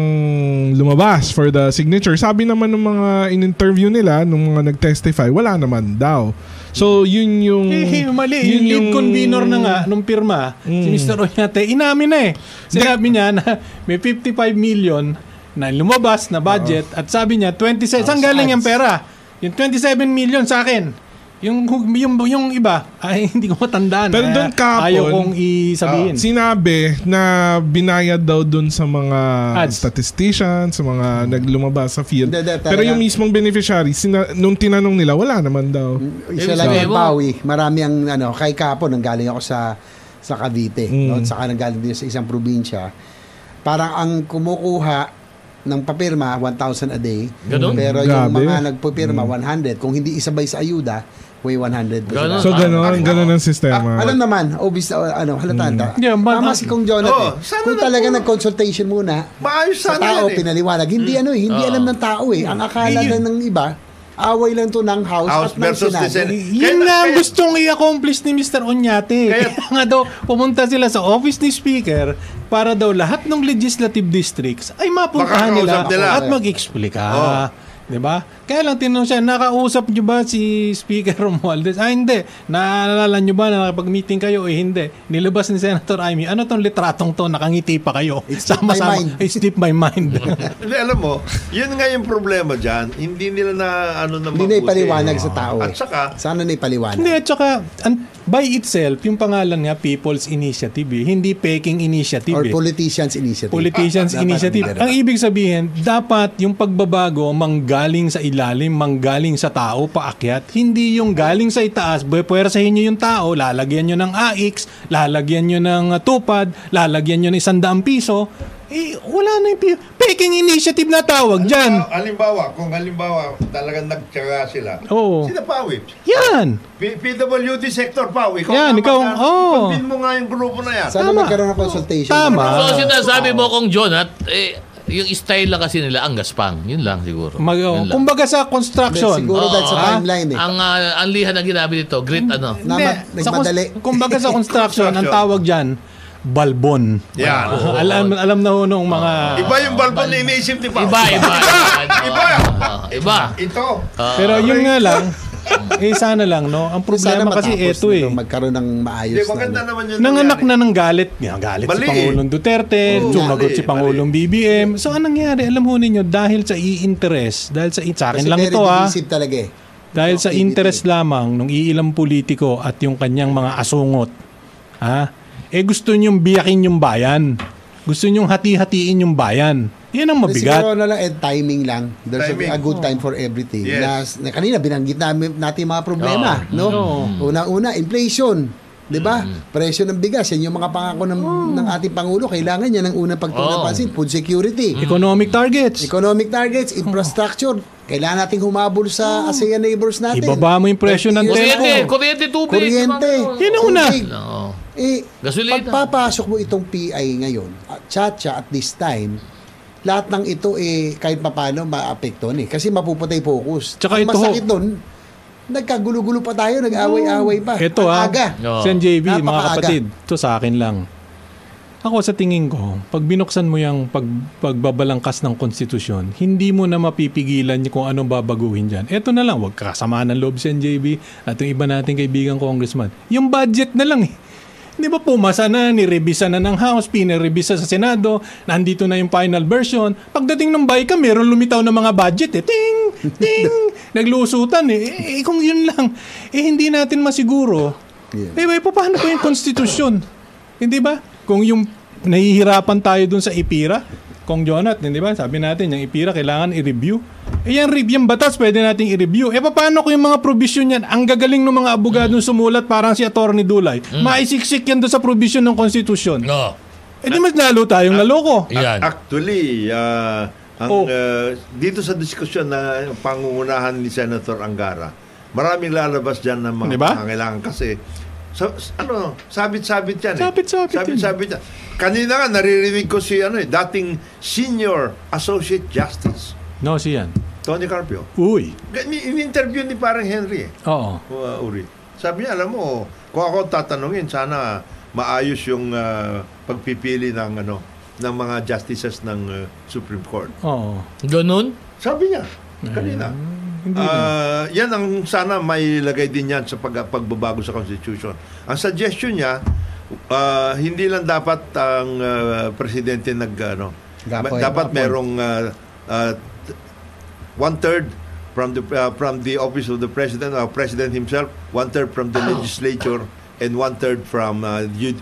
Speaker 4: lumabas for the signature. Sabi naman ng mga in-interview nila, nung mga nag-testify, wala naman daw. So, yun yung...
Speaker 1: Eh, mali. Yung lead convener na nga nung pirma,
Speaker 4: Mm.
Speaker 1: si Mr. Onyate, inamin na eh. Sinabi niya na may 55 million na
Speaker 4: Oh.
Speaker 1: lumabas na budget at sabi niya, 27, saan galing yung pera? Yung 27 million sa akin. Yung, yung, yung iba, ay hindi ko matandaan.
Speaker 4: Pero
Speaker 1: Kaya
Speaker 4: doon kapon,
Speaker 1: Ayaw kong isabihin.
Speaker 4: Ah, Sinabi na binayad daw dun sa mga
Speaker 1: Ads.
Speaker 4: statistician, sa
Speaker 5: Hmm.
Speaker 4: mga naglumabas sa field.
Speaker 6: Hindi, hindi, talaga.
Speaker 4: Pero yung mismong beneficiary, sina- nung tinanong nila, wala naman daw.
Speaker 5: Ibig
Speaker 6: Isa lang
Speaker 5: sabihin
Speaker 6: yung
Speaker 5: mo-
Speaker 6: bawi. Marami ang ano, kay Kapo, nanggaling ako sa sa Cavite,
Speaker 4: Mm.
Speaker 6: no?
Speaker 5: Hmm.
Speaker 6: At saka nanggaling din sa isang probinsya. Parang ang kumukuha ng papirma, 1,000 a day.
Speaker 5: Ganun?
Speaker 6: Pero yung
Speaker 4: Grabe. Hmm.
Speaker 6: mga nagpapirma, 100. Kung hindi isabay sa ayuda, may 100. pa sila.
Speaker 5: Ganun.
Speaker 4: So,
Speaker 5: Ah,
Speaker 4: ganun, ganun ang sistema.
Speaker 6: Diba? Ah, alam naman, obvious, uh, ano,
Speaker 4: Hmm.
Speaker 6: halata. Mm.
Speaker 1: Yeah, but-
Speaker 6: Tama si Kong
Speaker 3: Oh,
Speaker 6: Jonathan. eh.
Speaker 3: sana
Speaker 6: kung
Speaker 3: na-
Speaker 6: talaga nag-consultation muna
Speaker 3: Maayos
Speaker 6: sa
Speaker 3: sana
Speaker 6: tao,
Speaker 3: yan eh.
Speaker 6: pinaliwanag. Hindi ano eh, hindi
Speaker 5: Hmm. Oo.
Speaker 6: alam ng tao eh. Ang akala na ng iba, away lang to ng House,
Speaker 3: House
Speaker 6: at ng
Speaker 3: versus the
Speaker 6: Senado.
Speaker 3: Senate.
Speaker 1: Yun
Speaker 3: Kaya-
Speaker 1: na ang
Speaker 3: kaya-
Speaker 1: gustong i-accomplish ni Mr. Onyate. Kaya,
Speaker 3: Kaya-
Speaker 1: nga daw, pumunta sila sa office ni Speaker para daw lahat ng legislative districts ay mapuntahan nila,
Speaker 3: Makakausap nila.
Speaker 1: at mag-explika.
Speaker 3: Oo.
Speaker 1: Di ba? Kaya lang tinanong siya, nakausap nyo ba si Speaker Romualdez? Ah, hindi. Naalala nyo ba na nakapag-meeting kayo? Eh, hindi. Nilabas ni Senator Amy, ano tong litratong to? Nakangiti pa kayo.
Speaker 6: It's deep my mind.
Speaker 1: It's deep my mind.
Speaker 3: Hindi, alam mo, yun nga yung problema dyan. Hindi nila na ano na
Speaker 6: Hindi na
Speaker 3: mabuti.
Speaker 6: ipaliwanag sa tao eh.
Speaker 3: At saka,
Speaker 6: Sana na ipaliwanag.
Speaker 1: Hindi, at saka, an- by itself, yung pangalan nga, People's Initiative, eh, hindi Peking Initiative.
Speaker 6: Or
Speaker 1: eh.
Speaker 6: politicians initiative.
Speaker 1: Politicians
Speaker 6: Dapat
Speaker 1: Initiative.
Speaker 6: meron.
Speaker 1: Ang ibig sabihin, dapat yung pagbabago manggaling sa ilalim, manggaling sa tao, paakyat. Hindi yung galing sa itaas, pwersahin nyo yung tao, lalagyan nyo ng AX, lalagyan nyo ng uh, tupad, lalagyan nyo ng isang piso. Eh, wala na yung Pe- Peking Initiative na tawag dyan.
Speaker 3: halimbawa, kung halimbawa talagang nagtsaga sila,
Speaker 1: Oo.
Speaker 3: sila pawi.
Speaker 1: Yan!
Speaker 3: P- PWD sector pawi.
Speaker 1: Yan, ikaw, oo.
Speaker 3: Ipagpin mo nga yung grupo na yan.
Speaker 6: Sana
Speaker 1: Tama.
Speaker 6: magkaroon ng consultation.
Speaker 1: Tama.
Speaker 5: So, sinasabi mo kong Jonat, eh, yung style lang kasi nila, ang gaspang. Yun lang siguro.
Speaker 1: Mag, oh,
Speaker 5: Yun lang.
Speaker 1: kumbaga sa construction.
Speaker 6: Siguro
Speaker 5: Oo,
Speaker 6: dahil sa
Speaker 5: ah,
Speaker 6: timeline eh.
Speaker 5: Ang, ah, ang liha na ginabi nito, great ano.
Speaker 6: Na
Speaker 1: Hindi.
Speaker 6: ma-
Speaker 1: Sa kung
Speaker 6: nagmadali.
Speaker 1: kumbaga sa construction, ang tawag dyan, balbon.
Speaker 3: Yan.
Speaker 1: Oo, alam, alam na ho nung mga...
Speaker 3: Iba yung balbon na iniisip ni Pao.
Speaker 5: Iba, iba.
Speaker 3: Iba.
Speaker 5: Ah, iba.
Speaker 3: Ito.
Speaker 6: Ah.
Speaker 1: Pero yun nga lang, eh sana lang, no? Ang
Speaker 6: Sana
Speaker 1: problema kasi
Speaker 6: matapos
Speaker 1: eto eh.
Speaker 6: nito, Magkaroon ng maayos
Speaker 3: Hindi,
Speaker 6: na
Speaker 3: maganda
Speaker 6: ano.
Speaker 3: naman yun.
Speaker 1: Nanganak na
Speaker 3: nangyari.
Speaker 1: ng galit. Nga, Galit
Speaker 3: Mali
Speaker 1: si
Speaker 3: eh.
Speaker 1: Pangulong Duterte,
Speaker 3: Oo,
Speaker 1: sumagot
Speaker 3: mali,
Speaker 1: si Pangulong BBM. So, anong nangyari? Alam ho ninyo, dahil sa i-interest, dahil sa, sa akin
Speaker 6: Kasi
Speaker 1: lang
Speaker 6: very
Speaker 1: ito ah. ha,
Speaker 6: divisive talaga eh.
Speaker 1: Dahil sa
Speaker 6: Activity.
Speaker 1: interest lamang ng iilang politiko at yung kanyang mga asungot. Ha? Eh gusto niyong biyakin yung bayan. Gusto niyong hati-hatiin yung bayan. Yan ang
Speaker 6: Siguro
Speaker 1: mabigat.
Speaker 6: ano lang, eh, timing lang. There's a-
Speaker 3: Timing.
Speaker 6: a good time for everything.
Speaker 3: Yes.
Speaker 6: Nas- Na, kanina, binanggit namin, natin yung mga problema. no? Una-una, inflation. Di ba?
Speaker 1: Mm.
Speaker 6: Presyo ng bigas. Yan yung mga pangako ng, ng ating Pangulo. Kailangan yan ang unang pagtunapansin.
Speaker 5: Oh.
Speaker 6: pansin. Food security.
Speaker 1: Economic targets.
Speaker 6: Economic targets, infrastructure. Kailangan nating humabol sa ASEAN neighbors natin.
Speaker 1: Ibaba mo yung presyo ng
Speaker 5: Kuryente,
Speaker 1: tempo.
Speaker 5: Hmm. kuryente tubig.
Speaker 6: Kuryente.
Speaker 1: Yan ang una.
Speaker 6: Tubig.
Speaker 5: Oo.
Speaker 6: Eh,
Speaker 5: Gasolina.
Speaker 6: pagpapasok mo itong PI ngayon, at tsatsa at this time, lahat ng ito eh kahit papano maapektuhan eh. Kasi mapuputay focus.
Speaker 1: Tsaka
Speaker 6: Ang
Speaker 1: ito ho.
Speaker 6: masakit nun, nagkagulo-gulo pa tayo, nag-away-away pa.
Speaker 1: Ito
Speaker 6: Ang
Speaker 1: ha,
Speaker 6: Aga.
Speaker 5: Oo.
Speaker 1: ah. Sen JB, mga
Speaker 6: Napakaaga.
Speaker 1: kapatid, ito sa akin lang. Ako sa tingin ko, pag binuksan mo yung pag, pagbabalangkas ng konstitusyon, hindi mo na mapipigilan kung anong babaguhin dyan. Ito na lang, wag kasama ng loob Sen JB at yung iba nating kaibigan congressman. Yung budget na lang eh. Di ba pumasa na, nirebisa na ng House, pinarebisa sa Senado, nandito na yung final version. Pagdating ng BICA, meron lumitaw ng mga budget eh. Ting! Ting! Naglusutan eh. Eh, eh. Kung yun lang, eh hindi natin masiguro. Eh, eh, paano pa yung konstitusyon? Hindi ba? Kung yung nahihirapan tayo dun sa IPIRA, kung Jonat, hindi ba? Sabi natin, yung IPIRA kailangan i-review. Eh, yan, review, yung batas, pwede nating i-review. Eh, paano kung yung mga provision yan, ang gagaling ng mga abogadong sumulat, parang si Attorney Dulay, maisiksik yan doon sa provision ng konstitusyon.
Speaker 5: Mm. No. Ah.
Speaker 1: Eh, di mas lalo tayong naloko.
Speaker 5: Yan.
Speaker 3: Actually, ah, ang,
Speaker 1: Oh.
Speaker 3: ah, dito sa diskusyon na pangungunahan ni Senator Angara, maraming lalabas dyan ng mga
Speaker 1: Di ba?
Speaker 3: pangangailangan kasi sa, s- ano, sabit-sabit yan eh.
Speaker 1: Sabit-sabit yun.
Speaker 3: Sabit-sabit yan. Kanina nga, naririnig ko si ano eh, dating Senior Associate Justice,
Speaker 1: No, siyan.
Speaker 3: Tony Carpio.
Speaker 1: Uy.
Speaker 3: Gan- In-interview ni parang Henry eh.
Speaker 1: Oo.
Speaker 3: Uh, Uri. Sabi niya, alam mo, kung ako tatanungin, sana maayos yung ah, pagpipili ng ano ng mga justices ng ah, Supreme Court.
Speaker 1: Oo.
Speaker 5: Ganun?
Speaker 3: Sabi niya, kanina. Ah, yan ang sana may lagay din yan sa pag, pagbabago sa Constitution. Ang suggestion niya, ah, hindi lang dapat ang ah, presidente nag, ano,
Speaker 6: Gapoy.
Speaker 3: dapat merong ah, ah, t- one-third from the uh, from the office of the president, uh, president himself, one third from the legislature, and one third from uh, ju-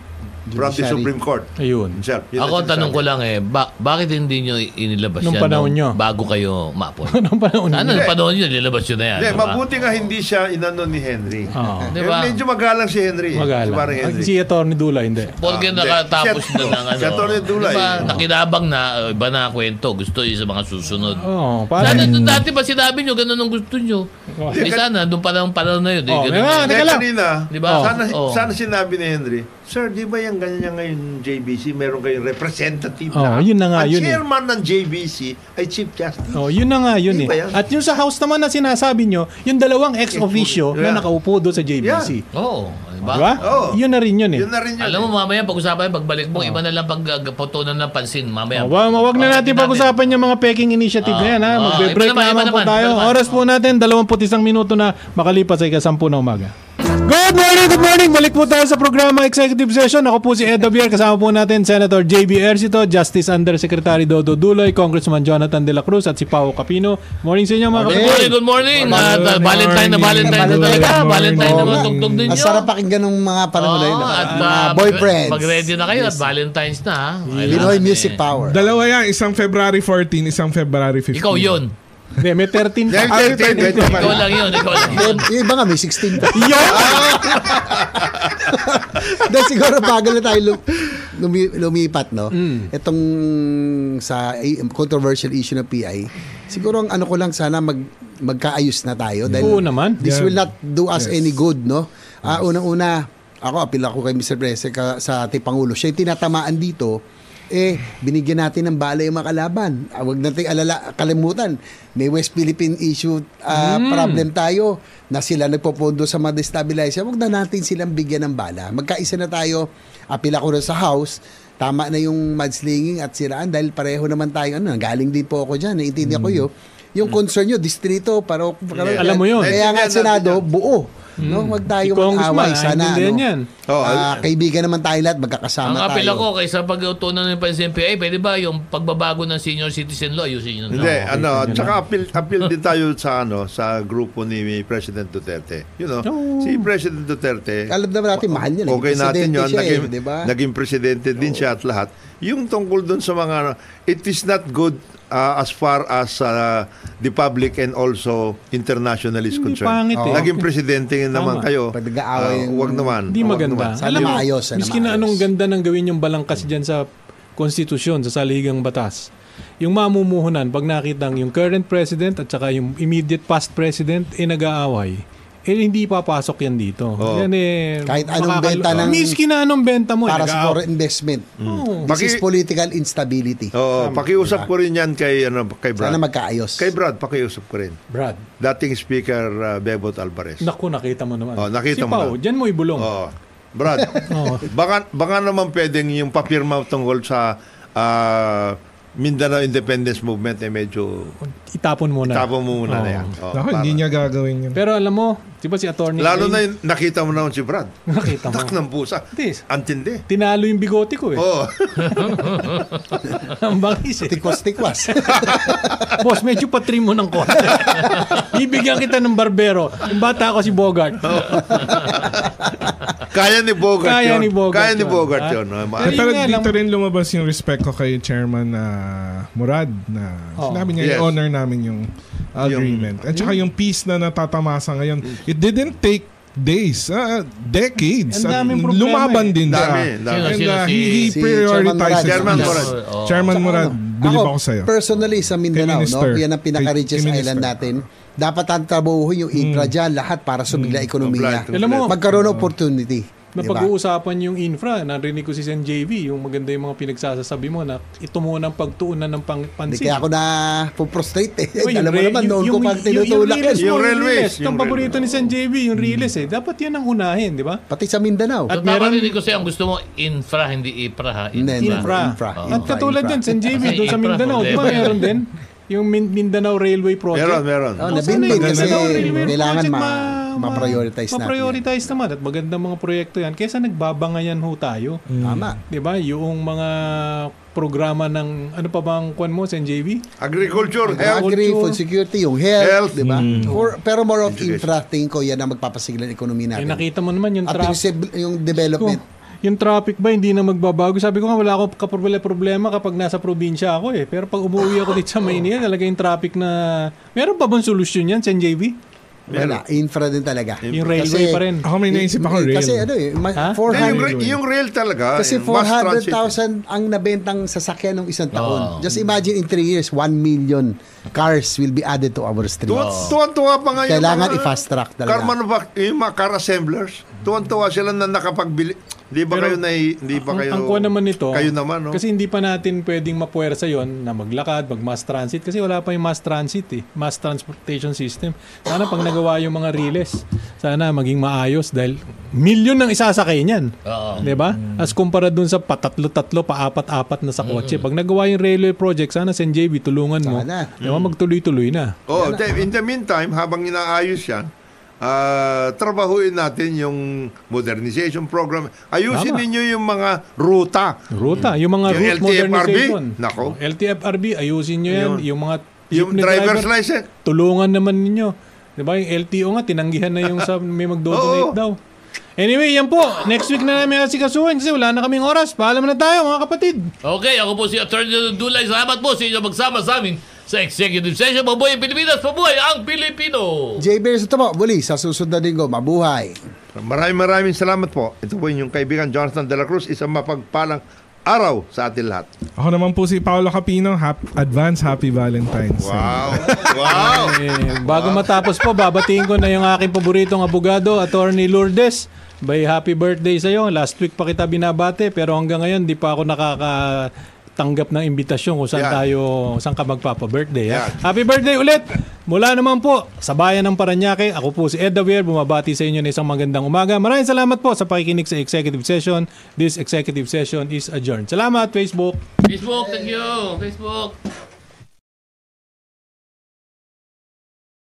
Speaker 3: from the
Speaker 6: Judiciary.
Speaker 3: Supreme Court
Speaker 1: Ayun.
Speaker 3: himself. Yun ang
Speaker 5: Ako,
Speaker 3: sinasabi.
Speaker 5: tanong ko lang eh, ba- bakit hindi nyo inilabas
Speaker 1: Nung
Speaker 5: yan
Speaker 1: panahon nyo?
Speaker 5: bago kayo maapon?
Speaker 1: Anong panahon
Speaker 5: ano,
Speaker 1: niya?
Speaker 5: nung panahon nyo, nilabas nyo na yan.
Speaker 3: Hindi,
Speaker 5: di ba?
Speaker 3: mabuti nga hindi siya inano ni Henry.
Speaker 1: Ano Oo.
Speaker 5: Di
Speaker 3: Eh,
Speaker 5: ba?
Speaker 3: medyo magalang si Henry. eh.
Speaker 1: Magalang.
Speaker 3: Si parang Henry.
Speaker 1: Si Atty. Dula, hindi.
Speaker 5: Porque
Speaker 3: Ah, hindi.
Speaker 5: nakatapos
Speaker 3: Si-
Speaker 5: na ng ano.
Speaker 3: si Atty. Dulay.
Speaker 5: Di ba, nakinabang na, uh, iba na kwento. Gusto yung sa mga
Speaker 1: Oh,
Speaker 5: susunod.
Speaker 1: Oo,
Speaker 5: Sana
Speaker 1: parang...
Speaker 5: dati ba sinabi nyo, ganun ang gusto nyo.
Speaker 1: Oh.
Speaker 5: Di sana, doon pa lang panahon na yun. Di,
Speaker 1: Oh,
Speaker 5: ganun.
Speaker 1: nga,
Speaker 3: Hindi,
Speaker 1: teka lang.
Speaker 3: kanina,
Speaker 5: Di ba?
Speaker 3: Sana,
Speaker 5: Oo.
Speaker 3: sana sinabi ni Henry, Sir, di ba yung ganyan ngayon JBC, meron kayong representative
Speaker 1: Oo, yun na nga,
Speaker 3: Ang
Speaker 1: yun eh.
Speaker 3: chairman ng JBC ay Chief Justice.
Speaker 1: Oh, yun na nga yun
Speaker 3: Di
Speaker 1: eh.
Speaker 3: ba yan?
Speaker 1: At yung sa house naman na sinasabi nyo, yung dalawang ex officio
Speaker 3: Yeah.
Speaker 1: na nakaupo doon sa JBC.
Speaker 5: Oo, di ba?
Speaker 1: Di ba?
Speaker 3: Oo.
Speaker 1: Yun na rin yun eh.
Speaker 3: Yun na rin yun. eh.
Speaker 5: Alam mo, mamaya pag-usapan, pagbalik mo, iba na lang pag uh, patunan ng pansin.
Speaker 1: Oh,
Speaker 5: Mamaya.
Speaker 1: wa- wag na natin pag-usapan yung mga peking initiative
Speaker 5: Ah,
Speaker 1: na yan ha.
Speaker 5: ah,
Speaker 1: Magbe-break
Speaker 5: iba naman,
Speaker 1: naman
Speaker 5: iba
Speaker 1: po
Speaker 5: naman,
Speaker 1: tayo.
Speaker 5: iba naman.
Speaker 1: Oras po natin, 21 minuto na makalipas ay kasampu na umaga. Good morning, good morning. Balik po tayo sa programa Executive Session. Ako po si Ed Abier. Kasama po natin Senator JB Ercito, Justice Undersecretary Dodo Duloy, Congressman Jonathan De La Cruz at si Pao Capino. Morning sa inyo mga
Speaker 5: Good
Speaker 1: kapatid.
Speaker 5: morning, good morning. At, uh, Valentine na Valentine na talaga.
Speaker 6: Valentine.
Speaker 5: Valentine
Speaker 6: Oo,
Speaker 5: na
Speaker 6: nga.
Speaker 5: matugtog ninyo.
Speaker 6: Ang sarap pakinggan ng mga panahon na yun. ah.
Speaker 5: Oo, at,
Speaker 6: Mga
Speaker 5: uh,
Speaker 6: boyfriends.
Speaker 5: Mag-ready na kayo at Valentine's na. ha? Kailangan
Speaker 6: Pinoy
Speaker 5: eh.
Speaker 6: Music Power.
Speaker 4: Dalawa yan, isang February 14, isang February 15.
Speaker 5: Ikaw yun.
Speaker 1: Hindi, may 13 pa.
Speaker 3: Dahil kay Ted, Ted naman.
Speaker 5: Ikaw lang yun. Ikaw lang yun.
Speaker 6: Yung iba nga, may 16 pa.
Speaker 1: Yun!
Speaker 6: Dahil siguro bago na tayo lum- lumi- lumipat, no?
Speaker 1: Mm.
Speaker 6: Itong sa i- controversial issue ng PI, siguro ang ano ko lang sana mag magkaayos na tayo dahil
Speaker 1: Oo naman.
Speaker 6: this
Speaker 4: Yeah.
Speaker 6: will not do us
Speaker 4: Yes.
Speaker 6: any good, no? Ah, unang-una, ako apil ako kay Mr. President ka- sa ating Pangulo. Siya yung tinatamaan dito eh, binigyan natin ng bala yung mga kalaban. Ah, Huwag natin alala, kalimutan. May West Philippine issue ah, problem tayo na sila nagpopondo sa mga destabilizer. Huwag na natin silang bigyan ng bala. Magkaisa na tayo. Apil ako rin sa House. Tama na yung mudslinging at siraan dahil pareho naman tayo. Ano, galing din po ako dyan. Naiintindihan ko yun. Yung concern nyo, distrito, paro,
Speaker 1: Yeah. Alam mo yun. Hmm.
Speaker 6: Kaya nga, Senado, buo. No, wag
Speaker 1: Si
Speaker 6: tayo
Speaker 1: Congressman,
Speaker 6: mag-away. Sana,
Speaker 1: naiintindihan
Speaker 6: ano,
Speaker 1: yan.
Speaker 3: Oh,
Speaker 6: ah, kaibigan naman tayo lahat, magkakasama
Speaker 5: Ang
Speaker 6: tayo.
Speaker 5: apel ako, kaysa pag-utunan ng pansin PI, pwede ba yung pagbabago ng senior citizen law, ayusin nyo na.
Speaker 3: Hindi, ano, tsaka appeal, appeal din tayo sa ano, sa grupo ni President Duterte. You know, si President Duterte,
Speaker 6: Alam naman natin, mahal niya. naging
Speaker 3: okay natin
Speaker 6: presidente
Speaker 3: yun,
Speaker 6: siya eh,
Speaker 3: naging,
Speaker 6: di ba?
Speaker 3: naging presidente din siya at lahat. Yung tungkol dun sa mga, ano, it is not good uh, as far as uh, the public and also international is
Speaker 1: Hindi
Speaker 3: concerned.
Speaker 1: pangit eh.
Speaker 3: Naging presidente naman
Speaker 1: Tama.
Speaker 3: kayo.
Speaker 6: Pag nag-aaway
Speaker 3: Ah,
Speaker 6: yung-
Speaker 3: wag naman.
Speaker 1: Hindi
Speaker 3: Wag
Speaker 1: maganda.
Speaker 3: naman.
Speaker 6: Sana
Speaker 1: Alam mo,
Speaker 6: maayos, sana
Speaker 1: Miski na
Speaker 6: maayos.
Speaker 1: anong ganda ng gawin yung balangkas dyan sa konstitusyon, sa saligang batas. Yung mamumuhunan, pag nakita yung current president at saka yung immediate past president, eh nag-aaway. Eh, hindi papasok yan dito.
Speaker 3: Oo.
Speaker 1: Yan eh,
Speaker 6: Kahit anong benta ng-
Speaker 1: Miski na anong benta mo. eh,
Speaker 6: Para sa
Speaker 1: nag-aaway.
Speaker 6: foreign investment.
Speaker 1: Hmm.
Speaker 6: This is
Speaker 3: Paki-
Speaker 6: political instability.
Speaker 3: Oo, pakiusap ko rin yan kay, ano, kay Brad.
Speaker 6: Sana magkaayos.
Speaker 3: Kay Brad, pakiusap ko rin.
Speaker 1: Brad,
Speaker 3: Dating Speaker uh, Bebot Alvarez.
Speaker 1: naku, nakita mo naman.
Speaker 3: Oh,
Speaker 1: si
Speaker 3: nakita mo
Speaker 1: Pao,
Speaker 3: na.
Speaker 1: dyan mo ibulong.
Speaker 3: Oo. Oh, Brad,
Speaker 1: Oh.
Speaker 3: baka, baka naman pwedeng yung papirma tungkol sa ah, Mindanao Independence Movement eh medyo
Speaker 1: Itapon mo na.
Speaker 3: tapo mo muna na
Speaker 1: Oo.
Speaker 3: yan. Oo,
Speaker 4: Ako,
Speaker 3: para-
Speaker 4: hindi niya gagawin yun.
Speaker 1: Pero alam mo, di ba si attorney...
Speaker 3: Lalo
Speaker 1: Ling-
Speaker 3: na yung nakita mo naman si Brad.
Speaker 1: Nakita mo.
Speaker 3: Tak ng pusa.
Speaker 1: Tis.
Speaker 3: Antindi. Oh,
Speaker 1: Tinalo yung bigote ko eh.
Speaker 3: Oo.
Speaker 1: Ang bangis eh.
Speaker 6: Tikwas-tikwas.
Speaker 1: Boss, medyo patrim mo ng konti. Bibigyan kita ng barbero. Yung bata ako si Bogart.
Speaker 3: Kaya ni Bogart
Speaker 1: Kaya ni
Speaker 3: yun.
Speaker 1: Bogart
Speaker 3: Kaya ni
Speaker 1: yun.
Speaker 3: Bogart
Speaker 1: Ah.
Speaker 3: yun. Ah, ma-
Speaker 4: Eh,
Speaker 1: Ayun
Speaker 4: pero
Speaker 1: nga,
Speaker 4: dito
Speaker 1: alam-
Speaker 4: rin lumabas yung respect ko kay Chairman ah, Murad na
Speaker 1: Oo.
Speaker 4: sinabi niya
Speaker 3: Yes.
Speaker 4: i-honor namin yung agreement. At saka yung peace na natatamasa ngayon. It didn't take days, ah, decades.
Speaker 1: Ang
Speaker 4: At
Speaker 1: daming problema
Speaker 4: Lumaban
Speaker 1: eh.
Speaker 4: din siya.
Speaker 3: Dami, dami.
Speaker 5: Sino,
Speaker 4: And
Speaker 5: sino,
Speaker 4: ah,
Speaker 5: si-
Speaker 4: he, he
Speaker 6: Si
Speaker 4: prioritizes
Speaker 3: Chairman
Speaker 4: peace.
Speaker 3: Murad.
Speaker 5: Yes. Oo.
Speaker 4: Chairman Murad, bilib ako sa'yo.
Speaker 6: Ano? personally, sa Mindanao,
Speaker 4: Kay Minister.
Speaker 6: no? yan ang pinaka-richest
Speaker 4: Kay- kay
Speaker 6: island
Speaker 4: Minister.
Speaker 6: natin. Dapat ang trabahuhin yung infra dyan, lahat para sumigla ekonomiya.
Speaker 3: Complete.
Speaker 1: Alam mo,
Speaker 6: Magkaroon ng opportunity. di ba?
Speaker 1: napag-uusapan yung infra. Narinig ko si Sen JV, yung maganda yung mga pinagsasasabi mo na ito muna ang pagtuunan ng pang-
Speaker 6: Hindi
Speaker 1: pansin.
Speaker 6: kaya ako na puprostrate eh.
Speaker 1: Uy, yung
Speaker 6: Alam mo
Speaker 1: re-
Speaker 6: naman,
Speaker 1: yung-
Speaker 6: noon ko
Speaker 1: yung-
Speaker 6: pang
Speaker 1: yung- Yung,
Speaker 6: tinutulak yan.
Speaker 1: reels
Speaker 6: Mm.
Speaker 1: mo,
Speaker 3: Yung
Speaker 1: yung
Speaker 3: railways,
Speaker 1: reels.
Speaker 3: yung
Speaker 1: Yung paborito ni Sen JV, yung reels eh. Dapat yan ang unahin, di ba?
Speaker 6: Pati sa Mindanao.
Speaker 5: At
Speaker 1: meron-
Speaker 5: meron... ko sa'yo, ang gusto mo, infra, hindi ipra, ha?
Speaker 6: Hindi, hindi.
Speaker 5: Infra.
Speaker 1: Infra.
Speaker 6: Infra,
Speaker 1: At
Speaker 6: infra,
Speaker 1: katulad
Speaker 6: infra.
Speaker 1: yan, Sen JV, doon sa
Speaker 5: Infra,
Speaker 1: Mindanao, di ba
Speaker 5: problema.
Speaker 1: meron din? Yung Min- Mindanao Railway Project.
Speaker 3: Meron, meron.
Speaker 1: Oh,
Speaker 6: Oh,
Speaker 1: sana yung
Speaker 6: nabinbin kasi
Speaker 1: Mindanao Railway
Speaker 6: kailangan
Speaker 1: Project
Speaker 6: ma...
Speaker 1: ma- tama.
Speaker 6: Ma-prioritize natin
Speaker 1: Ma-prioritize naman at magandang mga proyekto yan kesa nagbabangayan ho tayo.
Speaker 6: Tama.
Speaker 3: Mm.
Speaker 1: 'Di ba? Yung mga programa ng ano pa bang kwan mo, Sen Eh, JB?
Speaker 3: Agriculture, eh, health,
Speaker 6: Agri,
Speaker 1: Agriculture.
Speaker 6: food security, yung health,
Speaker 3: Health.
Speaker 6: di ba?
Speaker 1: Mm.
Speaker 6: Or- pero more of
Speaker 3: Education.
Speaker 6: infra, tingin ko yan ang magpapasigla ng ekonomiya
Speaker 1: Eh,
Speaker 6: natin.
Speaker 1: nakita mo naman yung
Speaker 6: At yung,
Speaker 1: traffic.
Speaker 6: sib- yung
Speaker 1: ko.
Speaker 6: development.
Speaker 1: Yung traffic ba hindi na magbabago? Sabi ko nga wala akong kaproblema problema kapag nasa probinsya ako eh. Pero pag umuwi ako dito sa Maynila, talaga yung traffic na... Meron pa bang solusyon yan, Sen JB?
Speaker 6: Wala, infra din talaga.
Speaker 1: Yung railway
Speaker 6: Kasi-
Speaker 1: pa rin.
Speaker 4: Ako may naisip ako, real.
Speaker 6: Kasi ano eh, ma-
Speaker 1: Ha?
Speaker 3: Hindi, yung,
Speaker 6: 400,
Speaker 3: re- yung rail talaga.
Speaker 6: kasi
Speaker 3: yung mass transit.
Speaker 6: 400,000 ang nabentang sasakyan ng isang taon.
Speaker 3: Oh.
Speaker 5: Oo.
Speaker 6: Just imagine in 3 years, 1 million cars will be added to our
Speaker 3: Tuwan,
Speaker 6: streets.
Speaker 3: tuwan-tuwa pa ngayon.
Speaker 6: Diba? Kailangan i-fast track talaga.
Speaker 3: Car manufac- yung mga car assemblers, tuwan-tuwa sila na nakapagbili. Hindi ba
Speaker 1: Pero,
Speaker 3: kayo na, hindi ba
Speaker 1: ang,
Speaker 3: kayo,
Speaker 1: ang kuha naman nito,
Speaker 3: kayo naman, no?
Speaker 1: kasi hindi pa natin pwedeng mapuwersa yon na maglakad, mag mass transit, kasi wala pa yung mass transit eh, mass transportation system. Sana pag nagawa yung mga riles, sana maging maayos dahil milyon ang isasakay niyan.
Speaker 5: Oo.
Speaker 1: 'Di ba? As kumpara dun sa patatlo-tatlo, paapat-apat na sa kotse. Pag nagawa yung railway project, sana Sen JB tulungan mo.
Speaker 6: Sana.
Speaker 1: 'Di ba magtuloy-tuloy na.
Speaker 3: Oh, de- in the meantime, habang inaayos yan, ah, trabahuin natin yung modernization program. Ayusin
Speaker 1: Tama.
Speaker 3: ninyo yung mga ruta.
Speaker 1: Ruta, yung mga
Speaker 3: Yung
Speaker 1: route
Speaker 3: LTFRB,
Speaker 1: modernization.
Speaker 3: nako.
Speaker 1: LTFRB, ayusin nyo yan.
Speaker 3: Yun.
Speaker 1: Yung mga
Speaker 3: Yung
Speaker 1: jeepney
Speaker 3: driver's
Speaker 1: driver,
Speaker 3: license.
Speaker 1: tulungan naman ninyo. 'Di ba yung LTO nga tinanggihan na yung sa may
Speaker 3: Oo.
Speaker 1: magdo-donate daw. Anyway, yan po. Next week na namin asikasuhin kasi wala na kaming oras. Paalam na tayo mga kapatid.
Speaker 5: Okay, ako po si Attorney Dulay. Salamat po sa inyo magsama sa amin sa Executive Session. Mabuhay ang Pilipinas! Mabuhay ang Pilipino!
Speaker 6: J. Bears, ito po, muli, sa susunod na linggo, mabuhay.
Speaker 3: Maraming maraming salamat po. Ito po yung kaibigan Jonathan De La Cruz, isang mapagpalang araw sa atin lahat.
Speaker 4: Ako naman po si Paolo Capino. Hap- advance Happy Valentine's.
Speaker 3: Wow! wow!
Speaker 1: Eh, bago matapos po, babatiin ko na yung aking paboritong abogado, Attorney Lourdes. Bay, happy birthday sa'yo. Last week pa kita binabate pero hanggang ngayon di pa ako nakakatanggap ng imbitasyon kung saan
Speaker 3: Yan.
Speaker 1: tayo, saan ka magpapa-birthday. ha?
Speaker 3: Yan.
Speaker 1: Happy birthday ulit! Mula naman po sa bayan ng Paranaque, ako po si Ed Davier, bumabati sa inyo ng isang magandang umaga. Maraming salamat po sa pakikinig sa executive session. This executive session is adjourned. Salamat, Facebook!
Speaker 5: Facebook, thank you! Facebook!